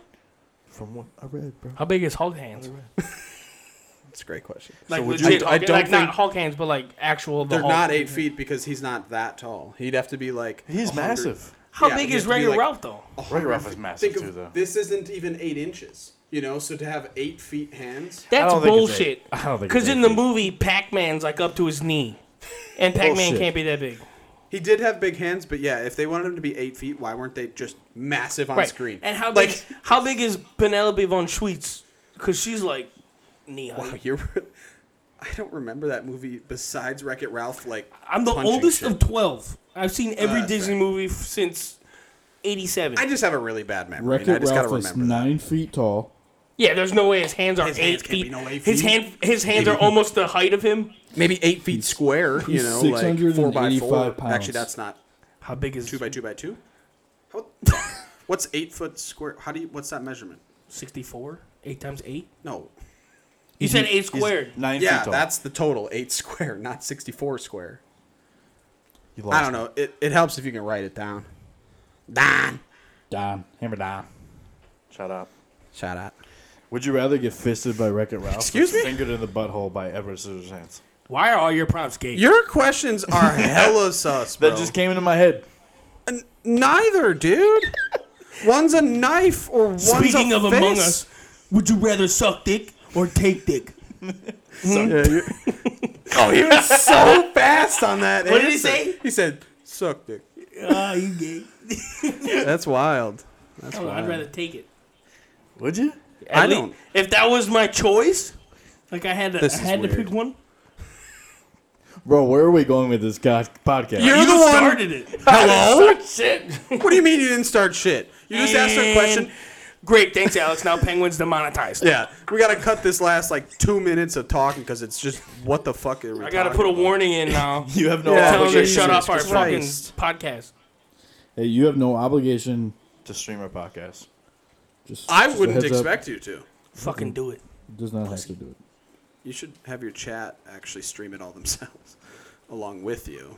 Speaker 5: from what I read, bro.
Speaker 3: How big is Hulk hands?
Speaker 4: That's a great question.
Speaker 3: Like
Speaker 5: would you-
Speaker 3: legit,
Speaker 4: I- I
Speaker 3: Hulk-
Speaker 4: don't
Speaker 3: like not
Speaker 4: think-
Speaker 3: Hulk hands, but like actual. The
Speaker 4: They're
Speaker 3: Hulk.
Speaker 4: not eight feet because he's not that tall. He'd have to be like.
Speaker 5: He's
Speaker 4: 100.
Speaker 5: massive.
Speaker 3: How
Speaker 4: Yeah,
Speaker 3: big
Speaker 4: you
Speaker 3: is
Speaker 4: have to be,
Speaker 3: regular
Speaker 4: like,
Speaker 3: Ralph though?
Speaker 5: Wreck-It Ralph is massive
Speaker 4: Think
Speaker 5: too,
Speaker 4: of
Speaker 5: though.
Speaker 4: this isn't even eight inches. You know, so to have eight feet hands.
Speaker 3: That's
Speaker 5: don't think it's
Speaker 3: bullshit.
Speaker 5: eight. I don't think it's
Speaker 3: Because in
Speaker 5: eight
Speaker 3: the
Speaker 5: feet.
Speaker 3: movie, Pac Man's like up to his knee. And Pac Man
Speaker 5: Bullshit.
Speaker 3: can't be that big.
Speaker 4: He did have big hands, but yeah, if they wanted him to be eight feet, why weren't they just massive on
Speaker 3: Right.
Speaker 4: screen?
Speaker 3: And how big,
Speaker 4: like
Speaker 3: how big is Penelope von Schweetz? Because she's like knee high.
Speaker 4: wow, you're. I don't remember that movie besides Wreck It Ralph. Like
Speaker 3: I'm the
Speaker 4: punching
Speaker 3: oldest
Speaker 4: shit. Ah,
Speaker 3: of 12. I've seen every
Speaker 4: that's
Speaker 3: Disney
Speaker 4: right.
Speaker 3: movie f- since 87.
Speaker 4: I just have a really bad memory.
Speaker 6: Wreck
Speaker 4: and I
Speaker 6: It
Speaker 4: just gotta
Speaker 6: Ralph is
Speaker 4: remember. that.
Speaker 6: nine feet tall.
Speaker 3: yeah, there's no way his hands are
Speaker 4: His
Speaker 3: eight,
Speaker 4: hands can't
Speaker 3: feet.
Speaker 4: be no eight
Speaker 3: His,
Speaker 4: feet.
Speaker 3: hand, his hands are almost the height of him.
Speaker 4: Maybe eight feet square.
Speaker 6: he's
Speaker 4: you know, like four by
Speaker 6: 685
Speaker 4: four.
Speaker 6: pounds.
Speaker 4: Actually, that's not
Speaker 3: How big is
Speaker 4: two by two by two. How, what's eight foot square? How do you? What's that measurement?
Speaker 3: 64? 8 times 8?
Speaker 4: No.
Speaker 3: You said 8 squared.
Speaker 5: Nine
Speaker 4: yeah,
Speaker 5: feet tall.
Speaker 4: that's the total. Eight square, not sixty-four square.
Speaker 5: You lost
Speaker 4: I don't
Speaker 5: me.
Speaker 4: know. It, it helps if you can write it down. Don.
Speaker 6: Damn, hammer down.
Speaker 5: Shut up.
Speaker 4: Shout out.
Speaker 5: Would you rather get fisted by Wreck-It Ralph?
Speaker 4: Excuse
Speaker 5: or
Speaker 4: me?
Speaker 5: Fingered in the butthole by Everett Scissorhands.
Speaker 3: Why are all your props gay?
Speaker 4: Your questions are hella sus, bro.
Speaker 5: That just came into my head.
Speaker 4: N- Neither, dude. One's a knife or one's
Speaker 3: Speaking
Speaker 4: a
Speaker 3: of Among
Speaker 4: fist.
Speaker 3: Us, would you rather suck dick or take dick?
Speaker 4: Oh, he was so fast on that.
Speaker 3: What did he
Speaker 4: answer.
Speaker 3: say?
Speaker 4: He said, "Suck dick."
Speaker 3: Ah, you gay.
Speaker 4: That's wild. That's
Speaker 3: Oh, I'd rather take it.
Speaker 5: Would you?
Speaker 4: I
Speaker 3: At lea-
Speaker 4: don't-
Speaker 3: If that was my choice, like I had to,
Speaker 4: This
Speaker 3: I
Speaker 4: is
Speaker 3: had to
Speaker 4: weird.
Speaker 3: pick one.
Speaker 5: Bro, where are we going with this god- podcast?
Speaker 4: You're the
Speaker 3: you
Speaker 4: one.
Speaker 3: started it.
Speaker 4: Hello?
Speaker 3: Shit.
Speaker 4: What do you mean you didn't start shit? You just asked her a question.
Speaker 3: And- Great, thanks, Alex. Now Penguins demonetized.
Speaker 4: Yeah, we gotta cut this last like two minutes of talking because it's just what the fuck are we
Speaker 3: I gotta put a
Speaker 4: talking about?
Speaker 3: warning in now.
Speaker 5: You have no
Speaker 4: Yeah.
Speaker 3: Tell them to
Speaker 4: Jesus
Speaker 3: shut off our
Speaker 4: Christ.
Speaker 3: fucking podcast.
Speaker 6: Hey, you have no obligation.
Speaker 5: to stream our podcast.
Speaker 6: Just
Speaker 4: I
Speaker 6: just a
Speaker 4: wouldn't
Speaker 6: heads up,
Speaker 4: expect you to. Mm-hmm.
Speaker 3: Fucking do it.
Speaker 6: Does not have to do it.
Speaker 4: You should have your chat actually stream it all themselves. along with you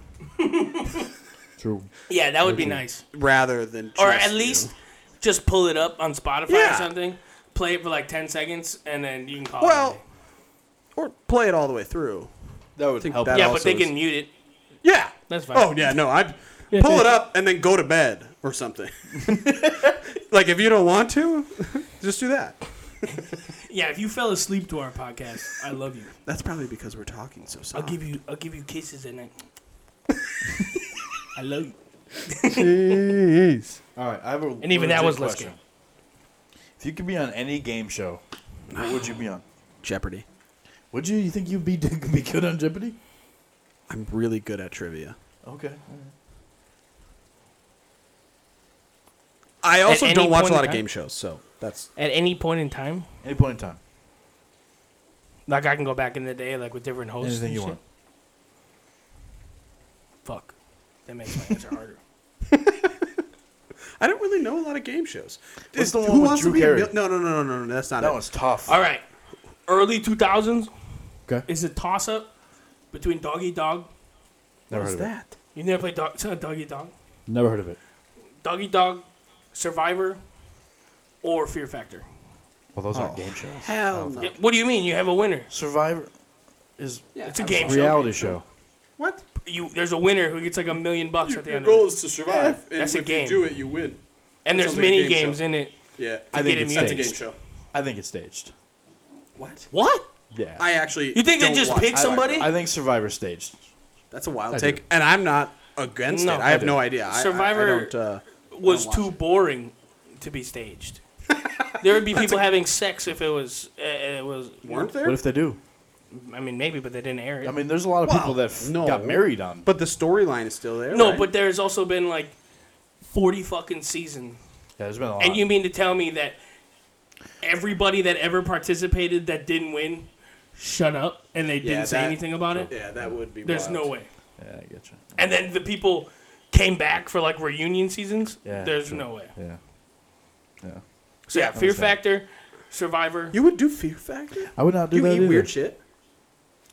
Speaker 6: True.
Speaker 3: Yeah, that would be nice.
Speaker 4: rather than just
Speaker 3: or at
Speaker 4: Mm-hmm. you.
Speaker 3: least just pull it up on Spotify
Speaker 4: Yeah.
Speaker 3: or something. Play it for like ten seconds, and then you can call.
Speaker 4: Well,
Speaker 3: it.
Speaker 4: or play it all the way through.
Speaker 1: That would
Speaker 4: think
Speaker 1: help.
Speaker 4: that-
Speaker 3: a day. yeah,
Speaker 4: also
Speaker 3: but they
Speaker 4: is-
Speaker 3: can mute it.
Speaker 4: Yeah.
Speaker 3: That's fine.
Speaker 4: Oh yeah, no, I'd pull it up and then go to bed or something. like if you don't want to, just do that.
Speaker 3: Yeah, if you fell asleep to our podcast, I love you.
Speaker 4: That's probably because we're talking so soft.
Speaker 3: I'll give you. I'll give you kisses and then. I love you.
Speaker 4: Jeez.
Speaker 1: All right, I have a.
Speaker 3: And even that
Speaker 1: legit
Speaker 3: was less
Speaker 1: question.
Speaker 3: good.
Speaker 1: If you could be on any game show, what would you be on?
Speaker 4: Jeopardy.
Speaker 1: Would you? You think you'd be be good on Jeopardy?
Speaker 4: I'm really good at trivia.
Speaker 1: Okay.
Speaker 4: I also
Speaker 3: any
Speaker 4: don't watch
Speaker 3: point
Speaker 4: a
Speaker 3: in
Speaker 4: lot of
Speaker 3: time?
Speaker 4: game shows, so that's
Speaker 3: At any point in time,
Speaker 1: Any point in time,
Speaker 3: like I can go back in the day, like with different hosts.
Speaker 1: anything
Speaker 3: and
Speaker 1: you
Speaker 3: shit.
Speaker 1: want.
Speaker 3: Fuck, that makes my answer harder.
Speaker 4: I don't really know a lot of game shows.
Speaker 1: What's the one with Drew
Speaker 4: a
Speaker 1: Carey?
Speaker 4: mil- No, no, no, no, no, no. That's not
Speaker 1: That
Speaker 4: it.
Speaker 1: one's tough.
Speaker 3: All right, early two thousands.
Speaker 6: Okay.
Speaker 3: Is a toss up between doggy dog.
Speaker 1: Never
Speaker 4: What's
Speaker 1: heard of it.
Speaker 4: that?
Speaker 3: You never played dog, doggy dog.
Speaker 6: Never heard of it.
Speaker 3: Doggy Dog, Survivor, or Fear Factor.
Speaker 1: Well, those aren't game shows.
Speaker 4: Hell no.
Speaker 3: Yeah, What do you mean? You have a winner.
Speaker 1: Oh. Survivor is
Speaker 3: It's a game show.
Speaker 1: reality show.
Speaker 4: What?
Speaker 3: You, there's a winner who gets like a million bucks at the end. of it.
Speaker 4: is to survive. and
Speaker 3: That's a game.
Speaker 4: it, you win.
Speaker 3: And there's
Speaker 4: sounds like a
Speaker 3: mini
Speaker 4: game
Speaker 3: games
Speaker 4: show.
Speaker 3: in it.
Speaker 4: Yeah.
Speaker 1: I
Speaker 3: Get
Speaker 1: think it's
Speaker 3: him
Speaker 1: staged.
Speaker 3: used to
Speaker 4: show.
Speaker 1: I think it's staged.
Speaker 4: What?
Speaker 3: What?
Speaker 1: Yeah.
Speaker 4: I actually.
Speaker 3: You think they
Speaker 4: don't
Speaker 3: just
Speaker 4: watch
Speaker 3: pick
Speaker 4: Survivor.
Speaker 3: somebody?
Speaker 1: I think Survivor staged.
Speaker 4: That's a wild
Speaker 1: I
Speaker 4: take,
Speaker 1: do.
Speaker 4: and I'm not against
Speaker 3: No,
Speaker 4: it. I,
Speaker 3: I
Speaker 4: have
Speaker 1: do.
Speaker 4: no idea. I- I- I,
Speaker 3: Survivor-
Speaker 4: don't, uh,
Speaker 3: was
Speaker 4: watch
Speaker 3: too boring to be staged. there would be people having sex if it was. Uh, it was.
Speaker 4: weren't there?
Speaker 1: What if they do?
Speaker 3: I mean, maybe, but they didn't air it.
Speaker 1: I mean, there's a lot of
Speaker 4: Wow.
Speaker 1: people that f-
Speaker 4: No.
Speaker 1: got married on.
Speaker 4: but the storyline is still there.
Speaker 3: no,
Speaker 4: right?
Speaker 3: but there's also been like forty fucking seasons.
Speaker 1: yeah, there's been a lot.
Speaker 5: Uh,
Speaker 3: And you mean to tell me that everybody that ever participated that didn't win shut up and they
Speaker 4: Yeah,
Speaker 3: didn't say
Speaker 4: that-
Speaker 3: anything about it?
Speaker 4: yeah, that would be.
Speaker 3: There's
Speaker 4: wild.
Speaker 3: no way.
Speaker 1: yeah, I get you.
Speaker 3: And then the people came back for like reunion seasons.
Speaker 1: Yeah,
Speaker 3: There's
Speaker 1: true.
Speaker 3: no way.
Speaker 1: Yeah.
Speaker 3: So yeah, Fear Factor, Survivor.
Speaker 4: You would do Fear Factor.
Speaker 1: I would not do
Speaker 4: You
Speaker 1: that
Speaker 4: eat
Speaker 1: either.
Speaker 4: weird shit.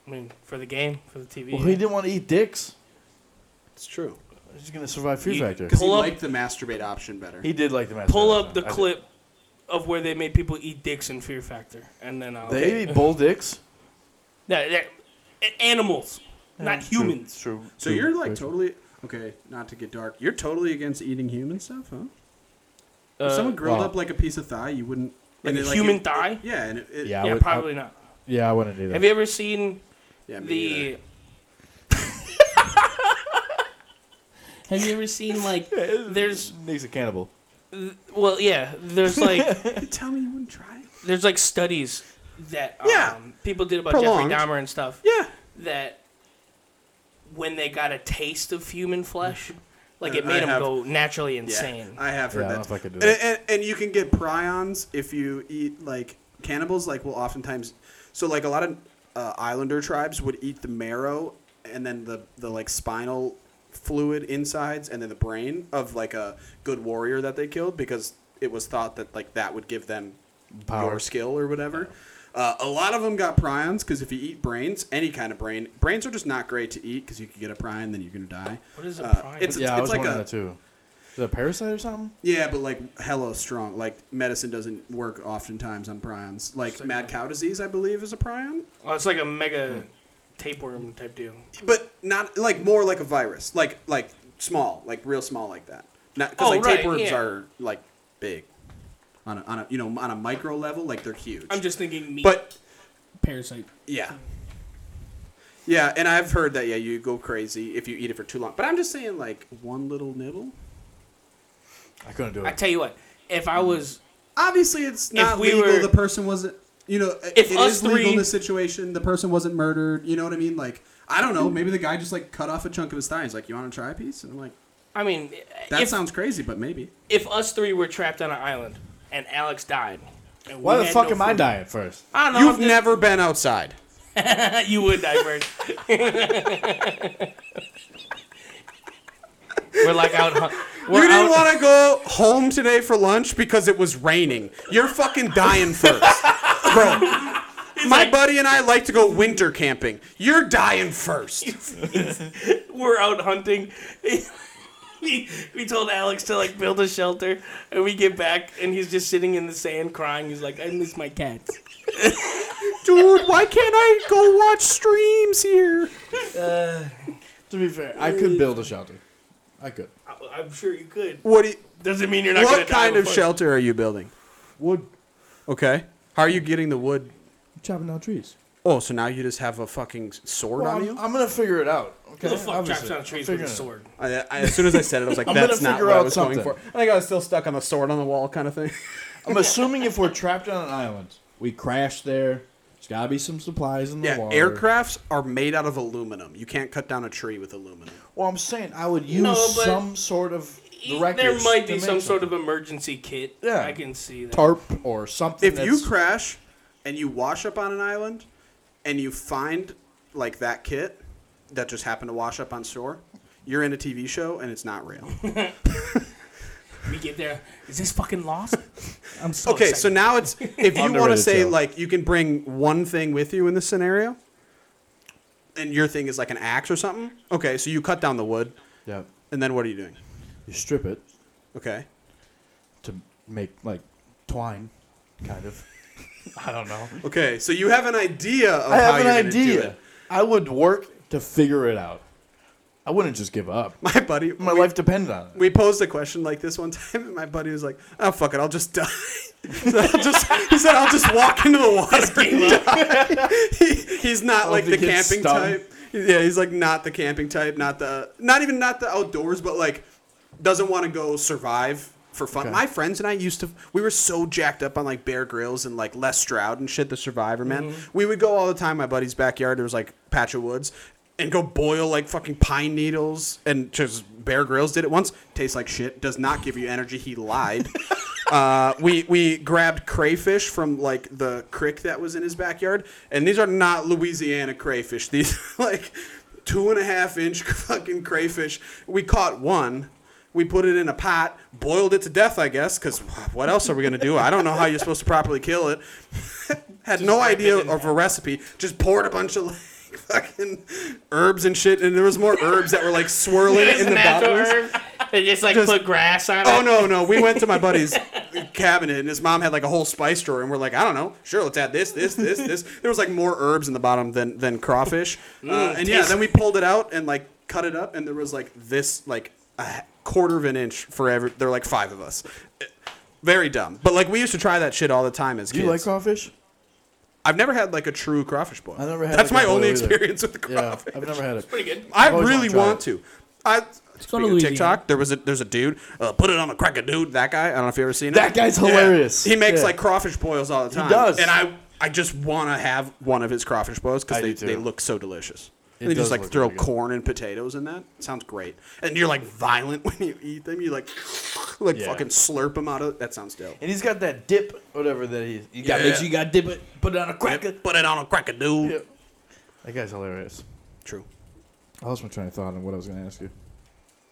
Speaker 3: I mean, for the game, for the TV.
Speaker 1: Well, he didn't want to eat dicks.
Speaker 4: It's true.
Speaker 1: He's gonna survive Fear
Speaker 3: You-
Speaker 1: Factor.
Speaker 4: Because he
Speaker 3: Pull up-
Speaker 4: liked the masturbate option better.
Speaker 1: He did like the match.
Speaker 3: Pull up the clip of where they made people eat dicks in Fear Factor, and then I'll.
Speaker 1: They eat bull dicks.
Speaker 3: Yeah, they're- a- animals, not
Speaker 1: True,
Speaker 3: humans.
Speaker 1: True.
Speaker 4: so you're like totally okay. Not to get dark, you're totally against eating human stuff, huh? if
Speaker 3: Uh,
Speaker 4: someone grilled
Speaker 6: wow.
Speaker 4: up like a piece of thigh, you wouldn't.
Speaker 3: Like
Speaker 4: and
Speaker 3: a
Speaker 4: it,
Speaker 3: human
Speaker 4: it-
Speaker 3: thigh?
Speaker 4: Yeah, and it, it,
Speaker 1: Yeah. I
Speaker 3: yeah,
Speaker 1: would-
Speaker 3: probably not.
Speaker 1: Yeah, I wouldn't do that.
Speaker 3: Have you ever seen
Speaker 4: yeah me neither.
Speaker 3: the Have you ever seen like there's
Speaker 1: Nick's a cannibal.
Speaker 3: well yeah there's like
Speaker 4: You tell me you wouldn't try. it?
Speaker 3: there's like studies that um,
Speaker 4: Yeah.
Speaker 3: people did about
Speaker 4: Prolonged.
Speaker 3: Jeffrey Dahmer and stuff
Speaker 4: Yeah.
Speaker 3: that when they got a taste of human flesh like it
Speaker 4: I
Speaker 3: made them
Speaker 4: have-
Speaker 3: go naturally
Speaker 4: Yeah,
Speaker 3: insane.
Speaker 4: I have heard
Speaker 1: Yeah, I
Speaker 4: that.
Speaker 1: don't know if I could do
Speaker 4: and,
Speaker 1: that.
Speaker 4: And, and you can get prions if you eat like cannibals. Like will oftentimes, so like a lot of uh, islander tribes would eat the marrow and then the the like spinal fluid insides and then the brain of like a good warrior that they killed because it was thought that like that would give them
Speaker 1: Power.
Speaker 4: your skill or whatever. Uh, a lot of them got prions because if you eat brains, any kind of brain, brains are just not great to eat because you could get a prion, then you're gonna die.
Speaker 3: What is a
Speaker 4: Uh,
Speaker 3: prion?
Speaker 4: it's,
Speaker 1: yeah,
Speaker 4: it's
Speaker 1: I was
Speaker 4: like
Speaker 1: wondering
Speaker 4: a,
Speaker 1: that too. Is that a parasite or something?
Speaker 4: yeah, but like hella strong. Like medicine doesn't work oftentimes on prions. Like mad cow disease, I believe, is a prion,
Speaker 3: Well, Oh, it's like a mega tapeworm type deal.
Speaker 4: but not like more like a virus, like like small, like real small, like that. Not because
Speaker 3: Oh,
Speaker 4: like
Speaker 3: right,
Speaker 4: tapeworms
Speaker 3: yeah.
Speaker 4: are like big, on a, on a you know on a micro level, like they're huge.
Speaker 3: I'm just thinking meat
Speaker 4: but
Speaker 3: parasite.
Speaker 4: yeah, yeah, and I've heard that yeah, you go crazy if you eat it for too long. But I'm just saying like one little nibble.
Speaker 1: I couldn't do
Speaker 3: I
Speaker 1: it.
Speaker 3: tell you what, if I was
Speaker 4: Obviously, it's not
Speaker 3: we
Speaker 4: legal.
Speaker 3: were-
Speaker 4: the person wasn't, you know,
Speaker 3: If
Speaker 4: it
Speaker 3: us
Speaker 4: is legal
Speaker 3: three-
Speaker 4: in this situation. The person wasn't murdered. You know what I mean? Like, I don't know. Maybe the guy just like cut off a chunk of his thigh. He's like, "You want to try a piece?" And I'm like,
Speaker 3: I mean
Speaker 4: "That
Speaker 3: if,
Speaker 4: sounds crazy, but maybe."
Speaker 3: if us three were trapped on an island and Alex died. and
Speaker 1: Why
Speaker 3: we
Speaker 1: the
Speaker 3: had
Speaker 1: fuck
Speaker 3: no
Speaker 1: am I
Speaker 3: food-
Speaker 1: dying first?
Speaker 3: I don't know. I'm just-
Speaker 4: never been outside.
Speaker 3: you would die first. we're like out. Hun- we're
Speaker 4: you didn't
Speaker 3: out-
Speaker 4: want to go home today for lunch because it was raining. You're fucking dying first, bro. My
Speaker 3: like-
Speaker 4: buddy and I like to go winter camping. You're dying first.
Speaker 3: We're out hunting. we, we told Alex to like build a shelter, and we get back, and he's just sitting in the sand crying. He's like, "I miss my cats."
Speaker 4: Dude, why can't I go watch streams here?
Speaker 6: To be fair, I could build a shelter. I could.
Speaker 3: I- I'm sure you could.
Speaker 4: What do you,
Speaker 3: Doesn't mean you're not.
Speaker 4: what
Speaker 3: gonna die
Speaker 4: kind of
Speaker 3: before-
Speaker 4: shelter are you building?
Speaker 6: Wood
Speaker 4: Okay. How are you getting the wood?
Speaker 6: chopping down trees.
Speaker 4: Oh, so now you just have a fucking sword on
Speaker 5: I'm,
Speaker 4: you?
Speaker 5: I'm gonna figure it out.
Speaker 3: Who
Speaker 5: Okay.
Speaker 3: the fuck chops
Speaker 5: Obviously.
Speaker 3: down trees
Speaker 5: I'm
Speaker 3: with a
Speaker 5: figuring it out.
Speaker 3: sword?
Speaker 4: I, I- as soon as I said it, I was like,
Speaker 5: gonna
Speaker 4: that's not
Speaker 5: figure
Speaker 4: what I
Speaker 5: out
Speaker 4: was going
Speaker 5: something.
Speaker 4: for. I think I was still stuck on the sword on the wall kind of thing.
Speaker 6: I'm assuming if we're trapped on an island, we crash there. There's gotta be some supplies in the
Speaker 4: yeah,
Speaker 6: water.
Speaker 4: aircrafts are made out of aluminum. You can't cut down a tree with aluminum.
Speaker 5: Well, I'm saying I
Speaker 6: I would use
Speaker 3: No, but-
Speaker 6: some sort of the wreckage.
Speaker 3: There might
Speaker 6: to
Speaker 3: be
Speaker 6: make
Speaker 3: some sort
Speaker 6: something.
Speaker 3: of emergency kit.
Speaker 6: Yeah.
Speaker 3: I can see that.
Speaker 6: tarp or something.
Speaker 4: if you
Speaker 6: that's-
Speaker 4: crash and you wash up on an island and you find like that kit that just happened to wash up on shore you're in a tv show and it's not real
Speaker 3: We get there. Is this fucking lost? I'm so
Speaker 4: okay
Speaker 3: Excited.
Speaker 4: so now it's if you want to
Speaker 6: Underrated
Speaker 4: say
Speaker 6: show.
Speaker 4: like you can bring one thing with you in this scenario and your thing is like an axe or something okay so you cut down the wood
Speaker 6: yeah,
Speaker 4: and then what are you doing
Speaker 6: you strip it
Speaker 4: okay
Speaker 6: to make like twine, kind of.
Speaker 5: I don't know.
Speaker 4: okay so you have an idea of
Speaker 6: I
Speaker 4: how
Speaker 6: have an
Speaker 4: you're gonna do
Speaker 6: idea.
Speaker 4: it
Speaker 6: I would work to figure it out. I wouldn't just give up.
Speaker 4: my buddy
Speaker 5: My life depended on it.
Speaker 4: we posed a question like this one time, and my buddy was like, "Oh fuck it, I'll just die." He said, I'll just, he said, "I'll just walk into the water and die." He- he's not like
Speaker 6: if
Speaker 4: the
Speaker 6: it gets
Speaker 4: camping
Speaker 6: stung.
Speaker 4: type. Yeah, he's like not the camping type, not the not even not the outdoors, but like doesn't want to go survive for fun. My friends and I used to we were so jacked up on like Bear Grylls and like Les Stroud and shit, the Survivor man. We would go all the time. My buddy's backyard. There was like patch of woods. And go boil like fucking pine needles and just Bear Grylls did it once. Tastes like shit. Does not give you energy. He lied. Uh, we we grabbed crayfish from like the creek that was in his backyard, and these are not Louisiana crayfish. These are like two and a half inch fucking crayfish. We caught one. We put it in a pot, boiled it to death, I guess, because what else are we gonna do? I don't know how you're supposed to properly kill it. Had no
Speaker 3: wrap it
Speaker 4: idea
Speaker 3: in
Speaker 4: of a recipe. Just poured a bunch of like fucking herbs and shit, and there was more herbs that were like swirling
Speaker 3: It's
Speaker 4: in the
Speaker 3: natural
Speaker 4: bottom.
Speaker 3: herb. They just like
Speaker 4: Just-
Speaker 3: put grass on
Speaker 4: Oh
Speaker 3: it.
Speaker 4: no, no. We went to my buddy's cabinet and his mom had like a whole spice drawer and we're like, I don't know, sure, let's add this, this, this, this. There was like more herbs in the bottom than than crawfish. Uh, and yeah, then we pulled it out and like cut it up and there was like this like a quarter of an inch for every there were like five of us. Very dumb. But like we used to try that shit all the time as
Speaker 6: Do
Speaker 4: kids.
Speaker 6: you like crawfish?
Speaker 4: I've never had like a true crawfish boil.
Speaker 6: I never had,
Speaker 4: That's
Speaker 6: like,
Speaker 4: my
Speaker 6: a boil
Speaker 4: only
Speaker 6: either.
Speaker 4: experience with the
Speaker 6: Yeah,
Speaker 4: crawfish.
Speaker 6: I've never had it.
Speaker 3: Pretty good.
Speaker 4: I
Speaker 6: always
Speaker 4: really
Speaker 6: wanna try
Speaker 4: want
Speaker 6: it.
Speaker 4: to. I
Speaker 3: go to
Speaker 4: speaking of
Speaker 3: Louisiana.
Speaker 4: TikTok. There was a there's a dude. Uh, put it on a cracker, dude. That guy. I don't know if you have ever seen him.
Speaker 6: That guy's hilarious.
Speaker 4: He makes
Speaker 6: Yeah.
Speaker 4: like crawfish boils all the time.
Speaker 6: does.
Speaker 4: And I I just want to have one of his crawfish boils because
Speaker 1: I do
Speaker 4: they,
Speaker 1: too.
Speaker 4: they look so delicious.
Speaker 6: It
Speaker 4: and they just
Speaker 6: does
Speaker 4: like
Speaker 6: look
Speaker 4: throw
Speaker 6: really good.
Speaker 4: corn and potatoes in that. Sounds great. And you're like violent when you eat them. You like like
Speaker 1: Yeah.
Speaker 4: fucking slurp them out of. That sounds dope.
Speaker 5: And he's got that dip, whatever that he. You gotta
Speaker 4: Yeah.
Speaker 5: make sure you gotta dip it, put it on a cracker.
Speaker 4: Put it on a cracker, dude.
Speaker 5: Yep.
Speaker 1: That guy's hilarious.
Speaker 4: True.
Speaker 6: I lost my train of thought on what I was going to ask you.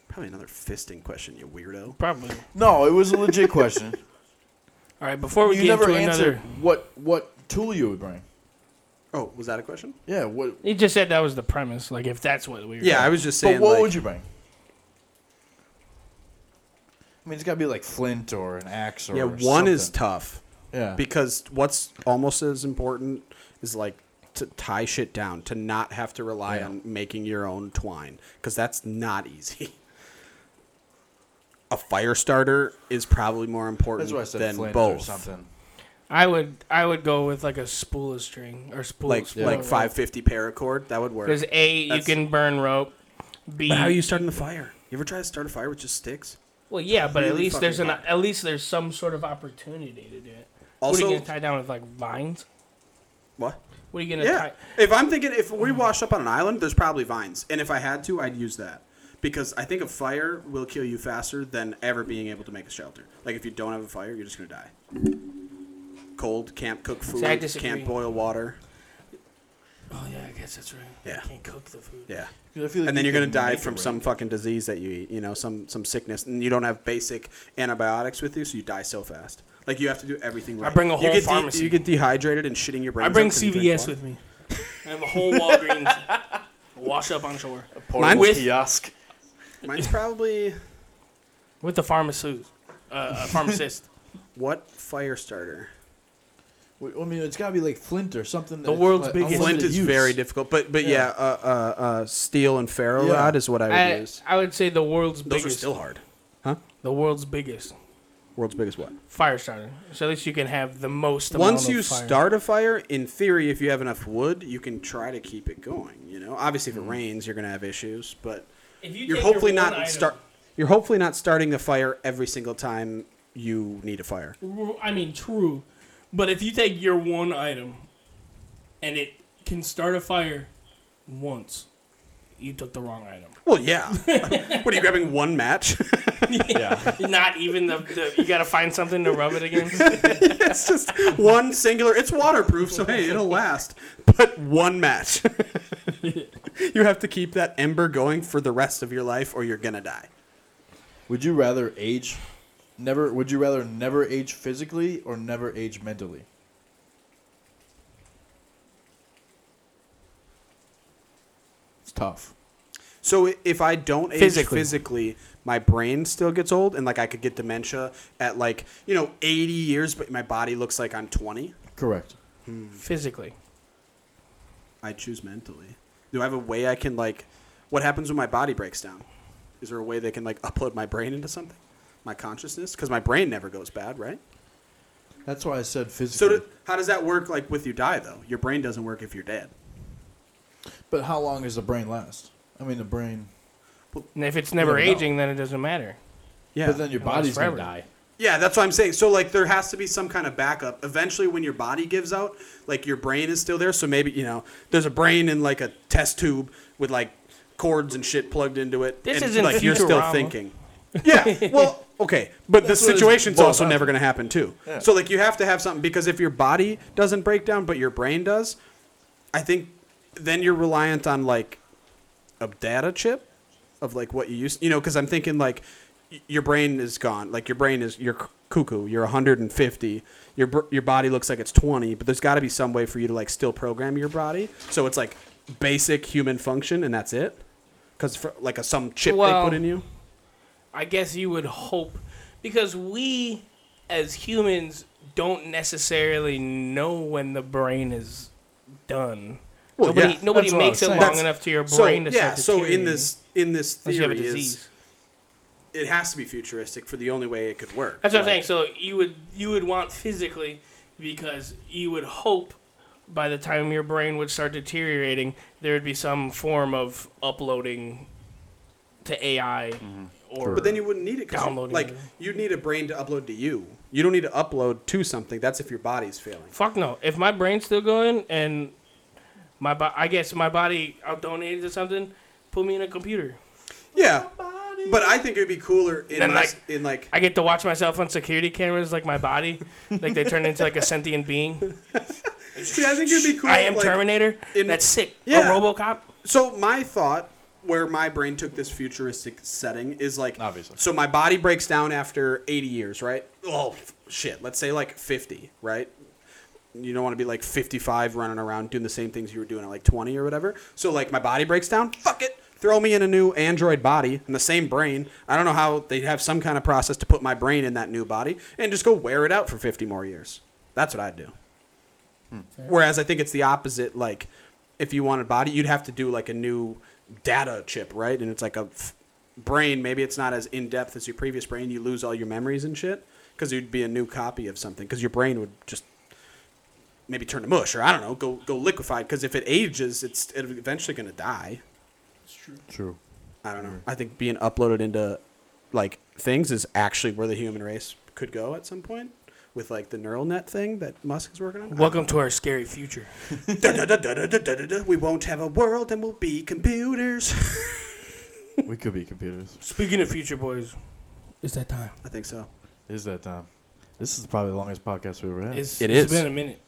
Speaker 4: Probably another fisting question, you weirdo.
Speaker 3: Probably.
Speaker 1: No, it was a legit question.
Speaker 3: All right. Before we
Speaker 6: You
Speaker 3: get
Speaker 6: never
Speaker 3: into
Speaker 6: answered
Speaker 3: another,
Speaker 6: what what tool you would bring.
Speaker 4: Oh, was that a question?
Speaker 6: Yeah, what?
Speaker 3: he just said that was the premise. Like if that's what we. Were
Speaker 4: Yeah, I was just saying.
Speaker 5: but what
Speaker 4: like,
Speaker 5: would you bring?
Speaker 1: I mean, it's got to be like flint or an axe or
Speaker 4: Yeah, one is
Speaker 1: something.
Speaker 4: tough
Speaker 6: Yeah,
Speaker 4: because what's almost as important is like to tie shit down, to not have to rely on making your own twine because that's not easy. A fire starter is probably more important
Speaker 1: That's why I said
Speaker 4: than
Speaker 1: flint
Speaker 4: both.
Speaker 1: or something.
Speaker 3: I would. I would go with like a spool of string or spool.
Speaker 4: Like
Speaker 3: of spool
Speaker 4: like 550 paracord that would work.
Speaker 3: Because a
Speaker 4: That's-
Speaker 3: you can burn rope. B.
Speaker 4: But how are you starting the fire? You ever try to start a fire with just sticks?
Speaker 3: Well, yeah, but at
Speaker 4: really
Speaker 3: least there's an
Speaker 4: fucking hot.
Speaker 3: at least there's some sort of opportunity to do it. what are you
Speaker 4: Also,
Speaker 3: gonna tie down with like vines?
Speaker 4: what?
Speaker 3: What are you gonna
Speaker 4: Yeah.
Speaker 3: tie?
Speaker 4: If I'm thinking, if we washed up on an island, there's probably vines. And if I had to, I'd use that. Because I think a fire will kill you faster than ever being able to make a shelter. Like, if you don't have a fire, you're just going to die. Cold, can't cook food,
Speaker 3: I disagree.
Speaker 4: can't boil water.
Speaker 3: Oh yeah, I guess that's right.
Speaker 4: Yeah.
Speaker 3: I can't cook the food.
Speaker 4: Yeah.
Speaker 5: 'Cause I feel like
Speaker 4: and then
Speaker 5: you
Speaker 4: you're gonna
Speaker 5: can
Speaker 4: die
Speaker 5: make it
Speaker 4: from
Speaker 5: right.
Speaker 4: some fucking disease that you eat, you know, some some sickness, and you don't have basic antibiotics with you, so you die so fast. Like you have to do everything right.
Speaker 3: bring a whole
Speaker 4: you get
Speaker 3: pharmacy.
Speaker 4: you get dehydrated and shitting your brain.
Speaker 3: I bring CVS with me. I have a whole Walgreens. Wash up on shore
Speaker 1: Portable
Speaker 4: Mine-
Speaker 1: kiosk.
Speaker 4: Mine's probably
Speaker 3: with the pharmacist. Uh, a pharmacist.
Speaker 4: what fire starter.
Speaker 5: Well, I mean, it's got to be like Flint or something.
Speaker 3: The world's biggest-
Speaker 5: biggest
Speaker 4: Flint is very difficult, but but yeah,
Speaker 5: Yeah.
Speaker 4: uh, uh, uh, steel and ferro
Speaker 5: Yeah.
Speaker 4: rod is what I would
Speaker 3: I,
Speaker 4: use.
Speaker 3: I would say the world's
Speaker 4: Those are
Speaker 3: biggest.
Speaker 4: still hard.
Speaker 3: the world's biggest
Speaker 4: World's biggest what?
Speaker 3: fire starter. So at least you can have the most. amount
Speaker 4: Once
Speaker 3: of
Speaker 4: you
Speaker 3: fire.
Speaker 4: start a fire, in theory, if you have enough wood, you can try to keep it going. You know, obviously, if it rains, you're gonna have issues, but
Speaker 3: If you
Speaker 4: you're
Speaker 3: take your
Speaker 4: hopefully
Speaker 3: one
Speaker 4: not
Speaker 3: item-
Speaker 4: start. You're hopefully not starting the fire every single time you need a fire.
Speaker 3: I mean, true, but if you take your one item, and it can start a fire, once, you took the wrong item.
Speaker 4: Well, yeah. what are you grabbing one match?
Speaker 3: Not even the, the you got to find something to rub it against.
Speaker 4: it's just one singular. It's waterproof, so hey, it'll last. But one match. you have to keep that ember going for the rest of your life, or you're gonna die.
Speaker 5: Would you rather age, never? Would you rather never age physically or never age mentally? It's tough.
Speaker 4: So i- if I don't age physically.
Speaker 3: Physically.
Speaker 4: my brain still gets old, and like I could get dementia at like you know 80 years, but my body looks like I'm 20.
Speaker 5: Correct.
Speaker 3: Physically,
Speaker 4: I choose mentally. Do I have a way I can like? What happens when my body breaks down? Is there a way they can like upload my brain into something, my consciousness? Because my brain never goes bad, right?
Speaker 5: That's why I said
Speaker 4: So
Speaker 5: physically.
Speaker 4: do, how does that work? Like with you die though, your brain doesn't work if you're dead.
Speaker 5: but how long does the brain last? I mean, the brain.
Speaker 3: and if it's never
Speaker 5: You never know.
Speaker 3: aging, then it doesn't matter.
Speaker 4: Yeah.
Speaker 5: But then your
Speaker 3: It lasts
Speaker 5: body's gonna
Speaker 3: forever.
Speaker 5: die.
Speaker 4: Yeah, that's what I'm saying. So like there has to be some kind of backup. Eventually when your body gives out, like your brain is still there, so maybe, you know, there's a brain in like a test tube with like cords and shit plugged into it.
Speaker 3: This
Speaker 4: and,
Speaker 3: isn't
Speaker 4: like you're still
Speaker 3: Futurama.
Speaker 4: thinking. Yeah. Well, okay, but the
Speaker 5: That's what it's
Speaker 4: situation's
Speaker 5: boiled
Speaker 4: also
Speaker 5: down
Speaker 4: never going to happen too. So like you have to have something because if your body doesn't break down but your brain does, I think then you're reliant on like a data chip of like what you use, you know, because I'm thinking like y- your brain is gone, like your brain is your cuckoo, you're 150, your br- your body looks like it's 20, but there's got to be some way for you to like still program your body so it's like basic human function and that's it, because for like a some chip
Speaker 3: Well-
Speaker 4: they put in you.
Speaker 3: I guess you would hope because we as humans don't necessarily know when the brain is done.
Speaker 4: Well,
Speaker 3: nobody
Speaker 4: yeah.
Speaker 3: nobody
Speaker 5: That's what I
Speaker 3: makes
Speaker 5: was
Speaker 3: it
Speaker 5: saying.
Speaker 3: long
Speaker 4: That's-
Speaker 3: enough to your
Speaker 4: So
Speaker 3: brain to
Speaker 4: yeah,
Speaker 3: start
Speaker 4: so in
Speaker 3: deteriorating
Speaker 4: this in this
Speaker 3: unless you have a
Speaker 4: theory
Speaker 3: disease.
Speaker 4: is it has to be futuristic for the only way it could work.
Speaker 3: That's what I'm
Speaker 4: Like,
Speaker 3: saying. So you would you would want physically because you would hope by the time your brain would start deteriorating, there would be some form of uploading to AI or
Speaker 4: But then you wouldn't need it. 'cause you-
Speaker 3: Downloading
Speaker 4: like
Speaker 3: it.
Speaker 4: you'd need a brain to upload to you. You don't need to upload to something. That's if your body's failing.
Speaker 3: Fuck no. If my brain's still going and my bo- I guess my body I'll donate it to something, put me in a computer.
Speaker 4: Yeah. But I think it'd be cooler in
Speaker 3: Then,
Speaker 4: less-
Speaker 3: like-
Speaker 4: in like
Speaker 3: I get to watch myself on security cameras like my body. like they turn into like a sentient being.
Speaker 4: see. I think it'd be cool.
Speaker 3: I am
Speaker 4: like-
Speaker 3: Terminator.
Speaker 4: in-
Speaker 3: That's sick.
Speaker 4: Yeah.
Speaker 3: A Robocop.
Speaker 4: So my thought, where my brain took this futuristic setting, is like
Speaker 1: Obviously.
Speaker 4: So my body breaks down after 80 years, right? Oh f- shit. Let's say like 50, right? You don't want to be like 55 running around doing the same things you were doing at like 20 or whatever. So like my body breaks down. Fuck it. Throw me in a new android body and the same brain. I don't know how they have some kind of process to put my brain in that new body and just go wear it out for 50 more years. That's what I'd do. Whereas I think it's the opposite. Like, if you wanted body, you'd have to do like a new data chip, right? And it's like a f- brain. Maybe it's not as in depth as your previous brain. You lose all your memories and shit because you'd be a new copy of something. Because your brain would just maybe turn to mush, or I don't know, go go liquefied. Because if it ages, it's it eventually gonna die.
Speaker 5: True.
Speaker 4: I don't know. I think being uploaded into like things is actually where the human race could go at some point with like the neural net thing that Musk is working on. I don't
Speaker 3: Welcome to our scary future.
Speaker 4: Da-da-da-da-da-da-da-da. We won't have a world and we'll be computers.
Speaker 5: We could be computers.
Speaker 3: Speaking of future boys, it's that time.
Speaker 4: I think so.
Speaker 5: It Is that time? This is probably the longest podcast we've ever had.
Speaker 3: It's,
Speaker 4: It
Speaker 3: it's
Speaker 4: is.
Speaker 3: been a minute.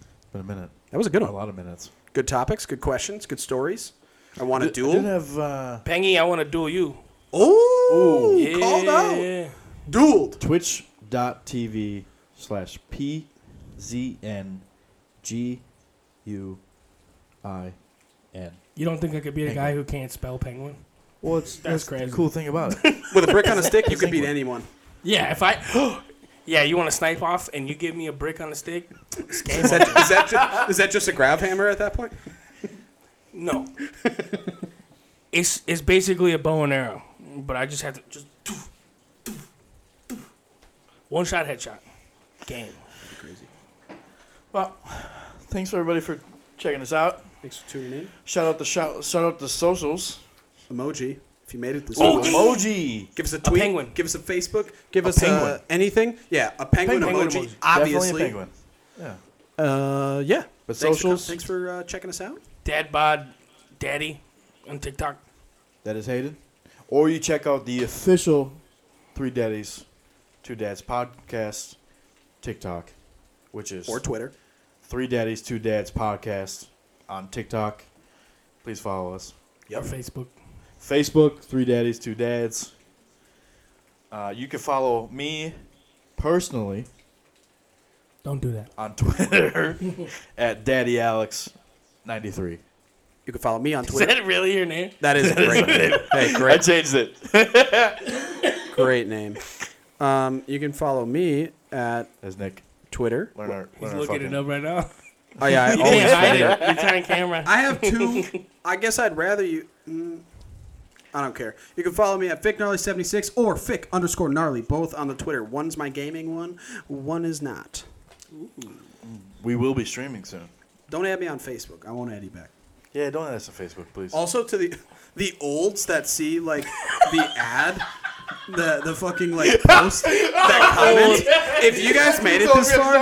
Speaker 5: It's been a minute.
Speaker 4: That was a good
Speaker 5: A lot of minutes.
Speaker 4: Good topics, good questions, good stories. I want a
Speaker 1: I did
Speaker 4: duel.
Speaker 1: have uh,
Speaker 3: Pengy, I want to duel you.
Speaker 4: Oh, called out.
Speaker 3: Yeah.
Speaker 4: Dueled.
Speaker 5: Twitch.tv slash P Z N G U I N.
Speaker 3: You don't think I could be a guy who can't spell penguin?
Speaker 5: Well, it's,
Speaker 3: That's
Speaker 5: that's,
Speaker 3: crazy.
Speaker 5: the cool thing about it.
Speaker 4: With a brick on a stick, you could beat anyone.
Speaker 3: Yeah, if I. yeah, you want to snipe off and you give me a brick on a stick? It's game
Speaker 4: Is that,
Speaker 3: over.
Speaker 4: is, that just, is that just a grab hammer at that point?
Speaker 3: No. it's it's basically a bow and arrow, but I just have to just doof, doof, doof. one shot headshot. Game.
Speaker 1: well, thanks everybody for checking us out.
Speaker 4: Thanks for tuning in.
Speaker 1: Shout out the shout, shout out the socials.
Speaker 4: Emoji. If you made it this
Speaker 3: Oh,
Speaker 4: far.
Speaker 3: yeah.
Speaker 1: Emoji.
Speaker 4: Give us a tweet.
Speaker 3: penguin.
Speaker 4: Give us a Facebook. Give us
Speaker 1: penguin.
Speaker 4: A, anything. Yeah, a penguin,
Speaker 3: Penguin.
Speaker 4: emoji.
Speaker 3: Penguin emoji.
Speaker 4: Obviously.
Speaker 1: Definitely a penguin.
Speaker 4: Uh, yeah.
Speaker 1: But
Speaker 4: Thanks for,
Speaker 1: socials?
Speaker 4: thanks for uh, checking us out.
Speaker 3: Dad bod, daddy, on TikTok.
Speaker 5: that is Hayden. Or you check out the official Three Daddies, Two Dads podcast TikTok, which is
Speaker 4: Or Twitter.
Speaker 5: Three Daddies, Two Dads podcast on TikTok. Please follow us.
Speaker 3: Or Facebook.
Speaker 5: Facebook, Three Daddies, Two Dads. Uh, you can follow me personally
Speaker 3: Don't do that.
Speaker 5: on Twitter at Daddy Alex 93.
Speaker 4: You can follow me on
Speaker 3: Is
Speaker 4: Twitter.
Speaker 3: that really your name?
Speaker 4: That is a great name. Hey,
Speaker 1: I
Speaker 4: great,
Speaker 1: changed it.
Speaker 4: great name. Um, you can follow me at
Speaker 5: That's Nick.
Speaker 4: Twitter.
Speaker 1: Learn our,
Speaker 3: He's
Speaker 1: learn our
Speaker 3: looking
Speaker 1: fucking,
Speaker 3: it up right now.
Speaker 4: Oh yeah, I
Speaker 3: You
Speaker 4: always
Speaker 3: can't hide
Speaker 4: forget.
Speaker 3: it. You're trying camera.
Speaker 4: I have two. I guess I'd rather you. Mm, I don't care. You can follow me at fickgnarly76 or fick underscore gnarly, both on the Twitter. One's my gaming one, one is not.
Speaker 1: We will be streaming soon.
Speaker 4: Don't add me on Facebook. I won't add you back.
Speaker 1: Yeah, don't add us on Facebook, please.
Speaker 3: Oh,
Speaker 4: Also to the the olds that see like the ad, the the fucking like post that comment. If you guys made it this far,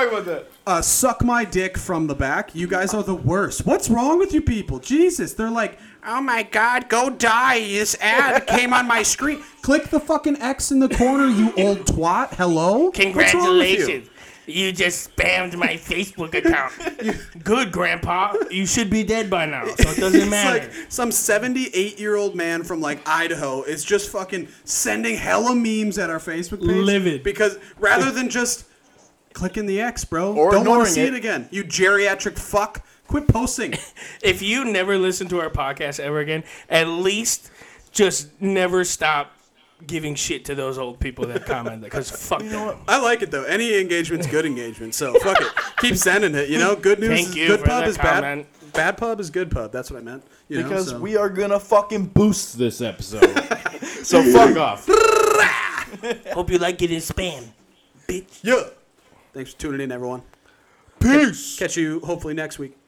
Speaker 4: uh, suck my dick from the back. You guys are the worst. What's wrong with you people? Jesus, they're like, oh my god, go die. This ad came on my screen. Click the fucking X in the corner, you old twat. Hello. What's wrong with you?
Speaker 3: Congratulations. You just spammed my Facebook account. Good, Grandpa. You should be dead by now, so it doesn't
Speaker 4: It's
Speaker 3: matter.
Speaker 4: like some 78 year old man from like Idaho is just fucking sending hella memes at our Facebook page.
Speaker 3: Livid.
Speaker 4: Because rather than just clicking the X, bro,
Speaker 1: Or
Speaker 4: don't want
Speaker 1: ignoring
Speaker 4: to see it.
Speaker 1: it.
Speaker 4: again. You geriatric fuck. Quit posting.
Speaker 3: if you never listen to our podcast ever again, at least just never stop giving shit to those old people that comment because fuck them.
Speaker 4: I like it though. Any engagement's good engagement, so fuck it. Keep sending it. You know, good news
Speaker 3: Thank
Speaker 4: is
Speaker 3: you
Speaker 4: good
Speaker 3: for
Speaker 4: pub
Speaker 3: that
Speaker 4: is
Speaker 3: comment.
Speaker 4: bad. Bad pub is good pub. That's what I meant. You know,
Speaker 5: Because
Speaker 4: so.
Speaker 5: we are going to fucking boost this episode.
Speaker 1: so fuck off.
Speaker 3: Hope you like it in spam, bitch.
Speaker 4: yeah. Thanks for tuning in, everyone. Peace. Catch you hopefully next week.